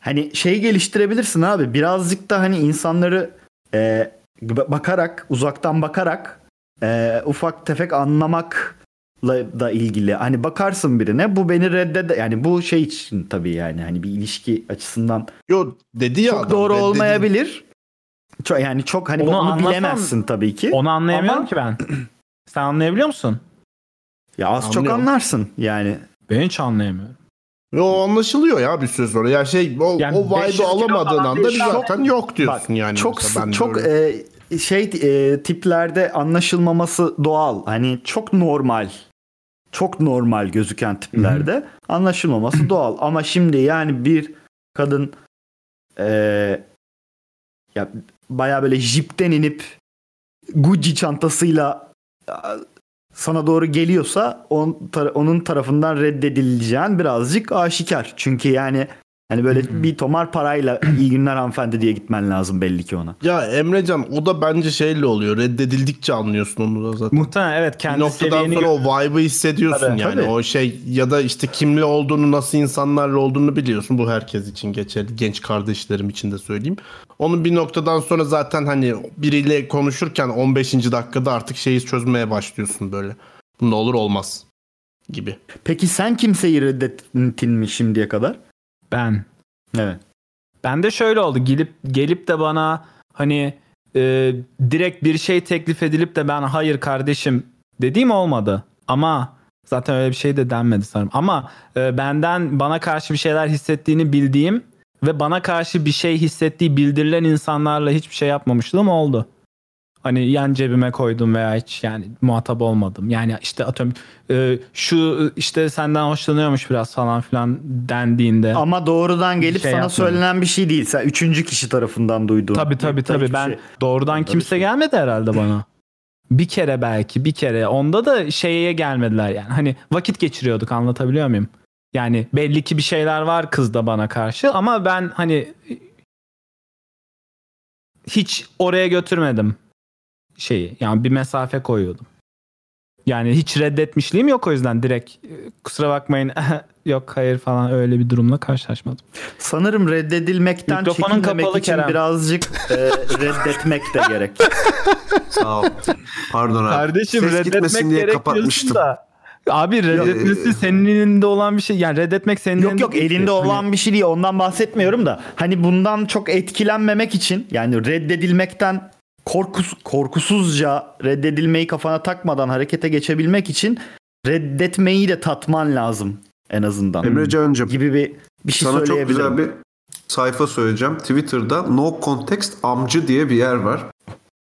hani şey geliştirebilirsin abi. Birazcık da hani insanları e, ba- bakarak, uzaktan bakarak e, ufak tefek anlamakla da ilgili. Hani bakarsın birine bu beni reddede yani bu şey için tabii yani hani bir ilişki açısından
Yo dedi ya
çok
adam,
doğru
reddedil-
olmayabilir. Çok, yani çok hani
Onu
bunu
anlatan-
bilemezsin tabii ki.
Onu anlayamıyorum
Ama-
ki ben. Sen anlayabiliyor musun?
Ya az çok
Anlıyorum.
anlarsın yani.
Ben hiç anlayamıyorum.
Yo anlaşılıyor ya bir süre sonra. Ya şey o,
Yani
o
500
vibe'ı
kilo
alamadığın
falan
anda bir
değil.
zaten yok diyorsun yani.
çok
mesela
sı-
ben de
çok
öyle.
e, şey e, tiplerde anlaşılmaması doğal. Hani çok normal. Çok normal gözüken tiplerde
[clears throat]
anlaşılmaması doğal. Ama şimdi yani bir kadın e, ya baya böyle jipten inip Gucci çantasıyla e, sana doğru geliyorsa on, tar- onun tarafından reddedileceğin birazcık aşikar. Çünkü yani hani
Hmm.
böyle bir tomar parayla [clears throat] iyi günler hanımefendi diye gitmen lazım belli ki ona.
Ya Emrecan o da bence şeyle oluyor. Reddedildikçe anlıyorsun onu da zaten.
Muhtemelen evet
Bir
kendi
noktadan
seviyeni
sonra o vibe'ı hissediyorsun
Tabii,
yani.
tabii.
O şey ya da işte kimle olduğunu, nasıl insanlarla olduğunu biliyorsun. Bu herkes için geçerli. Genç kardeşlerim için de söyleyeyim. Onun bir noktadan sonra zaten hani biriyle konuşurken 15. dakikada artık şeyi çözmeye başlıyorsun böyle. Bu ne olur olmaz gibi.
Peki sen kimseyi reddettin mi şimdiye kadar?
ben.
Evet.
Ben de şöyle oldu. Gelip gelip de bana hani e, direkt bir şey teklif edilip de ben hayır kardeşim dediğim olmadı. Ama zaten öyle bir şey de denmedi sanırım. Ama e, benden bana karşı bir şeyler hissettiğini bildiğim ve bana karşı bir şey hissettiği bildirilen insanlarla hiçbir şey yapmamışlığım oldu. Hani yan cebime koydum veya hiç yani muhatap olmadım. Yani işte atıyorum e, şu işte senden hoşlanıyormuş biraz falan filan dendiğinde.
Ama doğrudan gelip
şey
sana
yapmadım.
söylenen bir şey değil. Sen üçüncü kişi tarafından duyduğun.
Tabii tabii
Yoksa
tabii.
hiçbir
Ben
şey.
doğrudan
Tabii
kimse
şey.
gelmedi
[laughs]
herhalde bana. Bir kere belki bir kere. Onda da şeye gelmediler yani. Hani vakit geçiriyorduk anlatabiliyor muyum? Yani belli ki bir şeyler var kızda bana karşı ama ben hani hiç oraya götürmedim şeyi. Yani bir mesafe koyuyordum. Yani hiç reddetmişliğim yok o yüzden direkt e, kusura bakmayın [laughs] yok hayır falan öyle bir durumla karşılaşmadım.
Sanırım reddedilmekten
Mikrofonun
çekinmemek
kapalı
için
Kerem.
birazcık
[laughs]
e, reddetmek de gerek.
Sağ ol. Pardon abi. Ses gitmesin diye kapatmıştım.
da. Abi reddetmesi
Ee,
senin elinde olan bir şey. Yani reddetmek senin
Yok yok
değil ki.
elinde
Hani
olan bir şey değil ondan bahsetmiyorum da hani bundan çok etkilenmemek için yani reddedilmekten korkus korkusuzca reddedilmeyi kafana takmadan harekete geçebilmek için reddetmeyi de tatman lazım en azından
Emre Can'cığım
gibi bir bir şey
sana çok
söyleyebilirim.
güzel bir sayfa söyleyeceğim. Twitter'da No Context Amcı diye bir yer var.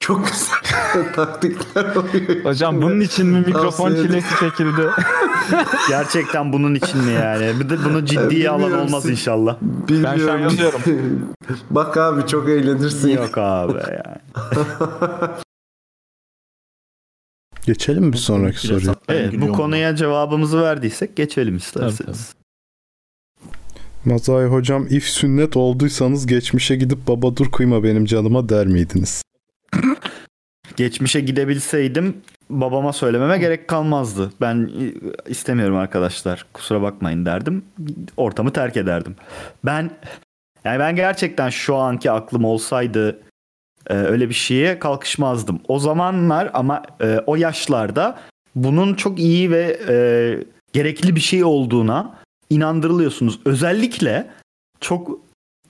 Çok güzel [laughs] taktikler oluyor.
Hocam bunun için mi mikrofon
Tavsiye ederim.
çilesi çekildi?
Gerçekten bunun için mi yani? Bir de bunu ciddiye alan
Bilmiyorum.
olmaz inşallah.
Bilmiyorum.
Ben şu an yazıyorum.
[laughs] Bak abi çok eğlenirsin.
Yok abi ya.
Geçelim bir sonraki
Biraz
soruya.
ben
Evet, bu
gülüyorum
konuya cevabımızı verdiysek geçelim isterseniz.
Mazai hocam if sünnet olduysanız geçmişe gidip baba dur kıyma benim canıma der miydiniz?
Geçmişe gidebilseydim babama söylememe gerek kalmazdı. Ben e, istemiyorum arkadaşlar. Kusura bakmayın derdim. Ortamı terk ederdim. Ben yani ben gerçekten şu anki aklım olsaydı e, öyle bir şeye kalkışmazdım. O zamanlar ama e, o yaşlarda bunun çok iyi ve e, gerekli bir şey olduğuna inandırılıyorsunuz. Özellikle çok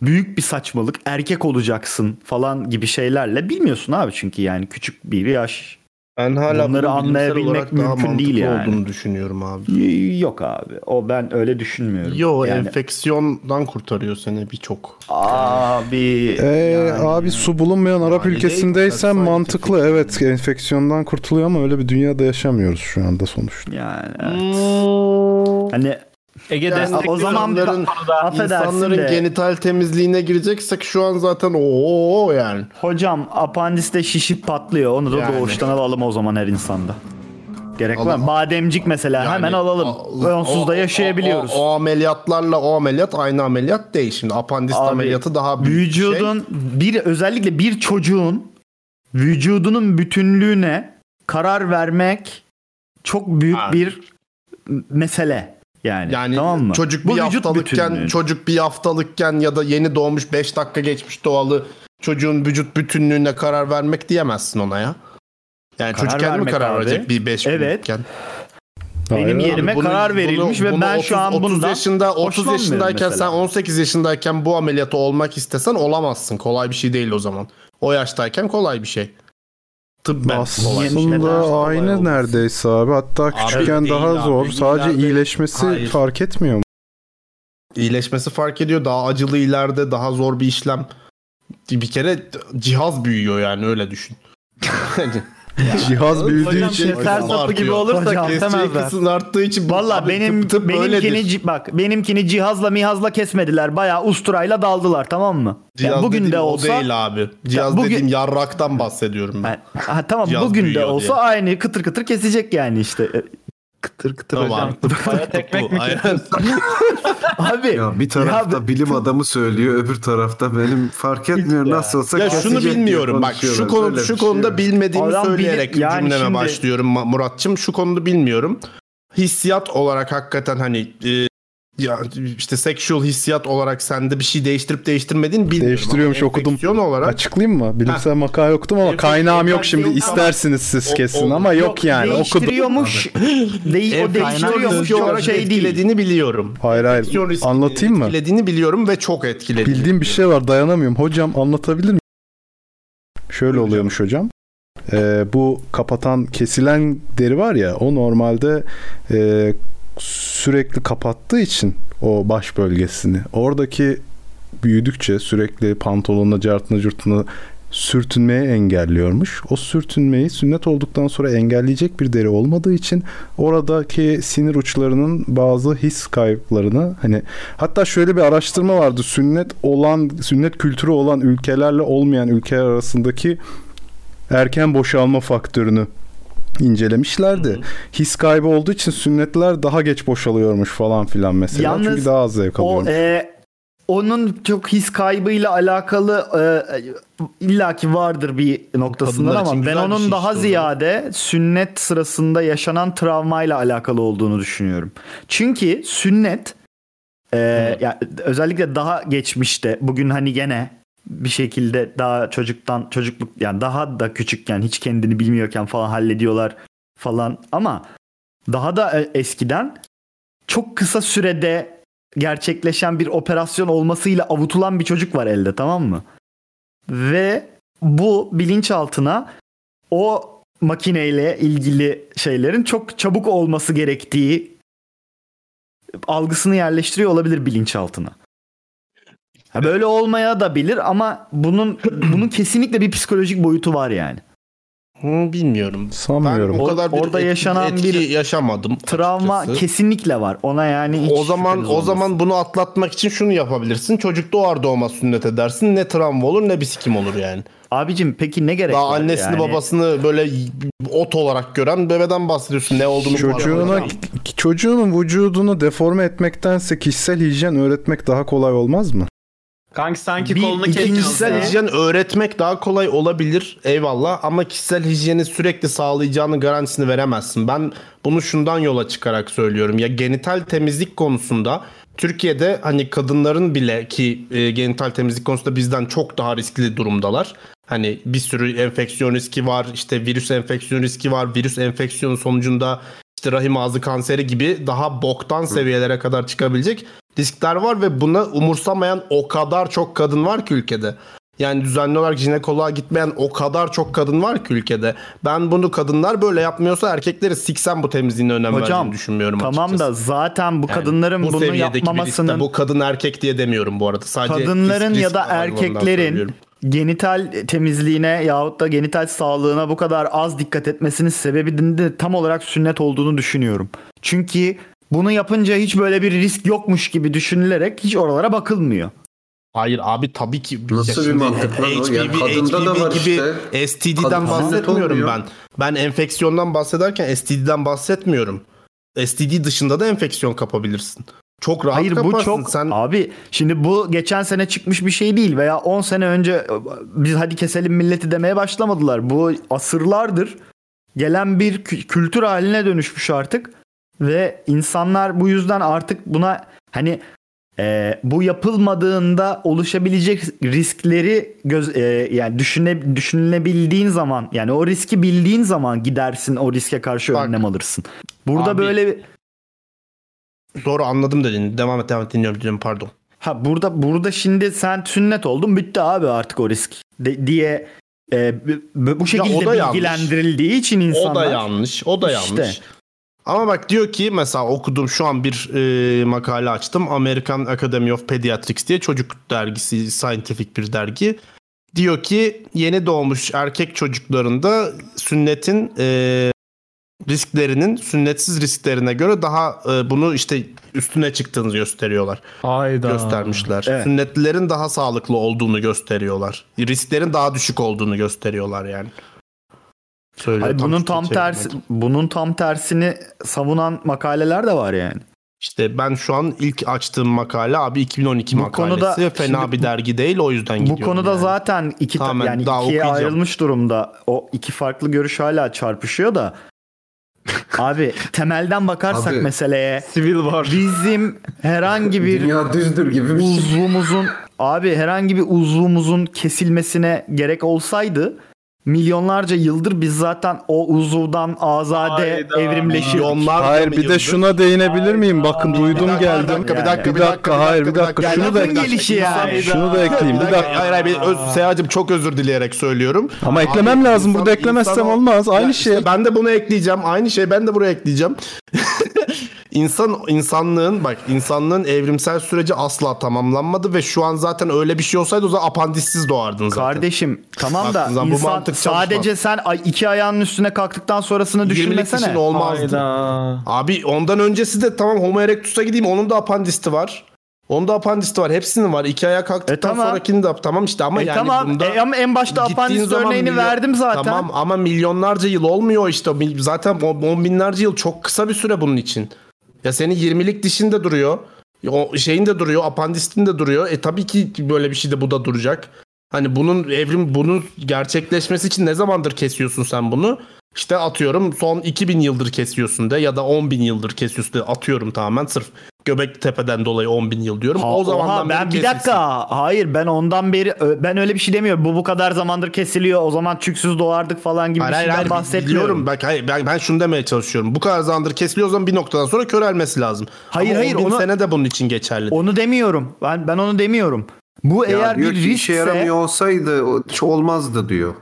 büyük bir saçmalık erkek olacaksın falan gibi şeylerle bilmiyorsun abi çünkü yani küçük bir yaş
Ben hala
Bunları
bunun bilimsel
anlayabilmek
olarak daha
mümkün değil
mantıklı
yani.
olduğunu düşünüyorum abi.
Y- yok abi o ben öyle düşünmüyorum.
Yo
yani,
enfeksiyondan kurtarıyor seni birçok.
abi
Ee,
yani-
abi su bulunmayan Arap
Yani değil,
ülkesindeysen
sadece
mantıklı evet enfeksiyondan kurtuluyor ama öyle bir dünyada yaşamıyoruz şu anda sonuçta.
yani evet. hani
[laughs] Ege
Yani
destekliyorum.
o zaman
insanların-
affedersin
İnsanların
de
genital temizliğine gireceksek şu an zaten ooo yani.
hocam apandiste şişip patlıyor onu da
Yani.
doğuştan alalım o zaman her insanda. Gerek var.
Alalım.
mı? Bademcik mesela
Yani
hemen alalım.
o-
Ve Onsuz
o-
da
o-
yaşayabiliyoruz.
O, o ameliyatlarla o ameliyat aynı ameliyat değil şimdi. Apandist
Abi,
ameliyatı daha büyük bir şey.
vücudun bir özellikle bir çocuğun vücudunun bütünlüğüne karar vermek çok büyük
Ha.
bir m- mesele yani.
Yani
tamam mı?
çocuk
Bu
bir
vücut
haftalıkken
bütünlüğü.
çocuk bir haftalıkken ya da yeni doğmuş 5 dakika geçmiş doğalı çocuğun vücut bütünlüğüne karar vermek diyemezsin ona ya. Yani
Karar
çocuk kendi mi
vermek
karar
abi.
verecek bir 5
Evet.
günlükken?
Hayır
Benim
abi,
yerime
bunu-
karar
bunu-
verilmiş ve
bunu
ben şu an
30
bundan
yaşında 30
hoşlanmıyorum
yaşındayken
mesela.
sen 18 yaşındayken bu ameliyatı olmak istesen olamazsın. Kolay bir şey değil o zaman. O yaştayken kolay bir şey. Tıbben kolay.
Aslında aynı neredeyse abi. Hatta küçükken
değil
daha
abi,
zor. Sadece
ileride-
iyileşmesi
Hayır.
fark etmiyor mu?
İyileşmesi fark ediyor. Daha acılı ileride daha zor bir işlem. Bir kere cihaz büyüyor yani öyle düşün.
Cihaz büyüdüğü
Hocam,
için
şey- Ter sapı
artıyor.
gibi olursa
Hocam,
Kesici
kesemezler.
kısım arttığı için
Valla
Abi
benim
tıp- tıp böyledir.
benimkini ci- bak benimkini cihazla mihazla kesmediler. Bayağı usturayla daldılar tamam mı? Ya
Cihaz
bugün
dediğim
de
o
olsa
değil abi. Cihaz
bugün-
dediğim yarraktan bahsediyorum ben.
Ha, ha, tamam
Cihaz
bugün de
büyüyor
olsa
diye.
aynı kıtır kıtır kesecek yani işte. E, Kıtır kıtır hocam.
Tamam.
Hayat ekmek mi
Aynen.
[laughs] Abi
Ya bir tarafta
Ya
bilim adamı söylüyor, öbür tarafta benim fark etmiyor nasıl olsa
Ya şunu
kesecek diye
bilmiyorum bak şu
konuşuyorlar.
konu
Böyle
şu
bir şey
konuda
yok.
bilmediğimi
Adam
söyleyerek
bilir- yani
cümleme
şimdi-
başlıyorum Ma- Muratçım. Şu konuda bilmiyorum. Hissiyat olarak hakikaten hani e, ya işte sexual hissiyat olarak sende bir şey değiştirip değiştirmediğini bilmiyorum.
Değiştiriyormuş,
Ama
okudum.
enfeksiyon olarak
Açıklayayım mı? Bilimsel makale okudum ama
Yok,
kaynağım
yok,
yok şimdi.
yok,
İstersiniz siz
O-
kesin
o-
ama yok yani. Okudum.
Değiştiriyormuş. Değil, o
Ev kaynağı
değiştiriyormuş
riski
çok
olarak
şey değil.
etkilediğini biliyorum.
Hayır hayır.
Enfeksiyon riskini
Anlatayım mı?
Etkilediğini biliyorum ve çok etkiledi.
Bildiğim bir şey var dayanamıyorum. Hocam anlatabilir miyim? Şöyle oluyormuş hocam. Ee, bu kapatan kesilen deri var ya o normalde e, sürekli kapattığı için o baş bölgesini oradaki büyüdükçe sürekli pantolonuna cartına curtuna sürtünmeye engelliyormuş. O sürtünmeyi sünnet olduktan sonra engelleyecek bir deri olmadığı için oradaki sinir uçlarının bazı his kayıplarını hani hatta şöyle bir araştırma vardı. Sünnet olan sünnet kültürü olan ülkelerle olmayan ülkeler arasındaki erken boşalma faktörünü incelemişlerdi. His kaybı olduğu için sünnetler daha geç boşalıyormuş falan filan mesela.
Yalnız
Çünkü daha az zevk
O,
alıyormuş.
e, onun çok his kaybıyla alakalı e, illaki vardır bir noktasından
Kadınlar için
ama ben
güzel bir
onun
şey
daha
işte o
ziyade sünnet sırasında yaşanan travmayla alakalı olduğunu düşünüyorum. Çünkü sünnet e, ya, özellikle daha geçmişte bugün hani gene bir şekilde daha çocuktan çocukluk yani daha da küçükken hiç kendini bilmiyorken falan hallediyorlar falan ama daha da e, eskiden çok kısa sürede gerçekleşen bir operasyon olmasıyla avutulan bir çocuk var elde tamam mı? Ve bu bilinçaltına o makineyle ilgili şeylerin çok çabuk olması gerektiği algısını yerleştiriyor olabilir bilinçaltına. Ha böyle olmaya da bilir ama bunun
[clears throat]
bunun kesinlikle bir psikolojik boyutu var yani.
Hı, bilmiyorum.
Sanmıyorum.
Ben o kadar bir
Orada
etki-
yaşanan
etki
bir
yaşamadım.
Travma
açıkçası.
kesinlikle var. Ona yani hiç
o zaman
şüpheniz
o
olmasın.
zaman bunu atlatmak için şunu yapabilirsin. Çocuk doğar doğmaz sünnet edersin. Ne travma olur ne bir sikim olur yani.
abicim peki ne gerek
Daha
var
annesini
yani?
babasını böyle ot olarak gören bebeden bahsediyorsun. Ne olduğunu
Çocuğuna,
farkında
çocuğunun vücudunu deforme etmektense kişisel hijyen öğretmek daha kolay olmaz mı?
Kanki sanki
Bir
kolunu
ikincisel
kesiyorsun.
Kişisel
ya.
hijyen öğretmek daha kolay olabilir eyvallah ama kişisel hijyeni sürekli sağlayacağını garantisini veremezsin. Ben bunu şundan yola çıkarak söylüyorum ya genital temizlik konusunda Türkiye'de hani kadınların bile ki e, genital temizlik konusunda bizden çok daha riskli durumdalar. Hani bir sürü enfeksiyon riski var işte virüs enfeksiyon riski var virüs enfeksiyonu sonucunda işte rahim ağzı kanseri gibi daha boktan seviyelere kadar çıkabilecek riskler var ve buna umursamayan o kadar çok kadın var ki ülkede. Yani düzenli olarak jinekoloğa gitmeyen o kadar çok kadın var ki ülkede. Ben bunu kadınlar böyle yapmıyorsa erkekleri siksen bu temizliğine önem
Hocam
verdiğini düşünmüyorum
tamam
açıkçası.
da zaten bu
Yani
kadınların
bu
bunu
seviyedeki bir riskte
yapmamasının
bu kadın erkek diye demiyorum bu arada. Sadece
kadınların
risk-
ya da
risk alanından
erkeklerin
söylüyorum.
genital temizliğine yahut da genital sağlığına bu kadar az dikkat etmesinin sebebinin de tam olarak sünnet olduğunu düşünüyorum. Çünkü bunu yapınca hiç böyle bir risk yokmuş gibi düşünülerek hiç oralara bakılmıyor.
Hayır abi tabii ki.
Nasıl bir
Şimdi
mantık lan o?
HPV,
Yani kadında da
HPV
var
gibi
işte.
STD'den
Kadın
bahsetmiyorum
olmuyor.
ben. Ben enfeksiyondan bahsederken STD'den bahsetmiyorum. STD dışında da enfeksiyon kapabilirsin. Çok rahat
Hayır
kaparsın.
bu çok
Sen
abi şimdi bu geçen sene çıkmış bir şey değil veya 10 sene önce biz hadi keselim milleti demeye başlamadılar. Bu asırlardır gelen bir kü- kültür haline dönüşmüş artık ve insanlar bu yüzden artık buna hani Ee, bu yapılmadığında oluşabilecek riskleri göz e, yani düşüne, düşünülebildiğin zaman yani o riski bildiğin zaman gidersin o riske karşı
Bak.
önlem alırsın. Burada
Abi.
böyle
Doğru anladım dedin. Devam et devam et dinliyorum dinliyorum pardon.
Ha burada burada şimdi sen sünnet oldun bitti abi artık o risk de- diye e, b- b- bu
o da
şekilde
yanlış.
bilgilendirildiği için
O da
insanlar
yanlış. O da
İşte.
yanlış. Ama bak diyor ki mesela okudum şu an bir e, makale açtım. American Academy of Pediatrics diye çocuk dergisi, scientific bir dergi. Diyor ki yeni doğmuş erkek çocuklarında sünnetin e, risklerinin sünnetsiz risklerine göre daha e, bunu işte üstüne çıktığını gösteriyorlar.
Hayda.
Göstermişler.
Evet.
Sünnetlilerin daha sağlıklı olduğunu gösteriyorlar. Risklerin daha düşük olduğunu gösteriyorlar yani. Söyle, şey
Hayır, bunun
Türkçe
tam tersi
çeviremedim.
bunun tam tersini savunan makaleler de var yani.
İşte ben şu an ilk açtığım makale abi 2012
Bu
makalesi.
konuda-
fena
şimdi
bir
bu-
dergi değil o yüzden
Bu
gidiyorum.
konuda
yani.
zaten iki ta-
Tamamen
yani
daha
ikiye
okuyacağım.
ayrılmış durumda. O iki farklı görüş hala
[laughs]
çarpışıyor da. Abi temelden bakarsak
Abi.
meseleye
Sivil var.
bizim herhangi bir
Dünya düzdür gibi bir şey.
uzvumuzun abi herhangi bir uzvumuzun kesilmesine gerek olsaydı milyonlarca yıldır biz zaten o uzuvdan azade
Hayda.
evrimleşirdik.
Milyonlarca
Hayır bir de
milyondur.
şuna değinebilir miyim? Bakın
Bir
duydum
dakika,
geldim.
Bir dakika bir
Yani.
dakika.
Bir dakika, hayır, bir dakika.
Yani
Şunu da
lafın
ekle.
gelişi
Yani.
ya.
Şunu da ekleyeyim. Bir dakika.
Hayır hayır bir öz, Seyacım çok özür dileyerek söylüyorum.
Ama
Abi,
eklemem lazım. Burada
insan-
eklemezsem
insan-
olmaz.
Ya
Aynı
işte
şey.
ben de bunu ekleyeceğim. Aynı şey ben de buraya ekleyeceğim. [laughs] İnsan insanlığın bak insanlığın evrimsel süreci asla tamamlanmadı ve şu an zaten öyle bir şey olsaydı o zaman apandissiz doğardın zaten.
Kardeşim tamam da
Haklısın lan, bu
insan
mantık çalışmaz.
sadece sen ay- iki ayağının üstüne kalktıktan sonrasını
20'lik kişinin
düşünmesene.
olmazdı.
Hayda.
Abi ondan öncesi de tamam Homo erectus'a gideyim onun da apandisti var. Onun da apandisti var. Hepsinin var. İki ayağa kalktıktan
E tamam.
sonrakini de tamam işte ama
E
yani
tamam
bunda
e ama en başta
gittiğin
apandist
zaman
örneğini
milyon-
verdim zaten.
Tamam ama milyonlarca yıl olmuyor işte. Mil- Zaten on, on binlerce yıl çok kısa bir süre bunun için. Ya senin 20'lik dişin de duruyor. O şeyin de duruyor, apandistin de duruyor. E tabii ki böyle bir şey de bu da duracak. Hani bunun evrim bunun gerçekleşmesi için ne zamandır kesiyorsun sen bunu? İşte atıyorum son 2000 yıldır kesiyorsun de ya da 10.000 yıldır kesiyorsun de atıyorum tamamen sırf Göbekli Tepe'den dolayı 10.000 yıl diyorum.
Ha,
o zamandan
oha,
beri
ben bir
kesiyorsun.
dakika hayır ben ondan beri ö- ben öyle bir şey demiyorum. Bu bu kadar zamandır kesiliyor. O zaman çüksüz doğardık falan gibi bir şeyden bahsetmiyorum.
biliyorum. Bak, hayır, ben, ben şunu demeye çalışıyorum. Bu kadar zamandır kesiliyor o zaman bir noktadan sonra körelmesi lazım.
Hayır,
Ama
hayır,
o bin
onu-
sene de bunun için geçerli.
Onu demiyorum. Ben ben onu demiyorum. Bu
Ya
eğer
diyor
bir
ki işe yaramıyor
riskse
olsaydı o- hiç olmazdı diyor.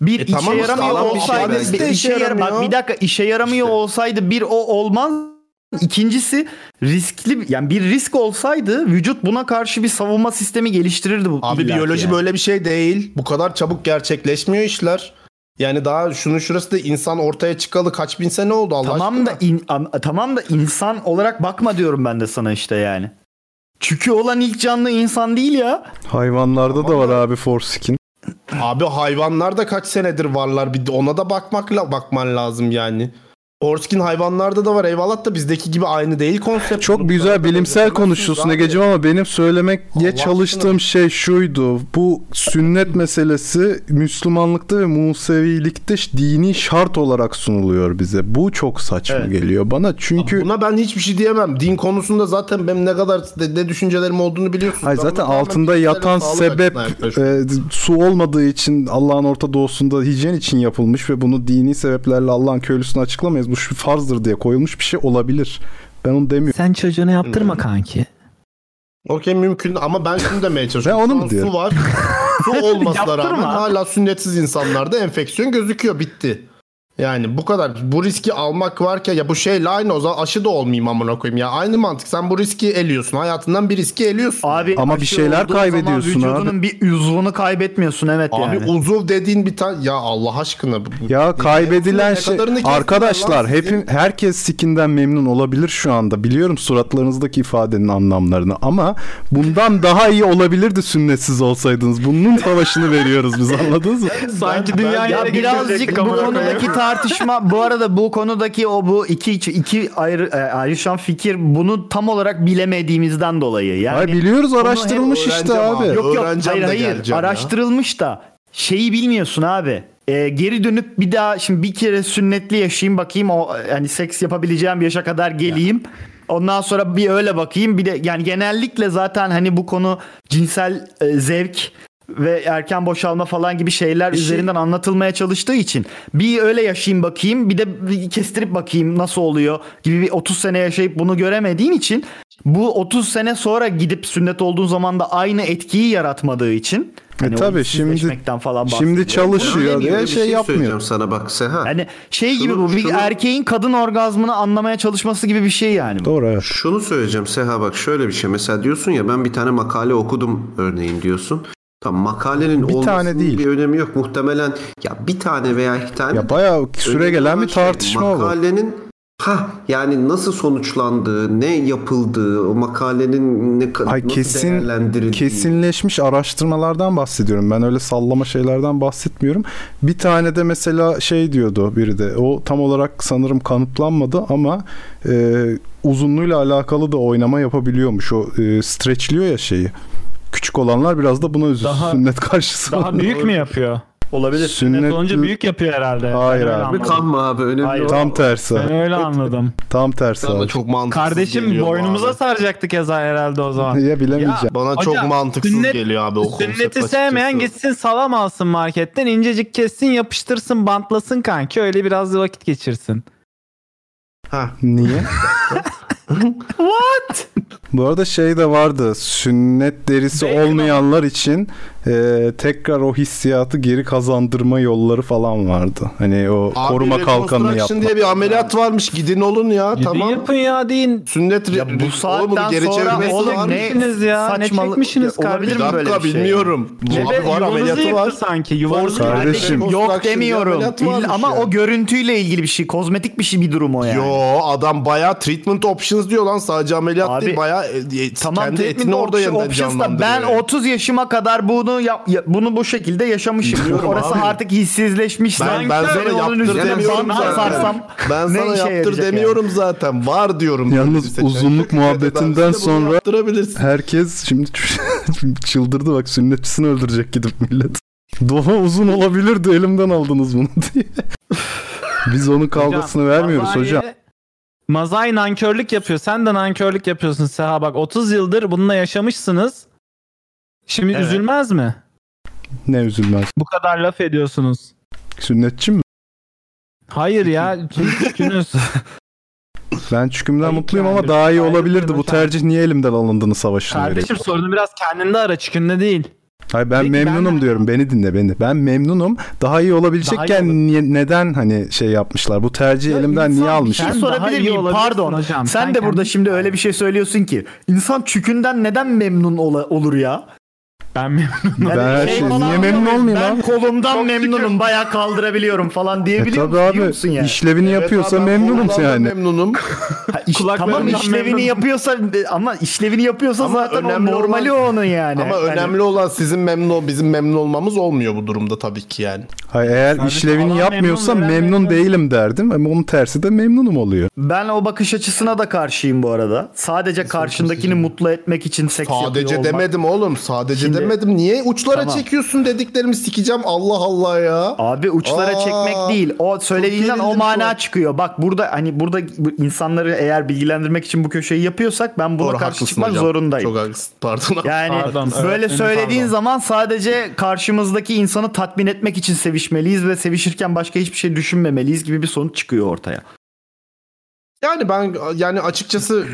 bir
E
işe
tamam işte,
yaramıyor
alan bir şey
olsaydı
belki.
bir
İşte
işe
işe
yara- bak
yaramıyor.
bir dakika işe yaramıyor
İşte.
olsaydı bir o olmaz. İkincisi riskli yani bir risk olsaydı vücut buna karşı bir savunma sistemi geliştirirdi bu.
Abi
illaki
biyoloji
yani.
böyle bir şey değil. Bu kadar çabuk gerçekleşmiyor işler. Yani daha şunun şurası da insan ortaya çıkalı kaç bin sene oldu Allah
Tamam
aşkına.
da in- am- tamam da insan olarak bakma diyorum ben de sana işte yani. Çünkü olan ilk canlı insan değil ya.
Hayvanlarda da var abi foreskin.
Abi hayvanlar da kaç senedir varlar. Bir de ona da bakmakla bakman lazım yani. Orskin hayvanlarda da var eyvallah da bizdeki gibi aynı değil konsept.
Çok
Bunu
güzel
kadar da
bilimsel
özetlemezsiniz
konuşuyorsun
abi.
Ege'cim ama benim
Allah
söylemeye
aşkına.
çalıştığım şey şuydu. Bu sünnet meselesi Müslümanlıkta ve Musevilikte ş- dini şart olarak sunuluyor bize. Bu çok saçma
Evet.
geliyor bana. Çünkü
Buna ben hiçbir şey diyemem. Din konusunda zaten benim ne kadar de- ne düşüncelerim olduğunu biliyorsunuz.
Hayır
Ben
zaten
buna tamamen
altında
bilimsel
yatan
ve sağlık
sebep
açısından yaklaşıyorum.
e, su olmadığı için Allah'ın Orta Doğu'sunda hijyen için yapılmış ve bunu dini sebeplerle Allah'ın köylüsünü açıklamayız. Bu şu farzdır diye koyulmuş bir şey olabilir. Ben onu demiyorum.
Sen çocuğunu
Hmm.
yaptırma kanki.
Okey mümkün ama ben şunu demeye çalışıyorum.
Ben onu mu
Şu an
diyorum?
Su
[laughs]
var. su olmasına
Yaptırma.
rağmen hala sünnetsiz insanlarda enfeksiyon gözüküyor. Bitti. Yani bu kadar. Bu riski almak varken ya bu şeyle aynı o zaman aşı da olmayayım amına koyayım ya. Aynı mantık. Sen bu riski eliyorsun. Hayatından bir riski eliyorsun.
Abi
Ama bir
aşı
şeyler
olduğun zaman
kaybediyorsun
Vücudunun bir uzvunu kaybetmiyorsun evet
Abi
yani.
uzuv dediğin bir tane ya Allah aşkına bu- bu-
Ya kaybedilen
ne
şey
kadarını kestin
arkadaşlar
lan sizin?
hepin herkes sikinden memnun olabilir şu anda. Biliyorum suratlarınızdaki ifadenin anlamlarını ama bundan daha iyi olabilirdi sünnetsiz olsaydınız. Bunun savaşını veriyoruz biz anladınız mı?
Sanki dünya
Ya birazcık bu konudaki tartışma bu arada bu konudaki o bu iki iki ayrı e, ayrışan fikir bunu tam olarak bilemediğimizden dolayı. Yani
Ay biliyoruz araştırılmış işte
öğreneceğim
abi.
abi.
Yok yok
Öğreneceğim
hayır
de
hayır
geleceğim ya.
araştırılmış da şeyi bilmiyorsun abi. Ee, geri dönüp bir daha şimdi bir kere sünnetli yaşayayım bakayım o e, hani seks yapabileceğim bir yaşa kadar geleyim. Ondan sonra bir öyle bakayım. Bir de yani genellikle zaten hani bu konu cinsel e, zevk ve erken boşalma falan gibi şeyler
şey-
üzerinden anlatılmaya çalıştığı için bir öyle yaşayayım bakayım bir de bir kestirip bakayım nasıl oluyor gibi bir 30 sene yaşayıp bunu göremediğin için bu 30 sene sonra gidip sünnet olduğun zaman da aynı etkiyi yaratmadığı için hani
E
o
tabi şimdi
işsizleşmekten falan
şimdi
bahsediyorum.
çalışıyor
Bir
diye şey
söyleyeceğim
yapmıyor.
sana bak Seha.
Yani şey
Şunu-
gibi bu bir
şunu-
erkeğin kadın orgazmını anlamaya çalışması gibi bir şey yani. bu.
Doğru evet.
Şunu söyleyeceğim Seha bak şöyle bir şey. Mesela diyorsun ya ben bir tane makale okudum örneğin diyorsun. Tam makalenin
Bir
olmasının
tane değil.
bir önemi yok. Muhtemelen ya bir tane veya iki tane
Ya bayağı süre
Önemli
gelen
olan
bir
şey,
tartışma bu.
Makalenin ha yani nasıl sonuçlandığı, ne yapıldığı, o makalenin ne kadar
Ay
nasıl
kesin
değerlendirildiği.
kesinleşmiş araştırmalardan bahsediyorum. Ben öyle sallama şeylerden bahsetmiyorum. Bir tane de mesela şey diyordu biri de. O tam olarak sanırım kanıtlanmadı ama e, uzunluğuyla alakalı da oynama yapabiliyormuş. O e, streçliyor ya şeyi. Küçük olanlar biraz da buna üzülsün.
[laughs] Daha-
Sünnet karşısında.
Daha
Büyük mü yapıyor?
Olabilir.
Sünnet
Olunca büyük yapıyor herhalde.
Hayır
Ben öyle
abi.
anladım.
Kanma abi önemli
Hayır.
olan.
tam tersi.
Ben öyle anladım.
Tam tersi.
Bana
Abi.
çok mantıksız
Kardeşim
geliyor bu
boynumuza
abi.
saracaktık ceza herhalde o zaman.
Ya bilemeyeceğim.
Bana
Hocam,
çok mantıksız
sünnet-
geliyor abi o konsept
Sünneti
açıkçası.
sevmeyen gitsin salam alsın marketten incecik kessin yapıştırsın bantlasın kanki öyle biraz da vakit geçirsin.
Niye?
[laughs]
What? Bu arada şey de vardı. Sünnet derisi
Bacon.
olmayanlar için e, tekrar o hissiyatı geri kazandırma yolları falan vardı. Hani o
Abi,
koruma kalkanını
reconstruction
yapma.
diye bir ameliyat varmış. Gidin olun ya
Gidin
tamam.
yapın ya deyin.
Sünnet
Ya bu saatten sonra
çevirmesi
oğlum
var.
ne
Çekmişsiniz ya, ne
saçmalı-
çekmişsiniz
Ya olabilir
Bir
mi
dakika
böyle bir şey?
bilmiyorum. Bu
Bebe
abi var
yuvanızı
ameliyatı
yıktı
var.
sanki yuvanızı
Force-
yıktı.
Kardeşim.
Yok
Construction
demiyorum.
ameliyat
İlla-
varmış
ama
yani.
o görüntüyle ilgili bir şey. Kozmetik bir şey bir durum o yani.
Yo adam bayağı treatment options diyor lan sadece ameliyat
Abi,
değil bayağı e, e,
Tamam
kendi
treatment
etini orada
option-
yeniden
options da ben
canlandırıyor. yani.
30 yaşıma kadar bunu yap- ya- bunu bu şekilde yaşamışım.
Biliyorum
Orası
abi.
artık hissizleşmiş.
ben, ben sana yaptır demiyorum
bant
zaten.
sarsam
Ben
ne
sana
işe
yaptır
yarayacak yani?
demiyorum zaten. Var diyorum.
Yalnız
Seçenekte
uzunluk
küfür edersen
muhabbetinden
işte bunu
sonra-
yaptırabilirsin.
Herkes şimdi [laughs] çıldırdı bak sünnetçisini öldürecek gidip millet. Doğa uzun olabilirdi elimden aldınız bunu [laughs] diye. Biz onun kavgasını vermiyoruz
Mazai-
hocam.
Mazai nankörlük yapıyor. Sen de nankörlük yapıyorsun Seha bak 30 yıldır bununla yaşamışsınız. Şimdi
Evet.
üzülmez mi?
Ne üzülmez.
Bu kadar laf ediyorsunuz.
Sünnetçi mi?
Hayır ya üzgünüz.
Ben çükümden
Ayıp
mutluyum
yani.
ama daha iyi
Ayıp
olabilirdi.
yani
Bu
hocam.
tercih niye elimden alındığını savaşını
Kardeşim sorunu biraz kendinde ara çıkında değil.
Hayır ben
Peki
memnunum
ben-
diyorum. Beni dinle beni. Ben memnunum. Daha iyi
Daha
olabilecekken
iyi
niye- neden hani şey yapmışlar? Bu tercihi elimden
şey
niye almışlar?
Sen
Sen daha
sorabilir
iyi
miyim?
olabilirsin
Pardon.
hocam.
Sen,
Sen
de burada
kendin-
şimdi öyle bir şey söylüyorsun ki insan çükünden neden memnun ola- olur ya?
Ben mi?
Yani
Ben her şey-
falan
niye memnun
diyor muyum?
olmayayım
ben
abi?
kolumdan memnunum. Bayağı kaldırabiliyorum falan
E
diyebiliyor
tabi
musun?
abi
Diyor musun yani?
işlevini
Evet
yapıyorsa
abi, ben
memnunum
bundan da
yani.
Memnunum.
Ha, iş- tamam
kabarından
işlevini
memnunum.
yapıyorsa ama işlevini yapıyorsa
Ama
zaten o
önemli
normali onun yani.
Ama
Hani-
önemli olan sizin memnun ol- bizim memnun olmamız olmuyor bu durumda tabii ki yani.
Hayır, eğer
Kardeşim,
işlevini
alan
yapmıyorsa
memnun,
memnun,
veren memnun.
değilim derdim ama onun tersi de memnunum oluyor.
Ben o bakış açısına da karşıyım bu arada. Sadece karşındakini mutlu etmek için seks
Sadece
yapıyor olmak.
demedim oğlum. Sadece
Şimdi-
demedim. Niye uçlara
Tamam.
çekiyorsun dediklerimi sikeceğim Allah Allah ya.
Abi uçlara
Aa,
çekmek değil. O söylediğinden
gerildim
o
şu an.
mana çıkıyor. Bak burada hani burada bu insanları eğer bilgilendirmek için bu köşeyi yapıyorsak ben buna
Doğru,
karşı
haklısın
çıkmak
hocam.
zorundayım.
Çok haklısın. Pardon.
Yani
Pardon,
böyle
öğretmenim,
söylediğin
pardon.
zaman sadece karşımızdaki insanı tatmin etmek için sevişmeliyiz ve sevişirken başka hiçbir şey düşünmemeliyiz gibi bir sonuç çıkıyor ortaya.
Yani ben yani açıkçası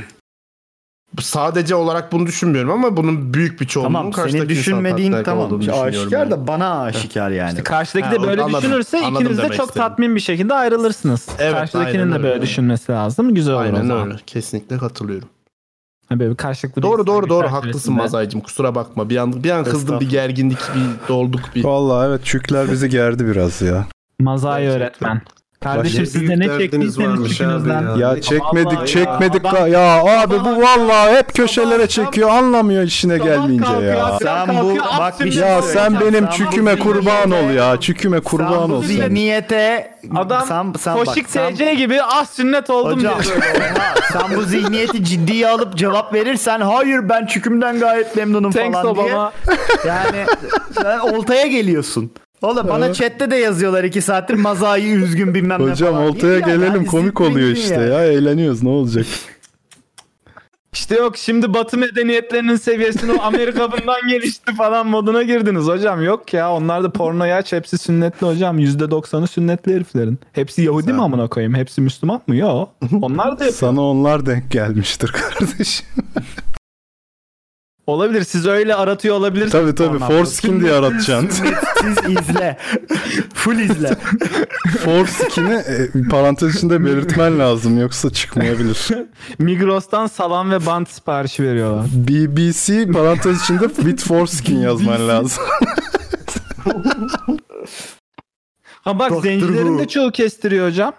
sadece olarak bunu düşünmüyorum ama bunun büyük bir çoğunluğunun
tamam senin
karşıdaki insan
düşünmediğin
tatmin
tamam.
olduğunu düşünüyorum
Aşikar
yani.
da bana aşikar yani.
İşte Hani karşıdaki
Ha,
de böyle
anladım.
düşünürse
Anladım
ikiniz de
demek
çok
istedim.
tatmin bir şekilde ayrılırsınız.
Evet,
Karşıdakinin
aynen
de
öyle.
böyle düşünmesi lazım. Güzel olur o
Aynen
zaman.
öyle. Kesinlikle katılıyorum.
Ha, Böyle bir karşılıklı bir
Doğru doğru
saygı
doğru
çerçevesinde.
haklısın Mazaycığım. Kusura bakma. Bir an bir an kızdım bir gerginlik bir dolduk bir.
Vallahi evet çükler bizi gerdi biraz ya.
Mazai
Gerçekten.
öğretmen. Kardeşim
Ne
siz de
büyük
ne
derdiniz
çektiyseniz
varmış abi
çıkınızdan.
ya.
Ya
Vallahi
çekmedik
ya,
çekmedik
adam-
ya, abi
sabah-
bu vallahi hep köşelere
sabah-
çekiyor anlamıyor işine
Sabah
gelmeyince
kalkıyor,
ya.
akşam
Sen bu-
kalkıyor,
bak
absürt
bir şey
Ya
Sen-
sen benim
Sen-
çüküme
şey
Sen-
kurban ol ya. Çüküme
Sen
kurban
bu
ol sen.
zihniyete
Adam
sen, sen bak,
Koşik
sen-
TC gibi ah sünnet oldum
Hocam
diyor.
oha, sen bu zihniyeti ciddiye alıp cevap verirsen hayır ben çükümden gayet memnunum [laughs]
Thanks
falan
Obama.
diye. Yani sen oltaya geliyorsun. Oğlum bana chatte de yazıyorlar iki saattir mazayı üzgün bilmem ne
Hocam
falan diye.
oltaya
Yani
gelelim
disiplin
komik oluyor
değil
işte
yani.
[laughs]
ya eğleniyoruz ne olacak.
İşte yok şimdi batı medeniyetlerinin seviyesini
[laughs]
o Amerika bundan gelişti falan moduna girdiniz hocam. Yok ya onlar da porno yaç hepsi sünnetli hocam. %90'ı sünnetli heriflerin. Hepsi Yahudi mi amına koyayım? Hepsi Müslüman mı? Yok. Onlar da yapıyor.
Sana onlar denk gelmiştir
[laughs]
kardeşim.
Olabilir siz öyle aratıyor olabilirsiniz.
tabii tabii
porno.
foreskin diye [laughs] aratacaksın.
Siz izle. Full izle.
Foreskin'i e, parantez içinde belirtmen lazım yoksa
[laughs]
çıkmayabilir.
Migros'tan salam ve bant siparişi veriyorlar.
BBC parantez içinde with foreskin yazman lazım.
Ha bak zencilerin de çoğu kestiriyor hocam.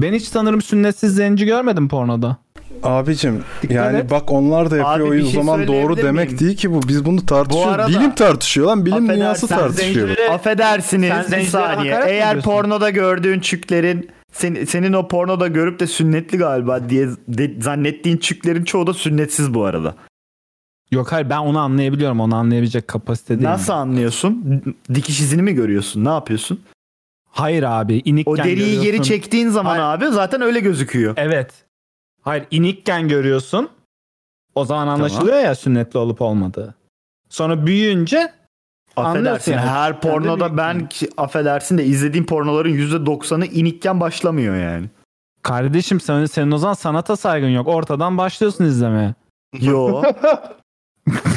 Ben hiç sanırım sünnetsiz zenci görmedim pornoda.
Abicim
Dikkat
yani
et.
bak onlar da yapıyor
Abi bir
o
şey
zaman doğru
söyleyebilir
demek
miyim?
değil ki bu. Biz bunu tartışıyoruz.
arada-
bilim tartışıyor lan. Bilim
Affedersen
dünyası
sen
tartışıyor.
zencilere- Sen
Affedersiniz bir
zencilere
saniye.
hakaret mi
Eğer
ediyorsun?
pornoda gördüğün çüklerin sen- senin o pornoda görüp de sünnetli galiba diye de- zannettiğin çüklerin çoğu da sünnetsiz bu arada.
Yok hayır ben onu anlayabiliyorum. Onu anlayabilecek kapasite değilim.
Nasıl anlıyorsun? Dikiş izini mi görüyorsun? Ne yapıyorsun?
Hayır abi inikken
O deriyi geri
görüyorsun. E,
çektiğin zaman abi zaten öyle gözüküyor.
Evet. Hayır inikken görüyorsun. O zaman anlaşılıyor ya sünnetli olup olmadığı. Sonra büyüyünce anlıyorsun
Affedersin
yani.
her pornoda ben ki- affedersin de izlediğim pornoların %90'ı inikken başlamıyor yani.
kardeşim sen, senin o zaman sanata saygın yok. Ortadan başlıyorsun izlemeye.
Yo.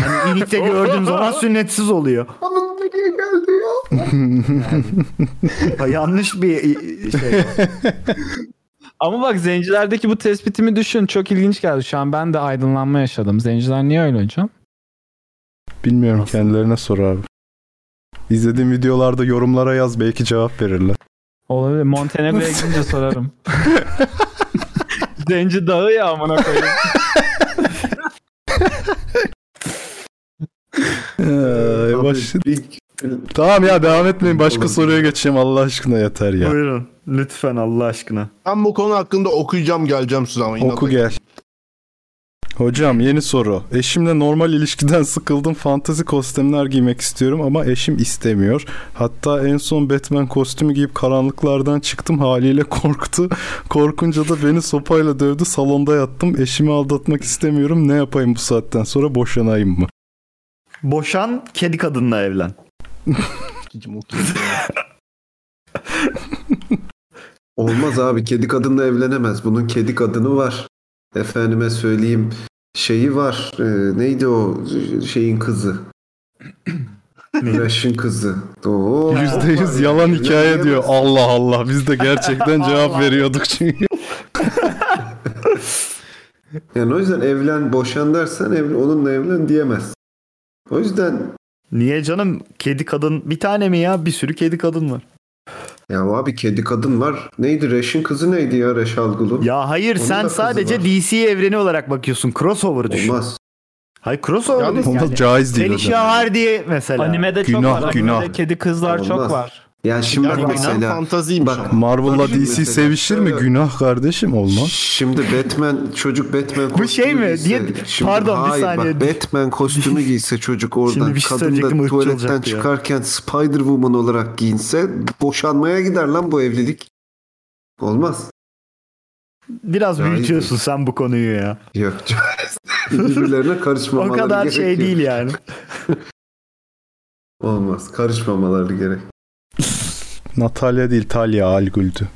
hani inikte gördüğüm zaman sünnetsiz oluyor.
Onun nereye geldi ya?
Ha, [laughs] yanlış bir i- şey.
Ama bak zencilerdeki bu tespitimi düşün. Çok ilginç geldi. Şu an ben de aydınlanma yaşadım. Zenciler niye öyle hocam?
Bilmiyorum kendilerine sor abi. İzlediğim videolarda yorumlara yaz belki cevap verirler.
Olabilir.
[laughs]
Montenegro'ya gidince sorarım. Zenci dağı ya amına koyayım.
Ee,
Abi,
baş...
bir-
Tamam ya devam etmeyin başka soruya geçeyim Allah aşkına yeter ya.
Buyurun. Lütfen Allah aşkına.
Ben bu konu hakkında okuyacağım geleceğim size ama.
Oku gel. Hocam yeni soru. Eşimle normal ilişkiden [laughs] sıkıldım. Fantezi kostümler giymek istiyorum ama eşim istemiyor. Hatta en son Batman kostümü giyip karanlıklardan çıktım. Haliyle korktu. Korkunca da beni sopayla dövdü. Salonda yattım. Eşimi aldatmak istemiyorum. Ne yapayım bu saatten sonra boşanayım mı?
Boşan kedi kadınla evlen.
Olmaz abi kedi kadınla evlenemez. Bunun kedi kadını var. Efendime söyleyeyim şeyi var. Ee, neydi o şeyin kızı? Güneşin kızı. Oo.
%100 yalan hikaye diyor.
Evlenemez.
Allah Allah. Biz de
[laughs]
gerçekten cevap veriyorduk çünkü.
Yani o yüzden evlen boşan dersen evlen, onunla evlen diyemez. O yüzden
Niye canım? Kedi kadın bir tane mi ya? Bir sürü kedi kadın var.
ya abi kedi kadın var. Neydi Reş'in kızı neydi ya Reş Algulu?
Ya hayır
Onun da
sen
kızı
sadece
var.
DC evreni olarak bakıyorsun. Crossover düşün.
Olmaz.
Hayır crossover
Yalnız
düşün.
Onda
Yani.
caiz değil. hocam.
Felicia Hardy mesela.
Animede çok
Günah,
var. Animede
günah.
Kedi kızlar çok
Olmaz.
var.
Yani şimdi bak
Bak
mesela.
fantaziymiş
Bak,
ama.
Marvel'la
Kardeşim
DC
mesela.
sevişir mi?
Evet.
Günah kardeşim olmaz.
Şimdi Batman çocuk Batman kostümü
şey mi?
giyse-
Diye-
Şimdi
Pardon, bir
hayır,
saniye.
Bak, Batman kostümü giyse çocuk oradan
Şimdi bir şey
kadın
söyleyecektim,
da
ırkçı
tuvaletten
olacaktı ya.
çıkarken Spider Woman olarak giyinse boşanmaya gider lan bu evlilik. Olmaz.
Biraz
Caiz
büyütüyorsun sen bu konuyu ya.
Yok. [laughs] Birbirlerine
O
karışmamaları
kadar şey
gerekiyor.
değil yani.
Olmaz. Karışmamaları gerek.
Natalya değil Talya Algül'dü.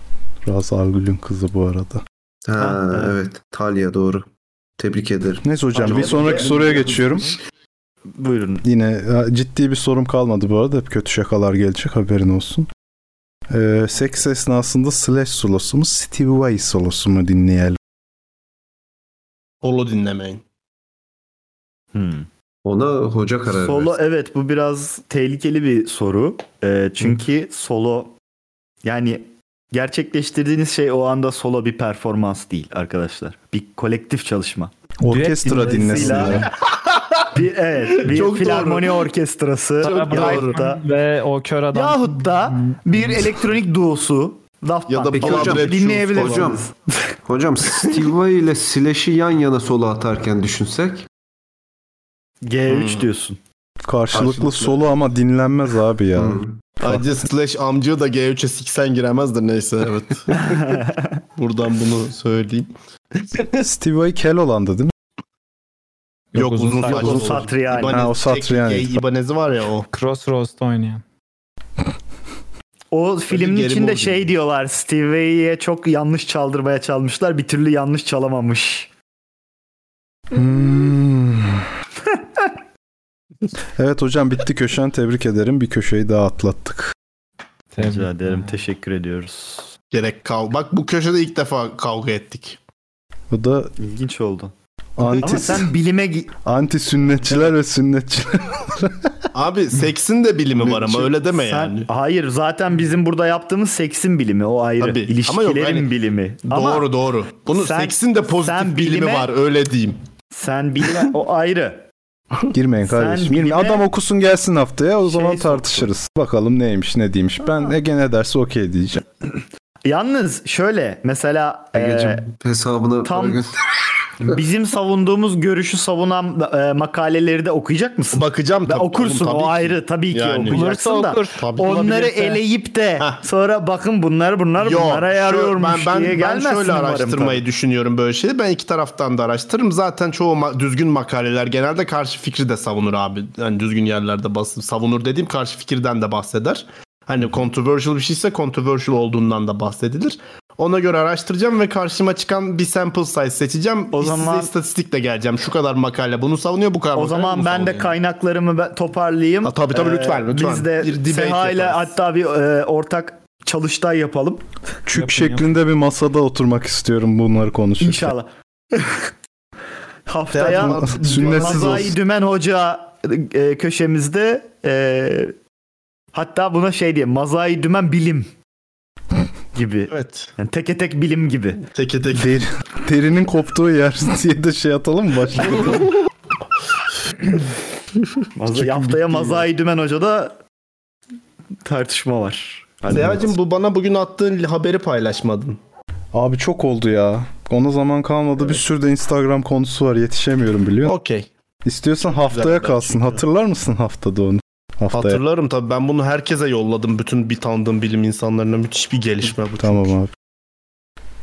Raz Algül'ün kızı bu arada.
Ha,
Ha, evet.
evet. Talya doğru. Tebrik ederim.
Neyse hocam
Acaba-
bir sonraki soruya geçiyorum.
Buyurun.
Yine e, ciddi bir sorum kalmadı bu arada. Hep kötü şakalar gelecek haberin olsun. Ee, seks esnasında Slash solosu mu Stevie Vai solosu mu dinleyelim?
Polo dinlemeyin.
Hmm.
Ona hoca karar
Solo e-
versin.
evet bu biraz tehlikeli bir soru. Ee, çünkü solo yani gerçekleştirdiğiniz şey o anda solo bir performans değil arkadaşlar. Bir kolektif çalışma.
Orkestra dinlesin ya.
[laughs]
Bir, evet bir
Çok doğru.
filarmoni orkestrası
Sarah
yahut da,
Brightman ve o kör adam.
yahut da bir elektronik duosu Daft
Ya da
Punk
Peki
falan
hocam,
dinleyebilirsiniz.
hocam. Hocam Steve Vai ile Slash'i yan yana solo atarken düşünsek.
G3
Hmm.
diyorsun.
Karşılıklı
Karşılıklı.
solo ama dinlenmez abi ya. [laughs]
Hmm.
Hı.
Ayrıca Slash amcığı da G3'e siksen giremez de neyse evet. [laughs] Buradan bunu söyleyeyim.
Stevie Vai Keloğlan'dı değil mi?
Yok, uzun saç.
Yok, o Satriani.
İbanez,
Ha, o
tek
Satriani.
gay İbanez'i var ya o.
Crossroads'ta oynayan.
O filmin
geri
içinde
buldu.
şey diyorlar. Steve Vai'ye çok yanlış çaldırmaya çalmışlar. Bir türlü yanlış çalamamış.
Hmm. [laughs] evet hocam bitti köşen tebrik ederim. Bir köşeyi daha atlattık.
Rica ederim. Teşekkür ediyoruz.
Gerek kav. Bak bu köşede ilk defa kavga ettik.
Bu da
İlginç oldu. Ama
anti,
sen bilime gi-
anti sünnetçiler ve sünnetçiler.
Abi seksin de bilimi var ama
Çünkü
öyle [laughs] deme
sen-
yani.
Hayır zaten bizim burada yaptığımız seksin bilimi o ayrı.
Tabii. Ama yok,
İlişkilerin
hani-
bilimi. Ama
doğru doğru. Bunun
sen-
seksin de pozitif
sen
bilimi
bilime-
var öyle diyeyim.
sen bilme o ayrı.
[laughs] Girmeyin
Sen
kardeşim. girmeyin.
bilime-
Adam okusun gelsin haftaya o
Şey
zaman
soktun.
tartışırız. Bakalım neymiş ne değilmiş. Ben Ege ne derse okey diyeceğim.
Yalnız şöyle mesela e,
Ee, Hesabına
Tam-
para gönder.
bizim savunduğumuz görüşü savunan e, makaleleri de okuyacak mısın?
Bakacağım
Ve
tabii.
okursun
oğlum, tabii
o
ki.
ayrı tabii ki
Yani.
okuyacaksın
Bulursa
da.
okur.
Tabii.
Onları
Olabilirse.
eleyip de
Heh.
sonra bakın bunlar bunlar
Yok,
bunlara
şö-
yarıyormuş
ben, ben,
diye
ben
gelmezsin
şöyle
umarım
araştırmayı düşünüyorum böyle şeyi. Ben iki taraftan da araştırırım. Zaten çoğu ma- düzgün makaleler genelde karşı fikri de savunur abi. Yani düzgün yerlerde basıp savunur dediğim karşı fikirden de bahseder. Hani controversial bir şeyse controversial olduğundan da bahsedilir. Ona göre araştıracağım ve karşıma çıkan bir sample size seçeceğim.
O
O
zaman-
zaman istatistikle geleceğim. Şu kadar makale bunu savunuyor, bu kadar
O
makale
zaman
bunu
ben de
savunuyor.
kaynaklarımı ben toparlayayım. Ee,
Ha, tabii, tabii, lütfen, lütfen.
Biz de
Bir debate
Seha ile
yaparız. Şey,
hatta bir e, ortak çalıştay yapalım
[laughs] Küp
Yapın,
şeklinde bir masada oturmak istiyorum bunları
şey. [laughs]
konuşurken.
inşallah. Haftaya
Teatro- [laughs] sünnetsiz
Hazai
olsun.
Dümen Hoca e, köşemizde e, hatta buna şey diye Mazai Dümen bilim [laughs] gibi.
Evet.
Yani teke tek bilim gibi.
Teke teke.
Deri- derinin koptuğu yer [laughs] diye de şey atalım mı başlıkta?
Mazai, haftaya Mazai Dümen Hoca'da tartışma var.
Seyacım bu bana bugün attığın haberi paylaşmadın.
[laughs] Abi çok oldu ya. Ona zaman kalmadı. Bir sürü de Instagram konusu var. Yetişemiyorum biliyor musun?
Okey.
İstiyorsan haftaya
Güzel, ben
kalsın.
çünkü-
Hatırlar mısın haftada onu? Haftaya.
Hatırlarım tabii ben bunu herkese yolladım. Bütün bir tanıdığım bilim insanlarına müthiş bir gelişme bu.
Tamam abi.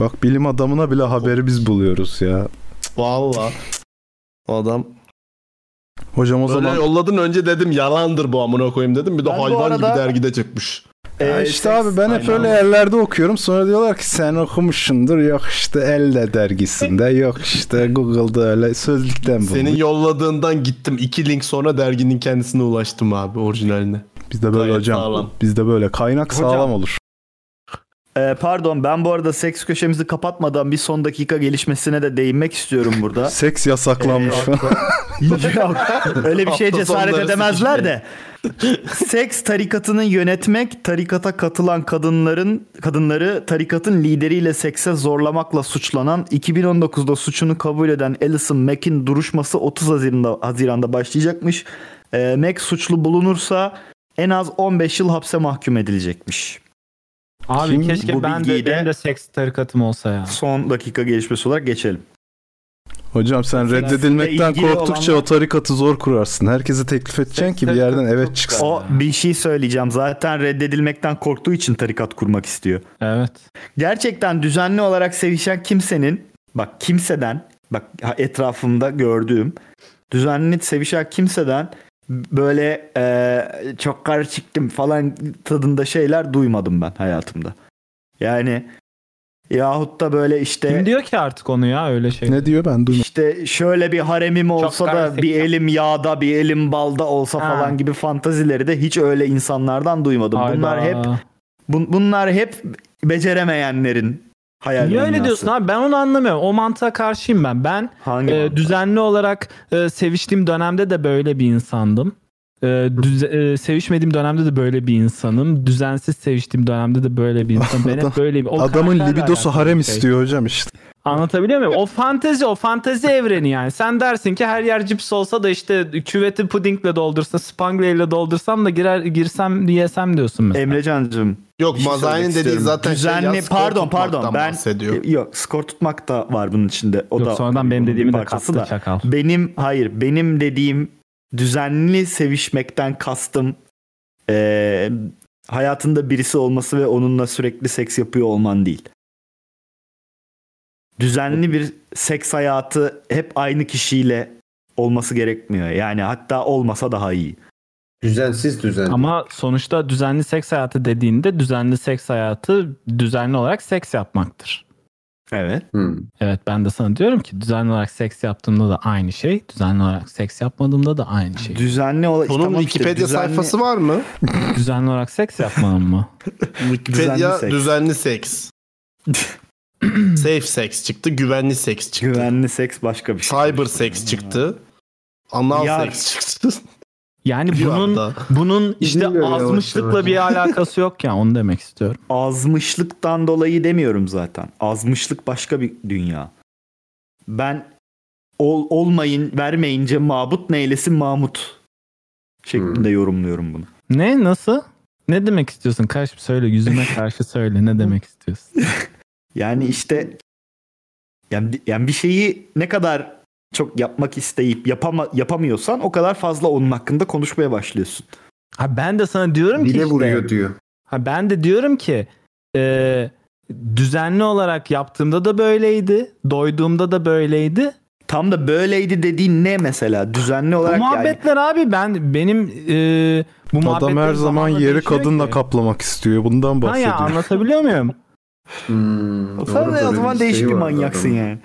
Bak bilim adamına bile haberi biz buluyoruz ya.
Valla. Adam.
Hocam o
Böyle
zaman
yolladın önce dedim yalandır bu amına koyayım dedim. Bir de
Ben bu
hayvan
arada-
gibi dergide çıkmış.
Ya
E,
işte
seks-
abi ben hep
Aynen.
öyle yerlerde okuyorum. Sonra diyorlar ki sen okumuşsundur. Yok işte Elle dergisinde. Yok işte Google'da öyle sözlükten bu.
Senin yolladığından gittim. iki link sonra derginin kendisine ulaştım abi orijinaline.
Bizde böyle
Gayet
hocam.
sağlam.
Bizde böyle kaynak
Hocam.
sağlam olur.
Ee, pardon ben bu arada seks köşemizi kapatmadan bir son dakika gelişmesine de değinmek istiyorum burada.
Seks yasaklanmış.
Yok, öyle bir şeye
Hafta
cesaret
sonları
edemezler de. Seks tarikatını yönetmek, tarikata katılan kadınların kadınları tarikatın lideriyle sekse zorlamakla suçlanan 2019'da suçunu kabul eden Alison Mack'in duruşması 30 Haziran'da, Haziran'da başlayacakmış. Ee, Mack suçlu bulunursa en az 15 yıl hapse mahkum edilecekmiş.
Abi
Kim
keşke
bu
ben de,
bilgiyi de-
benim de seks tarikatım olsa ya.
Son dakika gelişmesi olarak geçelim.
[laughs] Hocam sen
Mesela
reddedilmekten
ilgili
korktukça
olanlar-
o tarikatı zor kurarsın. Herkese teklif edeceksin ki bir
tarikatı
yerden evet
çok
çıksın.
güzel.
O bir şey söyleyeceğim. Zaten reddedilmekten korktuğu için tarikat kurmak istiyor.
Evet.
Gerçekten düzenli olarak sevişen kimsenin bak kimseden bak etrafımda gördüğüm düzenli sevişen kimseden böyle e, çok karı çıktım falan tadında şeyler duymadım ben hayatımda. Yani yahut da böyle işte
Kim diyor ki artık onu ya öyle şey.
Ne diyor ben duymadım.
işte şöyle bir haremim olsa da
karışık
bir elim yağda bir elim balda olsa
Ha.
falan gibi fantazileri de hiç öyle insanlardan duymadım.
Hayda.
Bunlar hep bun- bunlar hep beceremeyenlerin hayal
Niye öyle
dünyası.
diyorsun abi? Ben onu anlamıyorum. O mantığa karşıyım ben. Ben
Hangi
e,
mantık?
düzenli olarak e, seviştiğim dönemde de böyle bir insandım. E, düze- e, sevişmediğim dönemde de böyle bir insanım. Düzensiz seviştiğim dönemde de böyle bir insanım. Ben
Adam-
hep böyleyim. O
Adamın
karakterle
libidosu
alakalı
harem
bir şey.
istiyor hocam işte.
Anlatabiliyor muyum? O fantezi, o fantezi evreni yani. Sen dersin ki her yer cips olsa da işte küveti pudingle doldursa, spangleyle doldursam da girer girsem yesem diyorsun
E,
mesela.
Emrecan'cığım
Yok
Bir şey
Mazai'nin
söylemek
dediği
istiyorum.
zaten
Düzenli-
şey ya, skor
pardon,
tutmaktan
pardon, ben-
bahsediyor.
yok skor tutmak da var bunun içinde. O
Yok
da
sonradan benim dediğimi
bir
de
parçası
kastı çakal.
Benim hayır benim dediğim düzenli sevişmekten kastım eee, hayatında birisi olması ve onunla sürekli seks yapıyor olman değil. Düzenli bir seks hayatı hep aynı kişiyle olması gerekmiyor. Yani hatta olmasa daha iyi.
[laughs] Düzensiz düzen.
Ama sonuçta düzenli seks hayatı dediğinde düzenli seks hayatı düzenli olarak seks yapmaktır.
Evet.
Hmm.
Evet ben de sana diyorum ki düzenli olarak seks yaptığımda da aynı şey. Düzenli olarak seks yapmadığımda da aynı şey.
Düzenli olarak
Onun Wikipedia sayfası var mı?
düzenli olarak seks yapmanın mı?
Wikipedia
seks. Hmm.
düzenli seks. Safe sex çıktı, güvenli seks çıktı.
[laughs] Güvenli seks başka bir şey.
Cyber sex çıktı. Anal
Yar.
seks çıktı. [laughs]
Yani
Bir
bunun
anda.
bunun işte
Bilmiyorum ya,
[laughs]
azmışlıkla bir alakası yok ya onu demek istiyorum.
azmışlıktan dolayı demiyorum zaten. Azmışlık başka bir dünya. Ben ol, olmayın vermeyince mabut neylesin Mahmut
Hmm.
şeklinde yorumluyorum bunu.
Ne nasıl? Ne demek istiyorsun? Karşı
[laughs]
söyle yüzüme karşı söyle ne demek istiyorsun?
Yani işte yani, bi- yani bir şeyi ne kadar çok yapmak isteyip yapama, yapamıyorsan o kadar fazla onun hakkında konuşmaya başlıyorsun.
Ha ben de sana diyorum ki
Dile
işte-
vuruyor diyor.
Ha ben de diyorum ki e, düzenli olarak yaptığımda da böyleydi. Doyduğumda da böyleydi.
Tam da böyleydi dediğin ne mesela? Düzenli olarak
bu
yani.
muhabbetler abi ben benim e, bu
Adam
muhabbetler
her zaman
zamanla
yeri
değişiyor
kadınla
ki.
kaplamak istiyor. Bundan
Ha ya
bahsediyor.
anlatabiliyor muyum?
Hmm,
Sen
doğru,
de
böyle
o zaman
bir
değişik
şey
bir
vardı
manyaksın
[laughs] adamın.
yani.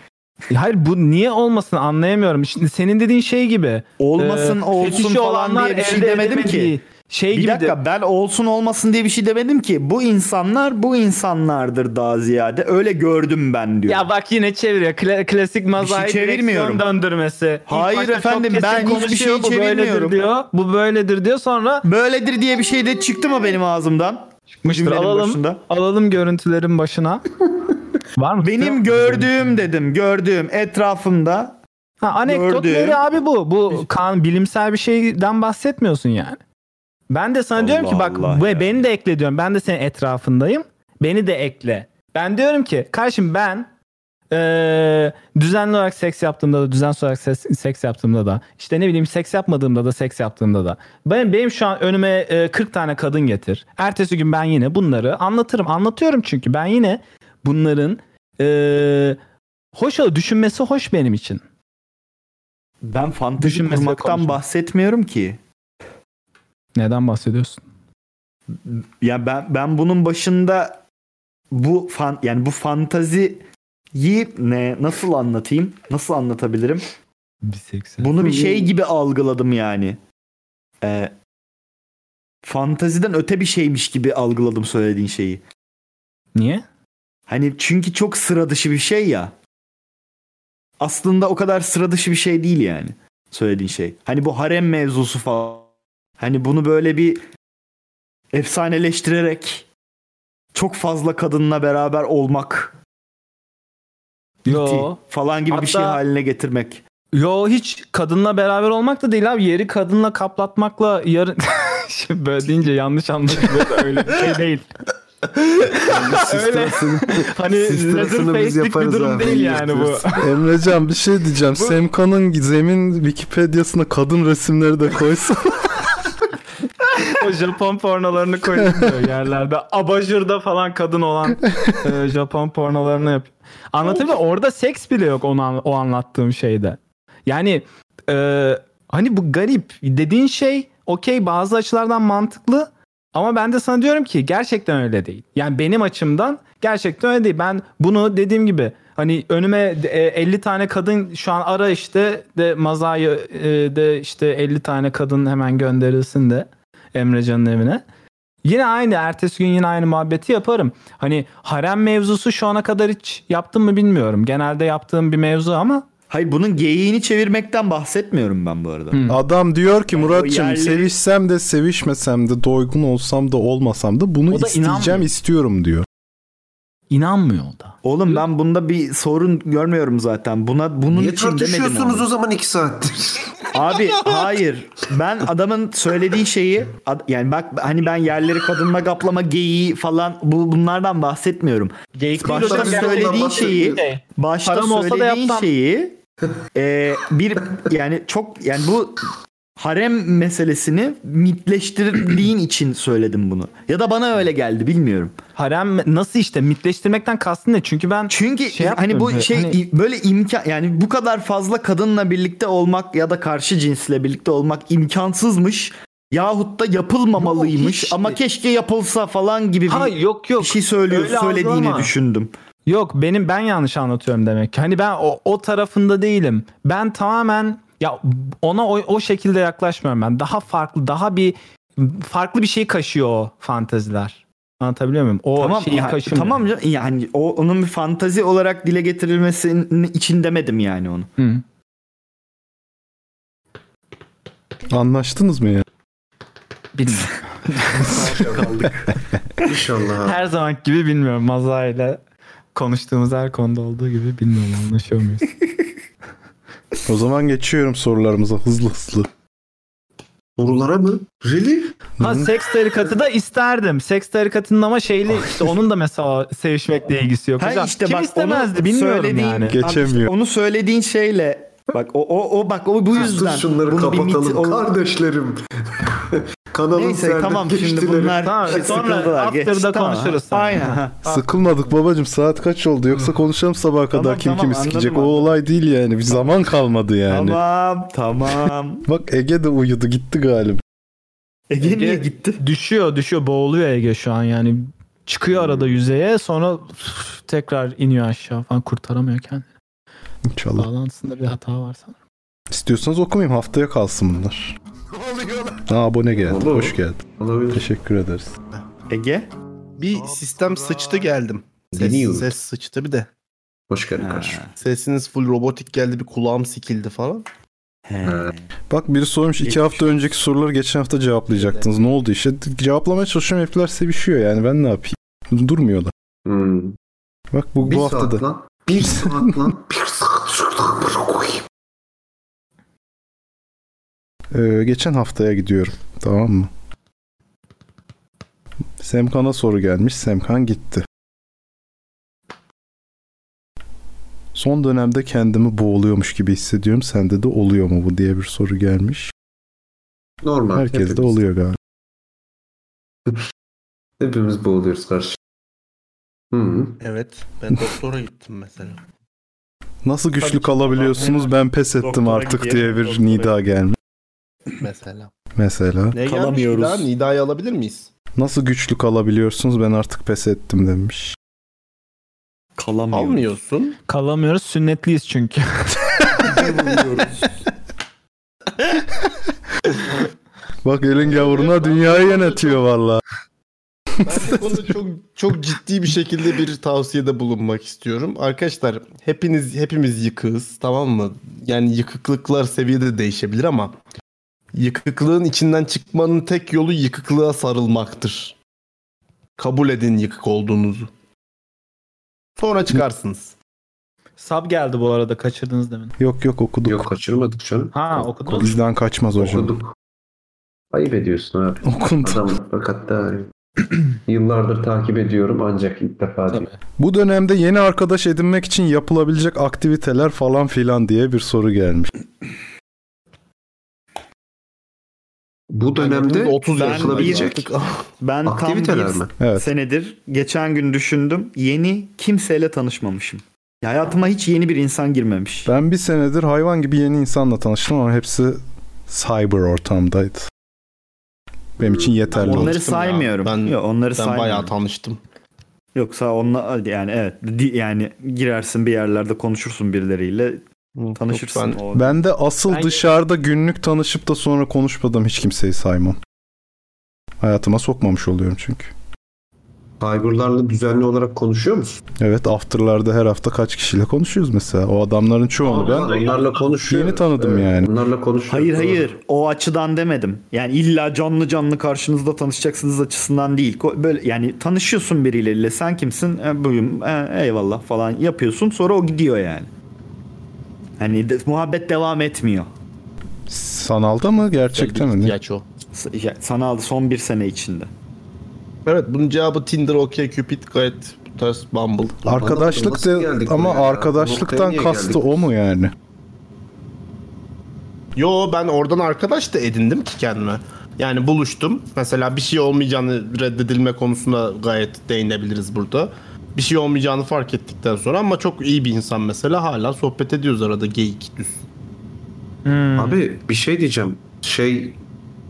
Hayır bu niye olmasın anlayamıyorum. Şimdi senin dediğin şey gibi.
Olmasın
e,
olsun
fetişi
falan
olanlar
diye bir şey
elde
demedim ki.
edemediği Şey
bir
gibi
dakika
de,
ben olsun olmasın diye bir şey demedim ki. Bu insanlar bu insanlardır daha ziyade. Öyle gördüm ben diyor.
ya bak yine çeviriyor. Kla- klasik mazai
şey çevirmiyorum.
direksiyon döndürmesi. İlk
Hayır
başta çok
efendim,
kesin
ben hiçbir
konuşuyor,
şey
bu
çevirmiyorum.
böyledir diyor. Bu böyledir diyor. Sonra
Böyledir diye bir şey de çıktı mı benim ağzımdan?
Çıkmıştır.
Cümlenin
Alalım,
başında.
alalım görüntülerin başına. Var
[laughs]
mı?
Benim gördüğüm dedim. Gördüğüm etrafımda.
Ha, anekdot
gördüğüm-
veri abi bu. Bu kan bilimsel bir şeyden bahsetmiyorsun yani. Ben de sana
Allah
diyorum ki bak
Allah
ve
ya.
beni de ekle diyorum. Ben de senin etrafındayım. Beni de ekle. Ben diyorum ki kardeşim ben eee, düzenli olarak seks yaptığımda da düzensiz olarak ses- seks yaptığımda da işte ne bileyim seks yapmadığımda da seks yaptığımda da benim, benim şu an önüme e, 40 tane kadın getir. Ertesi gün ben yine bunları anlatırım. Anlatıyorum çünkü ben yine bunların eee hoş ol- düşünmesi hoş benim için.
Ben fantezi
Düşünmesine
kurmaktan
konuşma.
bahsetmiyorum ki.
Neden bahsediyorsun?
Ya ben ben bunun başında bu fan yani bu fantaziyi ne nasıl anlatayım? Nasıl anlatabilirim? Bunu bir şey gibi algıladım yani. Ee, fantaziden öte bir şeymiş gibi algıladım söylediğin şeyi.
Niye?
Hani çünkü çok sıra dışı bir şey ya. Aslında o kadar sıra dışı bir şey değil yani söylediğin şey. Hani bu harem mevzusu falan. Hani bunu böyle bir efsaneleştirerek çok fazla kadınla beraber olmak
Yo.
falan gibi bir şey
Hatta-
haline getirmek.
Yo hiç kadınla beraber olmak da değil abi. Yeri kadınla kaplatmakla yarın... [laughs] Şimdi böyle deyince yanlış anlaşılıyor da öyle bir şey değil. [laughs] öyle hani
Sisterasını
Leatherface'lik
biz
bir
yaparız
durum
abi,
değil
iyi
yani bu.
yapıyorsun.
[laughs] Emrecan bir şey diyeceğim. Semkan'ın zemin Wikipedia'sına kadın resimleri de
[laughs]
koysa.
o Japon pornolarını koyuyor yerlerde. Abajur'da falan kadın olan e, Japon pornolarını yapıyor. Anlatabiliyor muyum? Orada seks bile yok onu, an- o anlattığım şeyde. Yani e, hani bu garip dediğin şey okey bazı açılardan mantıklı ama ben de sana diyorum ki gerçekten öyle değil. Yani benim açımdan gerçekten öyle değil. Ben bunu dediğim gibi hani önüme e, 50 tane kadın şu an ara işte de mazayı e, de işte 50 tane kadın hemen gönderilsin de Emrecan'ın evine. Yine aynı ertesi gün yine aynı muhabbeti yaparım. Hani harem mevzusu şu ana kadar hiç yaptım mı bilmiyorum. Genelde yaptığım bir mevzu ama
Hayır bunun geyiğini çevirmekten bahsetmiyorum ben bu arada.
Adam diyor ki Muratçım
o yerleri-
sevişsem de sevişmesem de doygun olsam da olmasam da bunu
O da
isteyeceğim
inanmıyor.
istiyorum diyor.
inanmıyor o da.
Oğlum ben bunda bir sorun görmüyorum zaten. Buna bunun
Niye
için demedim
tartışıyorsunuz
onu.
o zaman iki saattir?
Abi hayır. Ben adamın söylediği şeyi ad- yani bak hani ben yerleri kadınla kaplama geyiği falan bu bunlardan bahsetmiyorum.
Geyik
Başta
hocam,
söylediğin
bundan
şeyi
bahsediyoruz.
başta
Param olsa da
söylediğin
yapsam.
şeyi e, bir yani çok yani bu harem meselesini mitleştirdiğin için söyledim bunu. Ya da bana öyle geldi bilmiyorum.
Harem nasıl işte mitleştirmekten kastın ne? Çünkü ben
Çünkü
Şey
hani bu
yapmıyorum.
şey
Hani-
böyle imkan yani bu kadar fazla kadınla birlikte olmak ya da karşı cinsle birlikte olmak imkansızmış yahut da yapılmamalıymış
Yok, hiç-
ama keşke yapılsa falan gibi bir,
ha yok yok.
bir şey söylüyor
Öyle
söylediğini
algılama.
düşündüm.
Yok benim ben yanlış anlatıyorum demek. Hani ben o, o tarafında değilim. Ben tamamen ya ona o, o şekilde yaklaşmıyorum ben. Daha farklı, daha bir farklı bir şey kaşıyor o fanteziler. Anlatabiliyor muyum? O
tamam
şeyi
ya-
kaşımıyor.
tamam ya- yani o, onun bir fantazi olarak dile getirilmesinin için demedim yani onu.
Hı.
Anlaştınız mı ya?
Bilmiyorum.
[laughs] İnşallah.
Her zaman gibi bilmiyorum. Maza ile konuştuğumuz her konuda olduğu gibi bilmiyorum anlaşıyor muyuz?
O zaman geçiyorum sorularımıza hızlı hızlı.
Sorulara mı? Really?
Ha seks tarikatı da isterdim. Seks tarikatının ama şeyli işte onun da mesela sevişmekle ilgisi yok.
Ha
Hocam,
işte
kim
bak,
istemezdi
onu
bilmiyorum
söylediğin- Abi
yani.
işte
Geçemiyor.
onu söylediğin şeyle bak o o, o bak o bu yüzden
Dur şunları
bunu bir mit-
kapatalım
o- [laughs]
kardeşlerim. Kanalın
Neyse tamam şimdi bunlar
Tamam,
şey,
sonra
sıkıldılar.
after'da
Geç, tamam.
konuşuruz sonra.
Aynen. ha.
Sıkılmadık babacım saat kaç oldu yoksa konuşalım sabaha kadar
Tamam,
kim
tamam,
kimi
anladım,
sikecek. O
anladım.
olay değil yani bir zaman kalmadı yani.
Tamam tamam.
Bak Ege de uyudu gitti galiba.
[laughs] Ege niye
Ege-
gitti?
Düşüyor düşüyor boğuluyor Ege şu an yani. Çıkıyor arada yüzeye sonra üf, tekrar iniyor aşağı falan kurtaramıyor kendini.
İnşallah.
Bağlantısında bir hata var sanırım.
İstiyorsanız okumayayım haftaya kalsın bunlar. Aa, abone geldi.
Olur.
Hoş geldin.
Olabilir.
Teşekkür ederiz.
Ege?
Bir sistem sıçtı geldim.
Deniyor.
Ses, ses sıçtı bir de.
Hoş geldin kardeşim.
Sesiniz full robotik geldi bir kulağım sikildi falan.
He.
Bak biri sormuş iki hafta önceki soruları geçen hafta cevaplayacaktınız. Ne oldu işte? Cevaplamaya çalışıyorum hepler sevişiyor yani ben ne yapayım? Durmuyorlar.
Hmm.
Bak bu,
Bir
bu
saat
hafta da.
lan. Bir saat lan. Bir saat.
Ee, geçen haftaya gidiyorum. Tamam mı? Semkan'a soru gelmiş. Semkan gitti. Son dönemde kendimi boğuluyormuş gibi hissediyorum. Sende de oluyor mu bu diye bir soru gelmiş.
Normal.
Herkes
hepimiz-
de oluyor galiba.
Hepimiz boğuluyoruz kardeşim. Hı.
Evet. Ben doktora gittim mesela.
Nasıl güçlü
Tabii ki,
kalabiliyorsunuz
adam
ben pes ettim
doktora
artık
gidiyor,
diye bir
doktora
nida gelmiş.
Mesela.
Mesela
Ne
Kalamıyoruz.
gelmiş Nida? Nida'yı alabilir miyiz?
nasıl güçlü kalabiliyorsunuz ben artık pes ettim demiş.
Kalamıyor.
Almıyorsun.
Kalamıyoruz sünnetliyiz çünkü. [laughs]
Bak elin gavuruna dünyayı yönetiyor valla.
Ben bu konuda çok çok ciddi bir şekilde bir tavsiyede bulunmak istiyorum. Arkadaşlar hepiniz hepimiz yıkığız tamam mı? Yani yıkıklıklar seviyede değişebilir ama yıkıklığın içinden çıkmanın tek yolu yıkıklığa sarılmaktır. Kabul edin yıkık olduğunuzu. Sonra çıkarsınız.
Sab geldi bu arada kaçırdınız demin.
Yok yok okuduk.
Yok kaçırmadık canım.
Ha okudunuz. mu?
Bizden kaçmaz hocam.
Okuduk. Ayıp ediyorsun abi.
Okundu.
Adam bak hatta yıllardır takip ediyorum ancak ilk defa değil.
Bu dönemde yeni arkadaş edinmek için yapılabilecek aktiviteler falan filan diye bir soru gelmiş.
Bu
Hepimiz
dönemde
30
ben
yaşılabilecek.
bir-
Ben tam bir
aktiviteler mi?
Evet.
senedir geçen gün düşündüm. Yeni kimseyle tanışmamışım. Ya Hayatıma hiç yeni bir insan girmemiş.
Ben bir senedir hayvan gibi yeni insanla tanıştım ama hepsi cyber ortamdaydı. Benim için yeterli oldu.
onları
tanıştım ya.
saymıyorum.
Ben-
Yok, onları
Ben
saymıyorum.
bayağı tanıştım.
Yoksa onunla yani evet di- yani girersin bir yerlerde konuşursun birileriyle tanışırsın.
Ben
o-
Ben de asıl
Ben-
dışarıda günlük tanışıp da sonra konuşmadığım hiç kimseyi saymam. Hayatıma sokmamış oluyorum çünkü.
Cyber'larla düzenli olarak konuşuyor musun?
Evet afterlarda her hafta kaç kişiyle konuşuyoruz mesela. O adamların çoğunu ben
onlarla konuşuyorum.
Yeni tanıdım yani.
Onlarla
Hayır
konuşuyorum.
hayır o açıdan demedim. Yani illa canlı canlı karşınızda tanışacaksınız açısından değil. Ko- Böyle yani tanışıyorsun biriyle sen kimsin? E, buyum. E, eyvallah falan yapıyorsun. Sonra o gidiyor yani. Hani de- muhabbet devam etmiyor.
sanalda mı gerçekte mi? Ne?
ihtiyaç o.
S- ya- Sanal son bir sene içinde.
Evet bunun cevabı Tinder, OkCupid, gayet bu tarz Bumble.
Arkadaşlık
Nasıl
de
geldik
ama
buraya ya?
arkadaşlıktan
Noktaya niye
kastı
geldik?
o mu yani?
Yo ben oradan arkadaş da edindim ki kendime. Yani buluştum. Mesela bir şey olmayacağını reddedilme konusunda gayet değinebiliriz burada. Bir şey olmayacağını fark ettikten sonra ama çok iyi bir insan mesela hala sohbet ediyoruz arada geyik düz.
Abi bir şey diyeceğim. Şey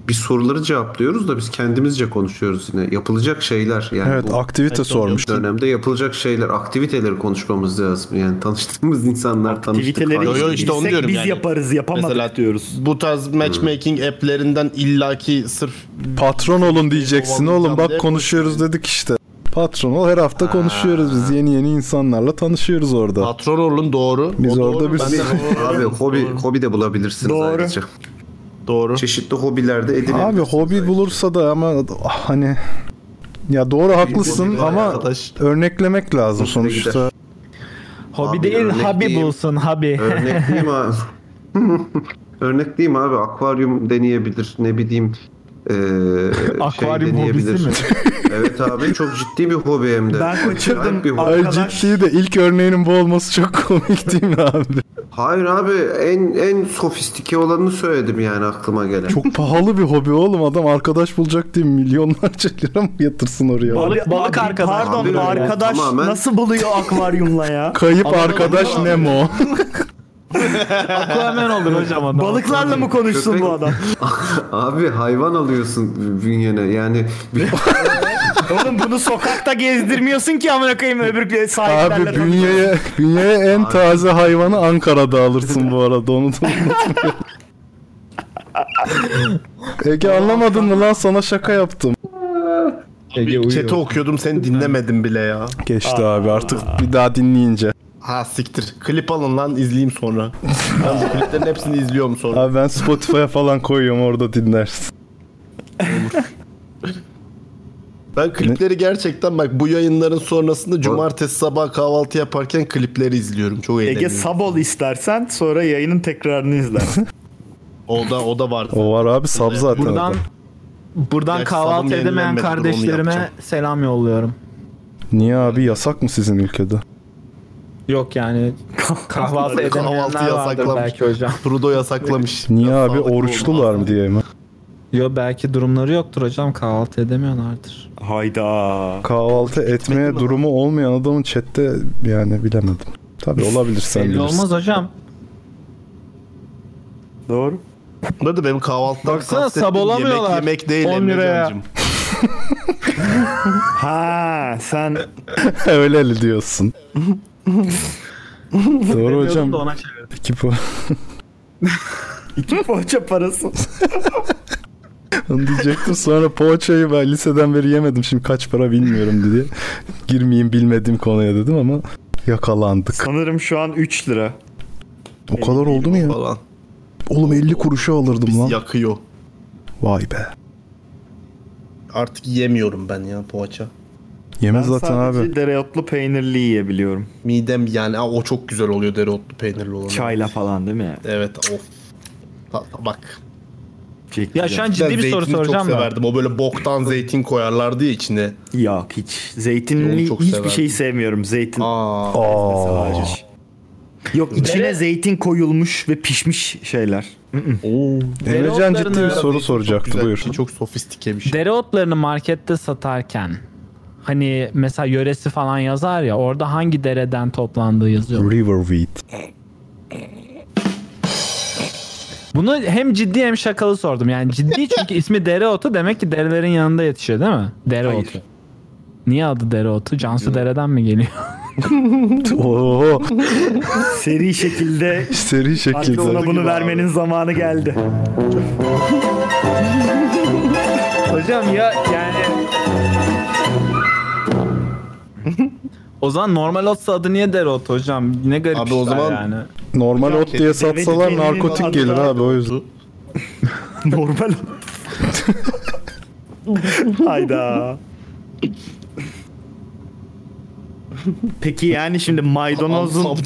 bir soruları cevaplıyoruz da biz kendimizce konuşuyoruz yine. Yapılacak şeyler yani
Evet
bu
aktivite sormuş.
dönemde yapılacak şeyler, aktiviteleri konuşmamız lazım. Yani tanıştığımız insanlar tanıştık.
Tweetleri
Yo,
falan.
yo, işte onu
bilsek
diyorum
biz
yani.
yaparız yapamadık
Mesela-
diyoruz.
Bu tarz matchmaking app'lerinden illaki sırf
Patron olun diyeceksin
Ovalın
oğlum bak
camide-
konuşuyoruz dedik işte. Patron ol her hafta konuşuyoruz biz yeni yeni insanlarla tanışıyoruz orada.
patron olun doğru.
Biz
O
orada
doğru.
bir-
Ben de-
Abi hobi hobi de bulabilirsiniz
Doğru.
ayrıca.
doğru.
Çeşitli hobilerde edinebilirsiniz.
Abi hobi bulursa da ama hani ya doğru haklısın
hobi
ama
arkadaş.
örneklemek lazım
Hoşuna gider.
sonuçta.
Hobi
Abi,
değil,
örnek
hobi
değil.
bulsun, hobi.
Örnekliyim abi. [laughs] Örnekliyim abi. Akvaryum deneyebilir. Ne bileyim. eee, şey
Akvaryum
deneyebilir.
hobisi mi?
[laughs] evet abi çok ciddi bir hobi hem de.
Ben kaçırdım.
Acayip bir hobi.
Ay
Arkadaş-
ciddi de ilk örneğinin bu olması çok [laughs] komik değil mi abi?
Hayır abi en en sofistike olanını söyledim yani aklıma gelen.
Çok pahalı bir hobi oğlum adam arkadaş bulacak diye milyonlarca lira mı yatırsın oraya?
Balık-
Abi-
balık
abi,
arkadaş.
Pardon
Abi,
arkadaş
tamamen-
nasıl buluyor akvaryumla ya?
Kayıp
Ama-
arkadaş
Ama-
Nemo.
Aquaman olur hocam adam.
Balıklarla mı konuşsun
Köpek-
bu adam?
Abi hayvan alıyorsun bünyene yani. Bir...
Oğlum bunu sokakta gezdirmiyorsun ki amına koyayım öbür sahiplerle.
Abi bünyeye, bünyeye en taze hayvanı Ankara'da alırsın bu arada onu da
[laughs]
unutmayalım. Ege anlamadın mı lan sana şaka yaptım.
Chat'i okuyordum seni dinlemedim bile ya.
Geçti abi artık bir daha dinleyince.
Ha siktir. Klip alın lan izleyeyim sonra. ben bu kliplerin hepsini izliyorum sonra.
Abi ben Spotify'a falan koyuyorum orada dinlersin.
Ben klipleri gerçekten bak bu yayınların sonrasında cumartesi sabah kahvaltı yaparken klipleri izliyorum. Çok
Ege
eğleniyorum.
Sabol istersen sonra yayının tekrarını izler.
O da o da var.
O var abi sab zaten.
Buradan
adam.
buradan
Gerçi sabun
kahvaltı edemeyen
yenilenmedi, dur onu
kardeşlerime
yapacağım.
selam yolluyorum.
Niye abi yasak mı sizin ülkede?
Yok yani kahvaltı edemeyenler
Kahvaltı
vardır
yasaklamış.
belki hocam.
Trudeau yasaklamış.
Niye
Biraz
abi
sağlıklı
oruçlular
olun.
mı diye mi?
Yo belki durumları yoktur hocam kahvaltı edemiyorlardır.
Hayda.
Kahvaltı etmeye durumu olmayan adamın chatte yani bilemedim. Tabii olabilir sen
Belli
bilirsin.
olmaz hocam.
Doğru.
Bu arada benim kahvaltıdan
Baksana,
kastettiğim
sabolamıyorlar.
Yemek, yemek değil
10
Emre
liraya.
Can'cığım.
Ha sen
[laughs] Öyle
[laughs]
diyorsun. Doğru hocam.
Da ona çevirdim.
İki puan.
iki poğaça parası.
[laughs] Onu diyecektim. Sonra poğaçayı ben liseden beri yemedim. Şimdi kaç para bilmiyorum diye. Girmeyeyim bilmediğim konuya dedim ama yakalandık.
Sanırım şu an 3 lira.
O kadar oldu mu ya?
Falan.
Oğlum 50 kuruşa alırdım lan.
Yakıyor.
Vay be.
Artık yemiyorum ben ya poğaça.
Yemez
Ben
zaten
sadece
abi.
dereotlu peynirli yiyebiliyorum.
Midem yani Aa, o çok güzel oluyor dereotlu peynirli olan.
Çayla falan değil mi?
Evet of. Ta- ta- bak.
Çekti
Ya şu an ciddi bir soru
zeytini
soracağım
çok
da.
severdim. O böyle boktan zeytin koyarlardı ya içine.
Yok hiç. Zeytinli
Onu çok
hiçbir
severdim.
şeyi sevmiyorum. Zeytin.
Aa.
Mesela hariç. Yok içine zeytin koyulmuş ve pişmiş şeyler.
Emrecan ciddi bir
Dereotlarını-
soru soracaktı.
Güzel bir
Buyur.
şey, çok sofistike bir şey.
Dereotlarını markette satarken hani mesela yöresi falan yazar ya orada hangi dereden toplandığı yazıyor.
Riverweed.
[laughs]
Bunu hem ciddi hem şakalı sordum. Yani ciddi çünkü ismi dereotu demek ki derelerin yanında yetişiyor değil mi? Dereotu.
Hayır.
Niye adı dereotu? Cansu dereden mi geliyor?
Oo,
Seri şekilde
seri
artık
şekilde.
ona bunu vermenin zamanı geldi.
Hocam ya yani... o zaman normal otsa adı niye dereotu hocam? Ne garip
Abi o
işler
zaman-
yani.
Normal ot diye
Deve'nin
satsalar
elinin adı
narkotik gelir
da-
abi o yüzden.
Normal. Hayda. Peki yani şimdi maydanozun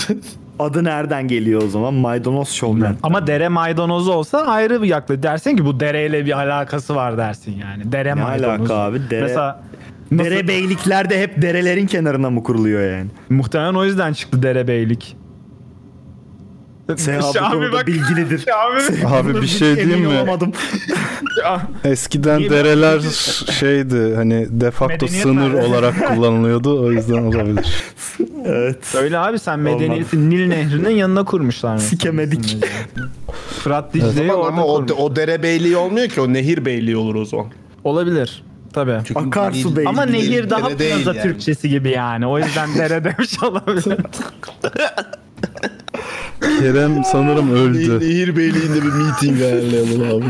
adı nereden geliyor o zaman? Maydanoz şovmen.
Ama dere maydanozu olsa ayrı bir yaklaşım. Dersin ki bu dereyle bir alakası var dersin yani. Dere
Ne
maydanozu.
alaka abi? Dere,
Mesela
dere beylikler de hep
[laughs]
derelerin kenarına mı kuruluyor yani?
muhtemelen o yüzden çıktı derebeylik. [laughs]
Seha bu
Şahin
konuda
bak-
bilgilidir.
Abi
Abi bir şey
Emin
diyeyim mi?
olamadım.
Eskiden
İyi,
dereler [laughs] şeydi hani de facto
Medeniyet
sınır
nerede?
olarak kullanılıyordu o yüzden olabilir.
Evet.
Öyle abi sen medeniyeti Nil Nehri'nin yanına kurmuşlar. mesela.
Sikemedik.
Fırat Dicle'yi
Tamam
orada
ama o,
kurmuş.
de- o dere beyliği olmuyor ki o nehir beyliği olur o zaman.
Olabilir. Tabii.
Akarsu Bey.
Ama nehir daha
dere değil
plaza
yani.
Türkçesi gibi yani. O yüzden dere demiş olabilir.
Kerem sanırım öldü.
Nehir beyliğinde bir meeting ayarlayalım abi.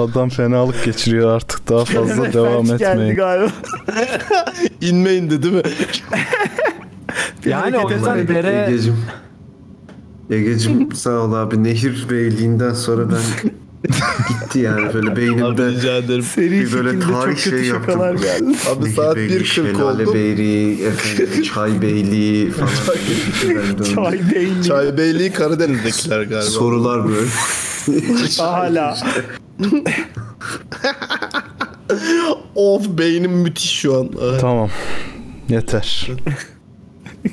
Adam fenalık geçiriyor artık daha fazla devam
Geldi
etmeyin.
galiba.
[laughs] İnmeyin de değil mi?
yani o yüzden
Ulan
dere...
Egecim. Egecim sağ ol abi. Nehir beyliğinden sonra ben gitti yani böyle
Abi
beynimde
rica ederim.
Seri
Bir böyle
şekilde çok
tarih
kötü
şey yaptım.
şakalar geldi.
Abi saat
Nehir beyliği,
1.40
Şelale
oldu.
beyliği, efendim, çay beyliği falan. gibi şeyler döndü.
Çay beyni.
Çay beyliği Karadeniz'dekiler galiba.
Sorular böyle.
Hala.
Of beynim müthiş şu an. Ah. Evet.
Tamam yeter.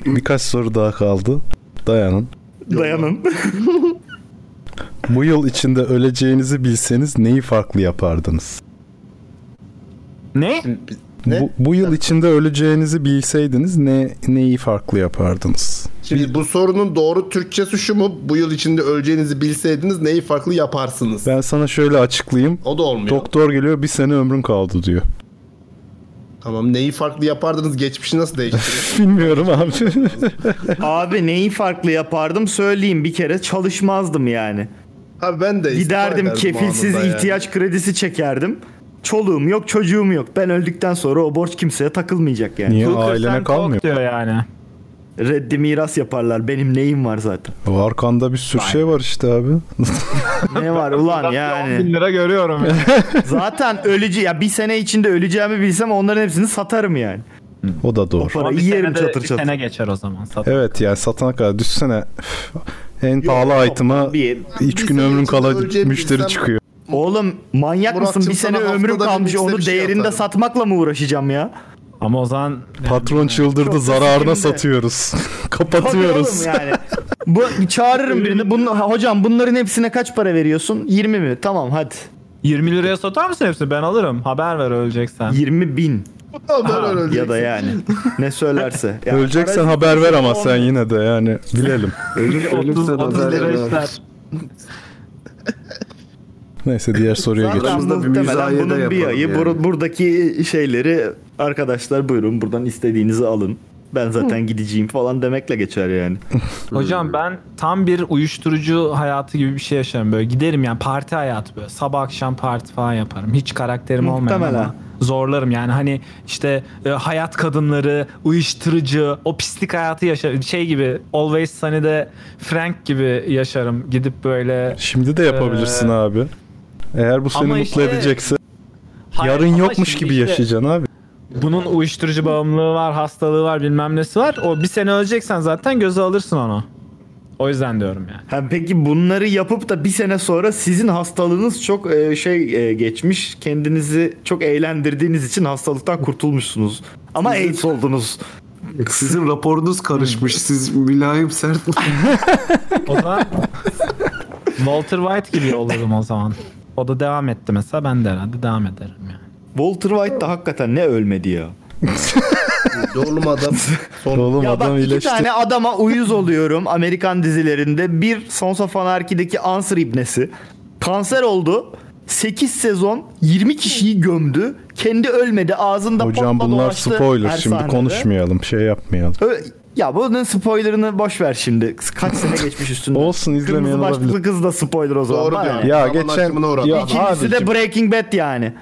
Birkaç soru daha kaldı. Dayanın. [laughs]
Dayanın.
Bu yıl içinde öleceğinizi bilseniz neyi farklı yapardınız?
Ne?
Ne?
Bu, bu yıl içinde öleceğinizi bilseydiniz ne neyi farklı yapardınız?
Şimdi bu sorunun doğru Türkçesi şu mu? Bu yıl içinde öleceğinizi bilseydiniz neyi farklı yaparsınız?
Ben sana şöyle açıklayayım.
O da olmuyor.
Doktor geliyor bir sene ömrün kaldı diyor. [laughs]
tamam neyi farklı yapardınız? Geçmişi nasıl değiştirir?
Bilmiyorum abi.
Abi neyi farklı yapardım söyleyeyim bir kere çalışmazdım yani.
[laughs] Abi ben de istifa
Giderdim
ederdim
kefilsiz
anında yani.
ihtiyaç kredisi çekerdim. Çoluğum yok çocuğum yok. Ben öldükten sonra o borç kimseye takılmayacak yani.
Niye
Hooker
ailene
sen
kalmıyor?
kalk diyor yani.
Reddi miras yaparlar. Benim neyim var
[laughs]
zaten.
Arkanda bir sürü şey var işte abi. [laughs]
Ne var ulan
Bin
yani.
lira görüyorum. ya.
Zaten ölücü ya bir sene içinde öleceğimi bilsem onların hepsini satarım yani.
O da doğru.
Para
Bir
yerim
sene de-
çatır
bir
çatır.
sene geçer o zaman. Sat.
Evet yani satana kadar düşsene. üf, En pahalı item'a
Bir,
3 gün
sene
ömrün
içinde
kala
öleceğim
müşteri
bilsem-
çıkıyor.
oğlum manyak
Muratçım
mısın? Bir
sana
sene ömrüm
haftada bir
kalmış.
mixte bir
Onu
şey
değerinde
atarım.
satmakla mı uğraşacağım ya?
Ama o zaman
Patron çıldırdı
Çok
zararına
üzgünüm de.
satıyoruz. [laughs]
Bakıyorum
Kapatıyoruz.
yani. Bu
[laughs]
çağırırım birini. Bunun, hocam bunların hepsine kaç para veriyorsun? 20 mi? Tamam hadi.
20 liraya satar mısın hepsini? Ben alırım. Haber ver öleceksen.
20 bin
Haber öleceksin.
ya da yani. Ne
[laughs]
söylerse. Ya
Öleceksen
para-
haber ver ama sen yine de yani
[laughs]
bilelim.
30, 30 lira ister.
Neyse diğer soruya geç.
Zaten
Aramızda bir
muhtemelen
müzayede
bunun bir
yapalım
yayı.
yani.
Bur- buradaki şeyleri arkadaşlar buyurun buradan istediğinizi alın. Ben zaten gideceğim falan demekle geçer yani.
Hocam ben tam bir uyuşturucu hayatı gibi bir şey yaşarım. Böyle giderim yani parti hayatı böyle. Sabah akşam parti falan yaparım. Hiç karakterim olmayan
Muhtemelen.
ama zorlarım. Yani hani işte e, hayat kadınları, uyuşturucu, o pislik hayatı yaşarım. Şey gibi Always Sunny'de Frank gibi yaşarım. Gidip böyle
Şimdi de yapabilirsin
Ee,
abi. Eğer bu seni
ama
mutlu
işte-
edecekse
Hayır,
yarın
ama
yokmuş
şimdi
gibi
işte
yaşayacaksın abi.
Bunun uyuşturucu bağımlılığı var, hastalığı var, bilmem nesi var. O bir sene öleceksen zaten göze alırsın onu. O yüzden diyorum yani.
Ha, peki bunları yapıp da bir sene sonra sizin hastalığınız çok e, şey e, geçmiş. Kendinizi çok eğlendirdiğiniz için hastalıktan kurtulmuşsunuz. Ama AIDS oldunuz.
Sizin raporunuz karışmış. Siz mülayim sert
O zaman Walter White gibi olurum o zaman. O da devam etti mesela ben de herhalde devam ederim yani.
Walter White da hakikaten ne ölmedi ya.
Oğlum [laughs] adam. Sonra
Oğlum
Ya
adam
bak iki
iyileşti.
tane adama uyuz oluyorum Amerikan dizilerinde. Bir Sons of Anarchy'deki Answer ibnesi. Kanser oldu. 8 sezon 20 kişiyi gömdü. Kendi ölmedi. Ağzında
Hocam
potla
bunlar
dolaştı
spoiler
her
şimdi
sahnede.
konuşmayalım şey yapmayalım.
Ö- Ya bunun spoilerını boş ver şimdi. Kaç
[laughs]
sene geçmiş üstünden.
Olsun, izlemeyen
Kırmızı başlıklı
olabilir.
kız da spoiler o zaman.
Doğru
Bana
diyorsun.
ne?
Ya
Zaman
geçen
aşımına uğradı.
ya
İkincisi
abi,
de Breaking Bad yani.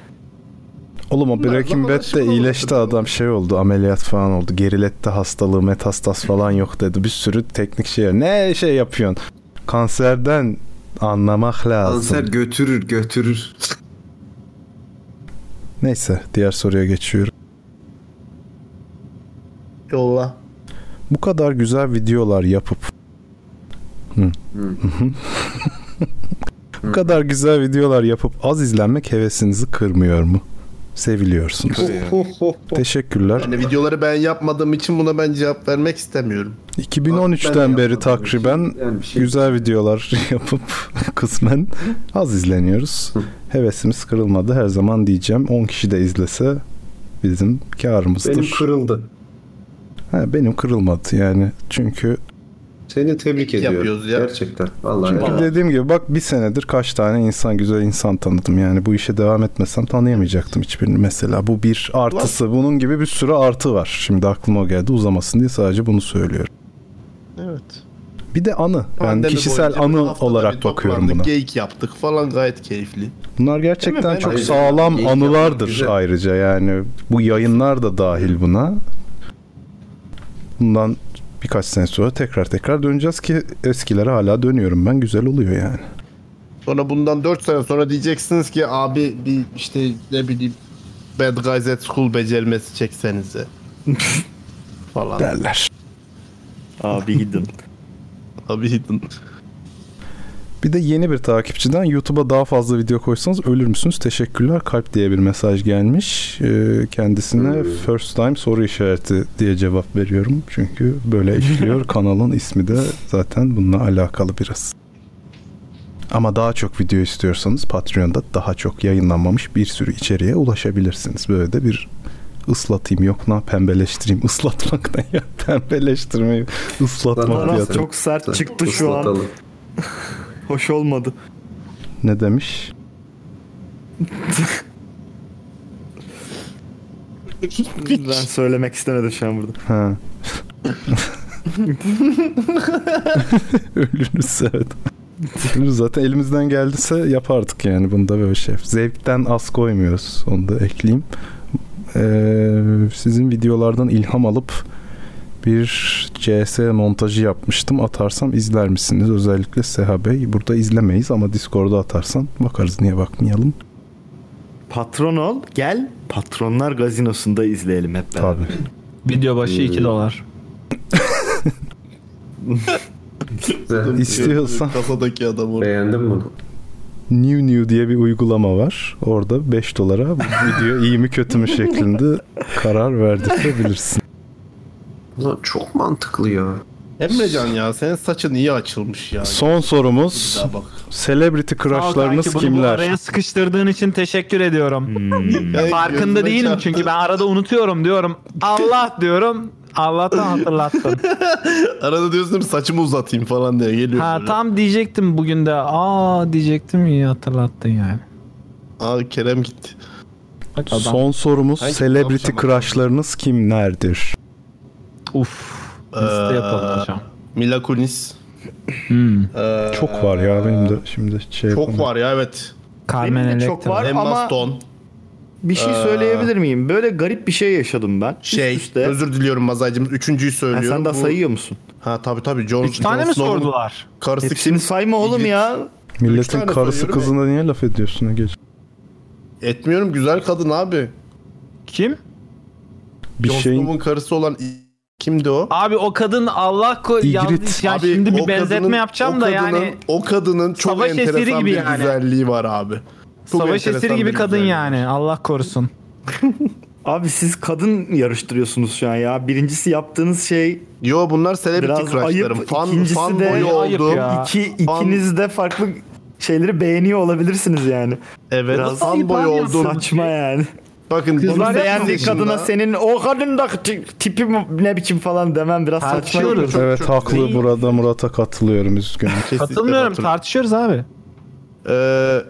oğlum o Breaking
Zaman
Bad'de
aşımına
iyileşti adam şey oldu ameliyat falan oldu. Geriletti hastalığı metastas falan yok dedi. Bir sürü teknik şey. Ne şey yapıyorsun? Kanserden anlamak lazım.
kanser götürür götürür.
Neyse diğer soruya geçiyorum.
yolla.
Bu kadar güzel videolar yapıp Hı. [laughs] Bu kadar güzel videolar yapıp az izlenmek hevesinizi kırmıyor mu? seviliyorsunuz. Teşekkürler.
Yani Hani videoları ben yapmadığım için buna ben cevap vermek istemiyorum.
Ben
2013'ten
de
beri
yapmadım.
takriben
Yani bir şey-
güzel videolar [laughs] yapıp kısmen az izleniyoruz. Hevesimiz kırılmadı her zaman diyeceğim. 10 kişi de izlese bizim karımızdır.
Benim kırıldı.
ha, benim kırılmadı yani. Çünkü
Seni tebrik ediyorum.
Yapıyoruz ya.
Gerçekten. Vallahi.
Çünkü
helal.
dediğim gibi bak bir senedir kaç tane insan güzel insan tanıdım. Yani bu işe devam etmesem tanıyamayacaktım hiçbirini. Mesela bu bir artısı. Bunun gibi bir sürü artı var. Şimdi aklıma o geldi uzamasın diye sadece bunu söylüyorum.
Evet.
Bir de anı. Ben
Pandemi
kişisel
boyunca bir
anı
haftada bir
olarak bakıyorum
toplandık,
buna.
Geyik yaptık falan gayet keyifli.
Bunlar gerçekten
Ben-
çok
Ayrıca
sağlam
iyi
anılardır
yapmak güzel.
ayrıca yani bu yayınlar da dahil buna. Bundan birkaç sene sonra tekrar tekrar döneceğiz ki eskilere hala dönüyorum ben güzel oluyor yani.
Sonra bundan 4 sene sonra diyeceksiniz ki abi bir işte ne bileyim Bad Guys at School becermesi
[laughs]
çeksenize. falan.
Derler.
Abi gidin.
Abi hidden.
Bir de yeni bir takipçiden YouTube'a daha fazla video koysanız ölür müsünüz? Teşekkürler kalp diye bir mesaj gelmiş. Ee, Kendisine first time soru işareti diye cevap veriyorum. Çünkü böyle işliyor. Kanalın ismi de zaten bununla alakalı biraz. Ama daha çok video istiyorsanız Patreon'da daha çok yayınlanmamış bir sürü içeriğe ulaşabilirsiniz. Böyle de bir ıslatayım yok lan pembeleştireyim. [laughs] Islatmak ne ya? Pembeleştirmeyi ıslatmak diye.
Aras
atıyorum.
çok sert çıktı şu an.
Islatalım.
Hoş olmadı.
Ne demiş?
Ben söylemek istemedim şu an burada.
Ha. [laughs] Ölürüz evet. Ölürüz zaten elimizden geldiyse yapardık yani bunda böyle şey. Zevkten az koymuyoruz. Onu da ekleyeyim. Ee, sizin videolardan ilham alıp bir CS montajı yapmıştım. Atarsam izler misiniz? Özellikle Seha Bey. Burada izlemeyiz ama Discord'da atarsan bakarız. Niye bakmayalım?
Patron ol, gel Patronlar Gazinosu'nda izleyelim hep beraber.
Tabii.
Video başı 2 dolar.
Güzel.
şey
İstiyorsan
Kasadaki adam orada.
Beğendim bunu.
New New diye bir uygulama var. Orada 5 dolara bu video iyi mi kötü mü şeklinde karar verdirtebilirsin.
Ulan çok mantıklı ya.
Emrecan ya senin saçın iyi açılmış ya.
Son sorumuz.
Ya bak.
Celebrity crushlarınız
Kanki, Bunu bu
kimler?
araya sıkıştırdığın için teşekkür ediyorum.
Ya gözüme
Farkında değilim
çarptı.
çünkü ben arada unutuyorum diyorum. Allah diyorum. Allah'tan hatırlattın.
Arada diyorsun değil mi, saçımı uzatayım falan diye geliyor.
ha
böyle.
tam diyecektim bugün de. Aa diyecektim iyi hatırlattın yani.
Aa Kerem gitti.
Bak adam.
Son sorumuz.
Hangi-
Celebrity
Yapacağım bakalım.
crushlarınız kimlerdir?
Uf. Liste
Ee,
yapalım hocam.
Mila Kunis.
Hmm.
Ee,
Çok var ya benim de şimdi şey
Çok
yapamam.
var ya evet.
Carmen
Benim de
Electra.
çok var.
Emma
Ama-
Stone.
Bir şey söyleyebilir miyim? Böyle garip bir şey yaşadım ben.
Şey
Üst üste.
özür diliyorum Mazaycığım. Üçüncüyü
Ha,
söylüyorum.
sen daha
Bu-
sayıyor musun?
Ha tabii tabii. John,
Üç tane
Jon
mi
Snow'un
sordular?
Karısı
Hepsini
kim?
sayma oğlum
İlginç.
ya.
Üç
Milletin
tane
karısı
soruyorum
kızına niye laf ediyorsun Ege?
Etmiyorum güzel kadın abi.
Kim?
Bir şey-
Jon
şeyin
Snow'un karısı olan i- kimdi o?
Abi o kadın Allah koy
İgrit.
yanlış. Yani
Abi,
şimdi
o
bir benzetme
kadının-
yapacağım
o
da
kadının-
yani
O kadının çok
Savaş esiri
enteresan
gibi
bir
yani.
güzelliği var abi. Çok
savaş
enteresan
esiri gibi
bir
kadın
güzelliği.
yani. Allah korusun.
Abi siz kadın yarıştırıyorsunuz şu an ya. Birincisi yaptığınız şey
Yo bunlar celebrity
Biraz
crushlarım.
ayıp.
Fan,
İkincisi
fan
de-
boyu
Ayıp
oldu.
ya.
iki
An-
ikiniz de farklı şeyleri beğeniyor olabilirsiniz yani.
Evet
Biraz
fan boyu
ayıp.
oldum.
Saçma yani.
Bakın
Onun
bunun
beğendiği
dışında-
kadına senin o kadın da ti- tipi mi- ne biçim falan demem biraz saçma.
Tartışıyoruz.
Çok- çok-
Evet
çok-
haklı burada Murat'a katılıyorum üzgünüm. [laughs]
Kesinlikle
Katılmıyorum
hatırlıyorum.
tartışıyoruz abi.
Ee,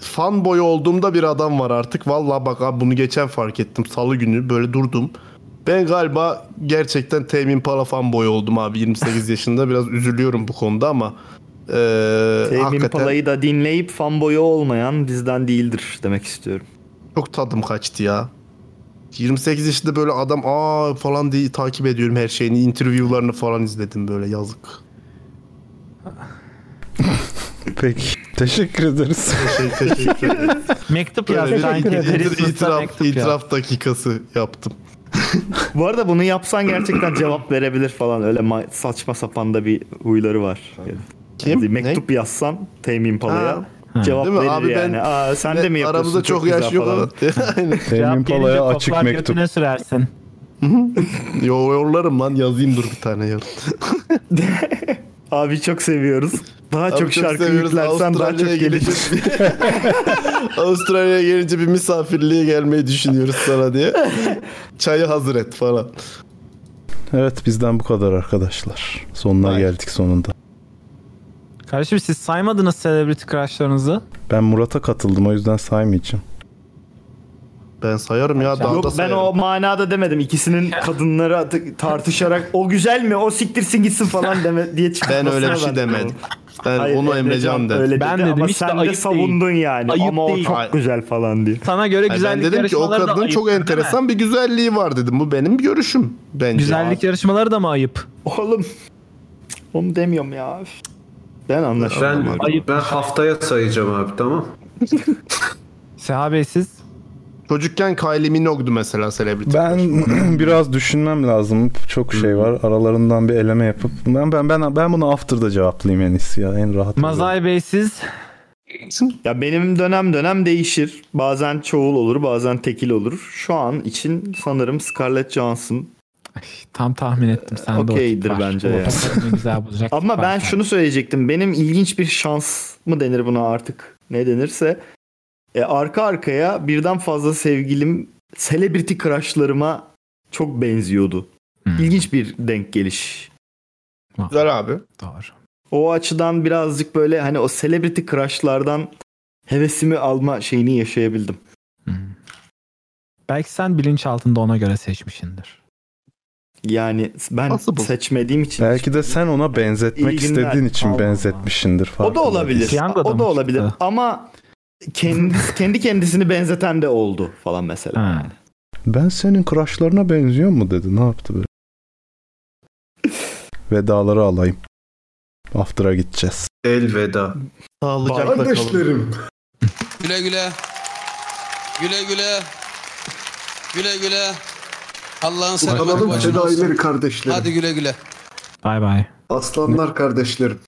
fan boyu olduğumda bir adam var artık. Vallahi bak abi bunu geçen fark ettim. Salı günü böyle durdum. Ben galiba gerçekten Temin Pala fan boyu oldum abi
[laughs]
28 yaşında. Biraz üzülüyorum bu konuda ama ee,
Emin
hakikaten
Pala'yı da dinleyip fanboyu olmayan bizden değildir demek istiyorum.
çok tadım kaçtı ya. 28 yaşında böyle adam aa falan diye takip ediyorum her şeyini. Interview'larını falan izledim böyle yazık.
Peki. Teşekkür ederiz.
Şey, teşekkür
[laughs]
ederim.
Mektup
Böyle
yazdı.
bir
sanki.
itiraf,
Christmas'ta
itiraf,
mektup yazdı.
itiraf dakikası yaptım.
Bu arada bunu yapsan gerçekten cevap verebilir falan. Öyle ma- saçma sapan da bir huyları var. Yani
Kim?
Mektup yazsan Temin Pala'ya. Cevap
Değil mi?
verir
Abi ben-
yani. Aa, sen de mi yapıyorsun?
Aramızda çok
güzel
yaş yok.
falan.
evet. [laughs] Aynen.
Cevap
Emin
gelince
Pala'ya
toplar
açık mektup.
götüne sürersin.
Yo, yorlarım lan yazayım dur bir tane ya.
Abi çok seviyoruz. Daha
Abi
çok, şarkı
seviyoruz.
yüklersen daha çok
Avustralya'ya
gelecek.
gelince- [laughs] Avustralya'ya gelince bir misafirliğe gelmeyi düşünüyoruz sana diye. Çayı hazır et falan.
Evet bizden bu kadar arkadaşlar. Sonuna geldik sonunda.
Kardeşim siz saymadınız Celebrity Crush'larınızı.
Ben Murat'a katıldım o yüzden saymayacağım.
Ben sayarım ya dağda
Yok ben
sayarım.
o manada demedim.
[laughs]
İkisinin kadınları tartışarak o güzel mi o siktirsin gitsin falan deme diye çıktı.
Ben öyle bir şey demedim. Ben
Hayır,
onu Emrecan dedi.
Öyle
Ben
dedi
dedim,
ama
hiç de
sen
ayıp
de
değil.
savundun yani.
Ayıp
ama
değil.
o çok
Hayır.
güzel falan diye.
Sana göre
Yani ben
güzellik
dedim ki o
yarışmaları da
kadın
ayıp,
çok
değil mi?
enteresan bir güzelliği var dedim. Bu benim görüşüm bence.
Güzellik yarışmaları da mı ayıp?
Oğlum onu demiyorum ya. Üf. Ben anlaşıyorum.
Ben, ben haftaya sayacağım abi tamam.
Seha Bey siz?
Çocukken Kylie Minogue'du mesela celebrity.
Ben [clears throat] biraz düşünmem lazım. Çok şey var. Aralarından bir eleme yapıp ben ben ben, ben bunu after'da cevaplayayım en iyisi ya. En rahat.
Mazay Bey siz?
Ya benim dönem dönem değişir. Bazen çoğul olur, bazen tekil olur. Şu an için sanırım Scarlett Johansson.
Tam tahmin ettim. Sen de o tip
Okeydir
var.
bence
O
ya.
fotoğrafını güzel bulacak.
Ama
tip
ben
var.
şunu söyleyecektim. Benim ilginç bir şans mı denir buna artık? Ne denirse. E, arka arkaya birden fazla sevgilim celebrity crushlarıma çok benziyordu.
Hmm.
İlginç bir denk geliş.
Güzel abi.
Doğru.
O açıdan birazcık böyle hani o celebrity crushlardan hevesimi alma şeyini yaşayabildim.
Belki sen bilinç altında ona göre seçmişindir.
Yani ben
Possible.
seçmediğim için.
Belki de sen ona benzetmek
İyi günler.
istediğin için
Allah
benzetmişindir
O da
farkında
olabilir.
değilsin.
Piyango da
O
mı
da olabilir.
çıktı?
Ama kendi, kendi kendisini benzeten de oldu falan mesela.
Ha.
Ben senin crushlarına benziyor mu dedi. Ne
[laughs]
yaptı böyle? Vedaları alayım. After'a gideceğiz.
Elveda.
Sağlıcakla kalın.
Kardeşlerim.
Güle güle. Güle güle. Güle güle. Allah'ın selamı
Utanalım
başına olsun.
fedaileri kardeşlerim.
Hadi güle güle.
Bay bay.
Aslanlar kardeşlerim.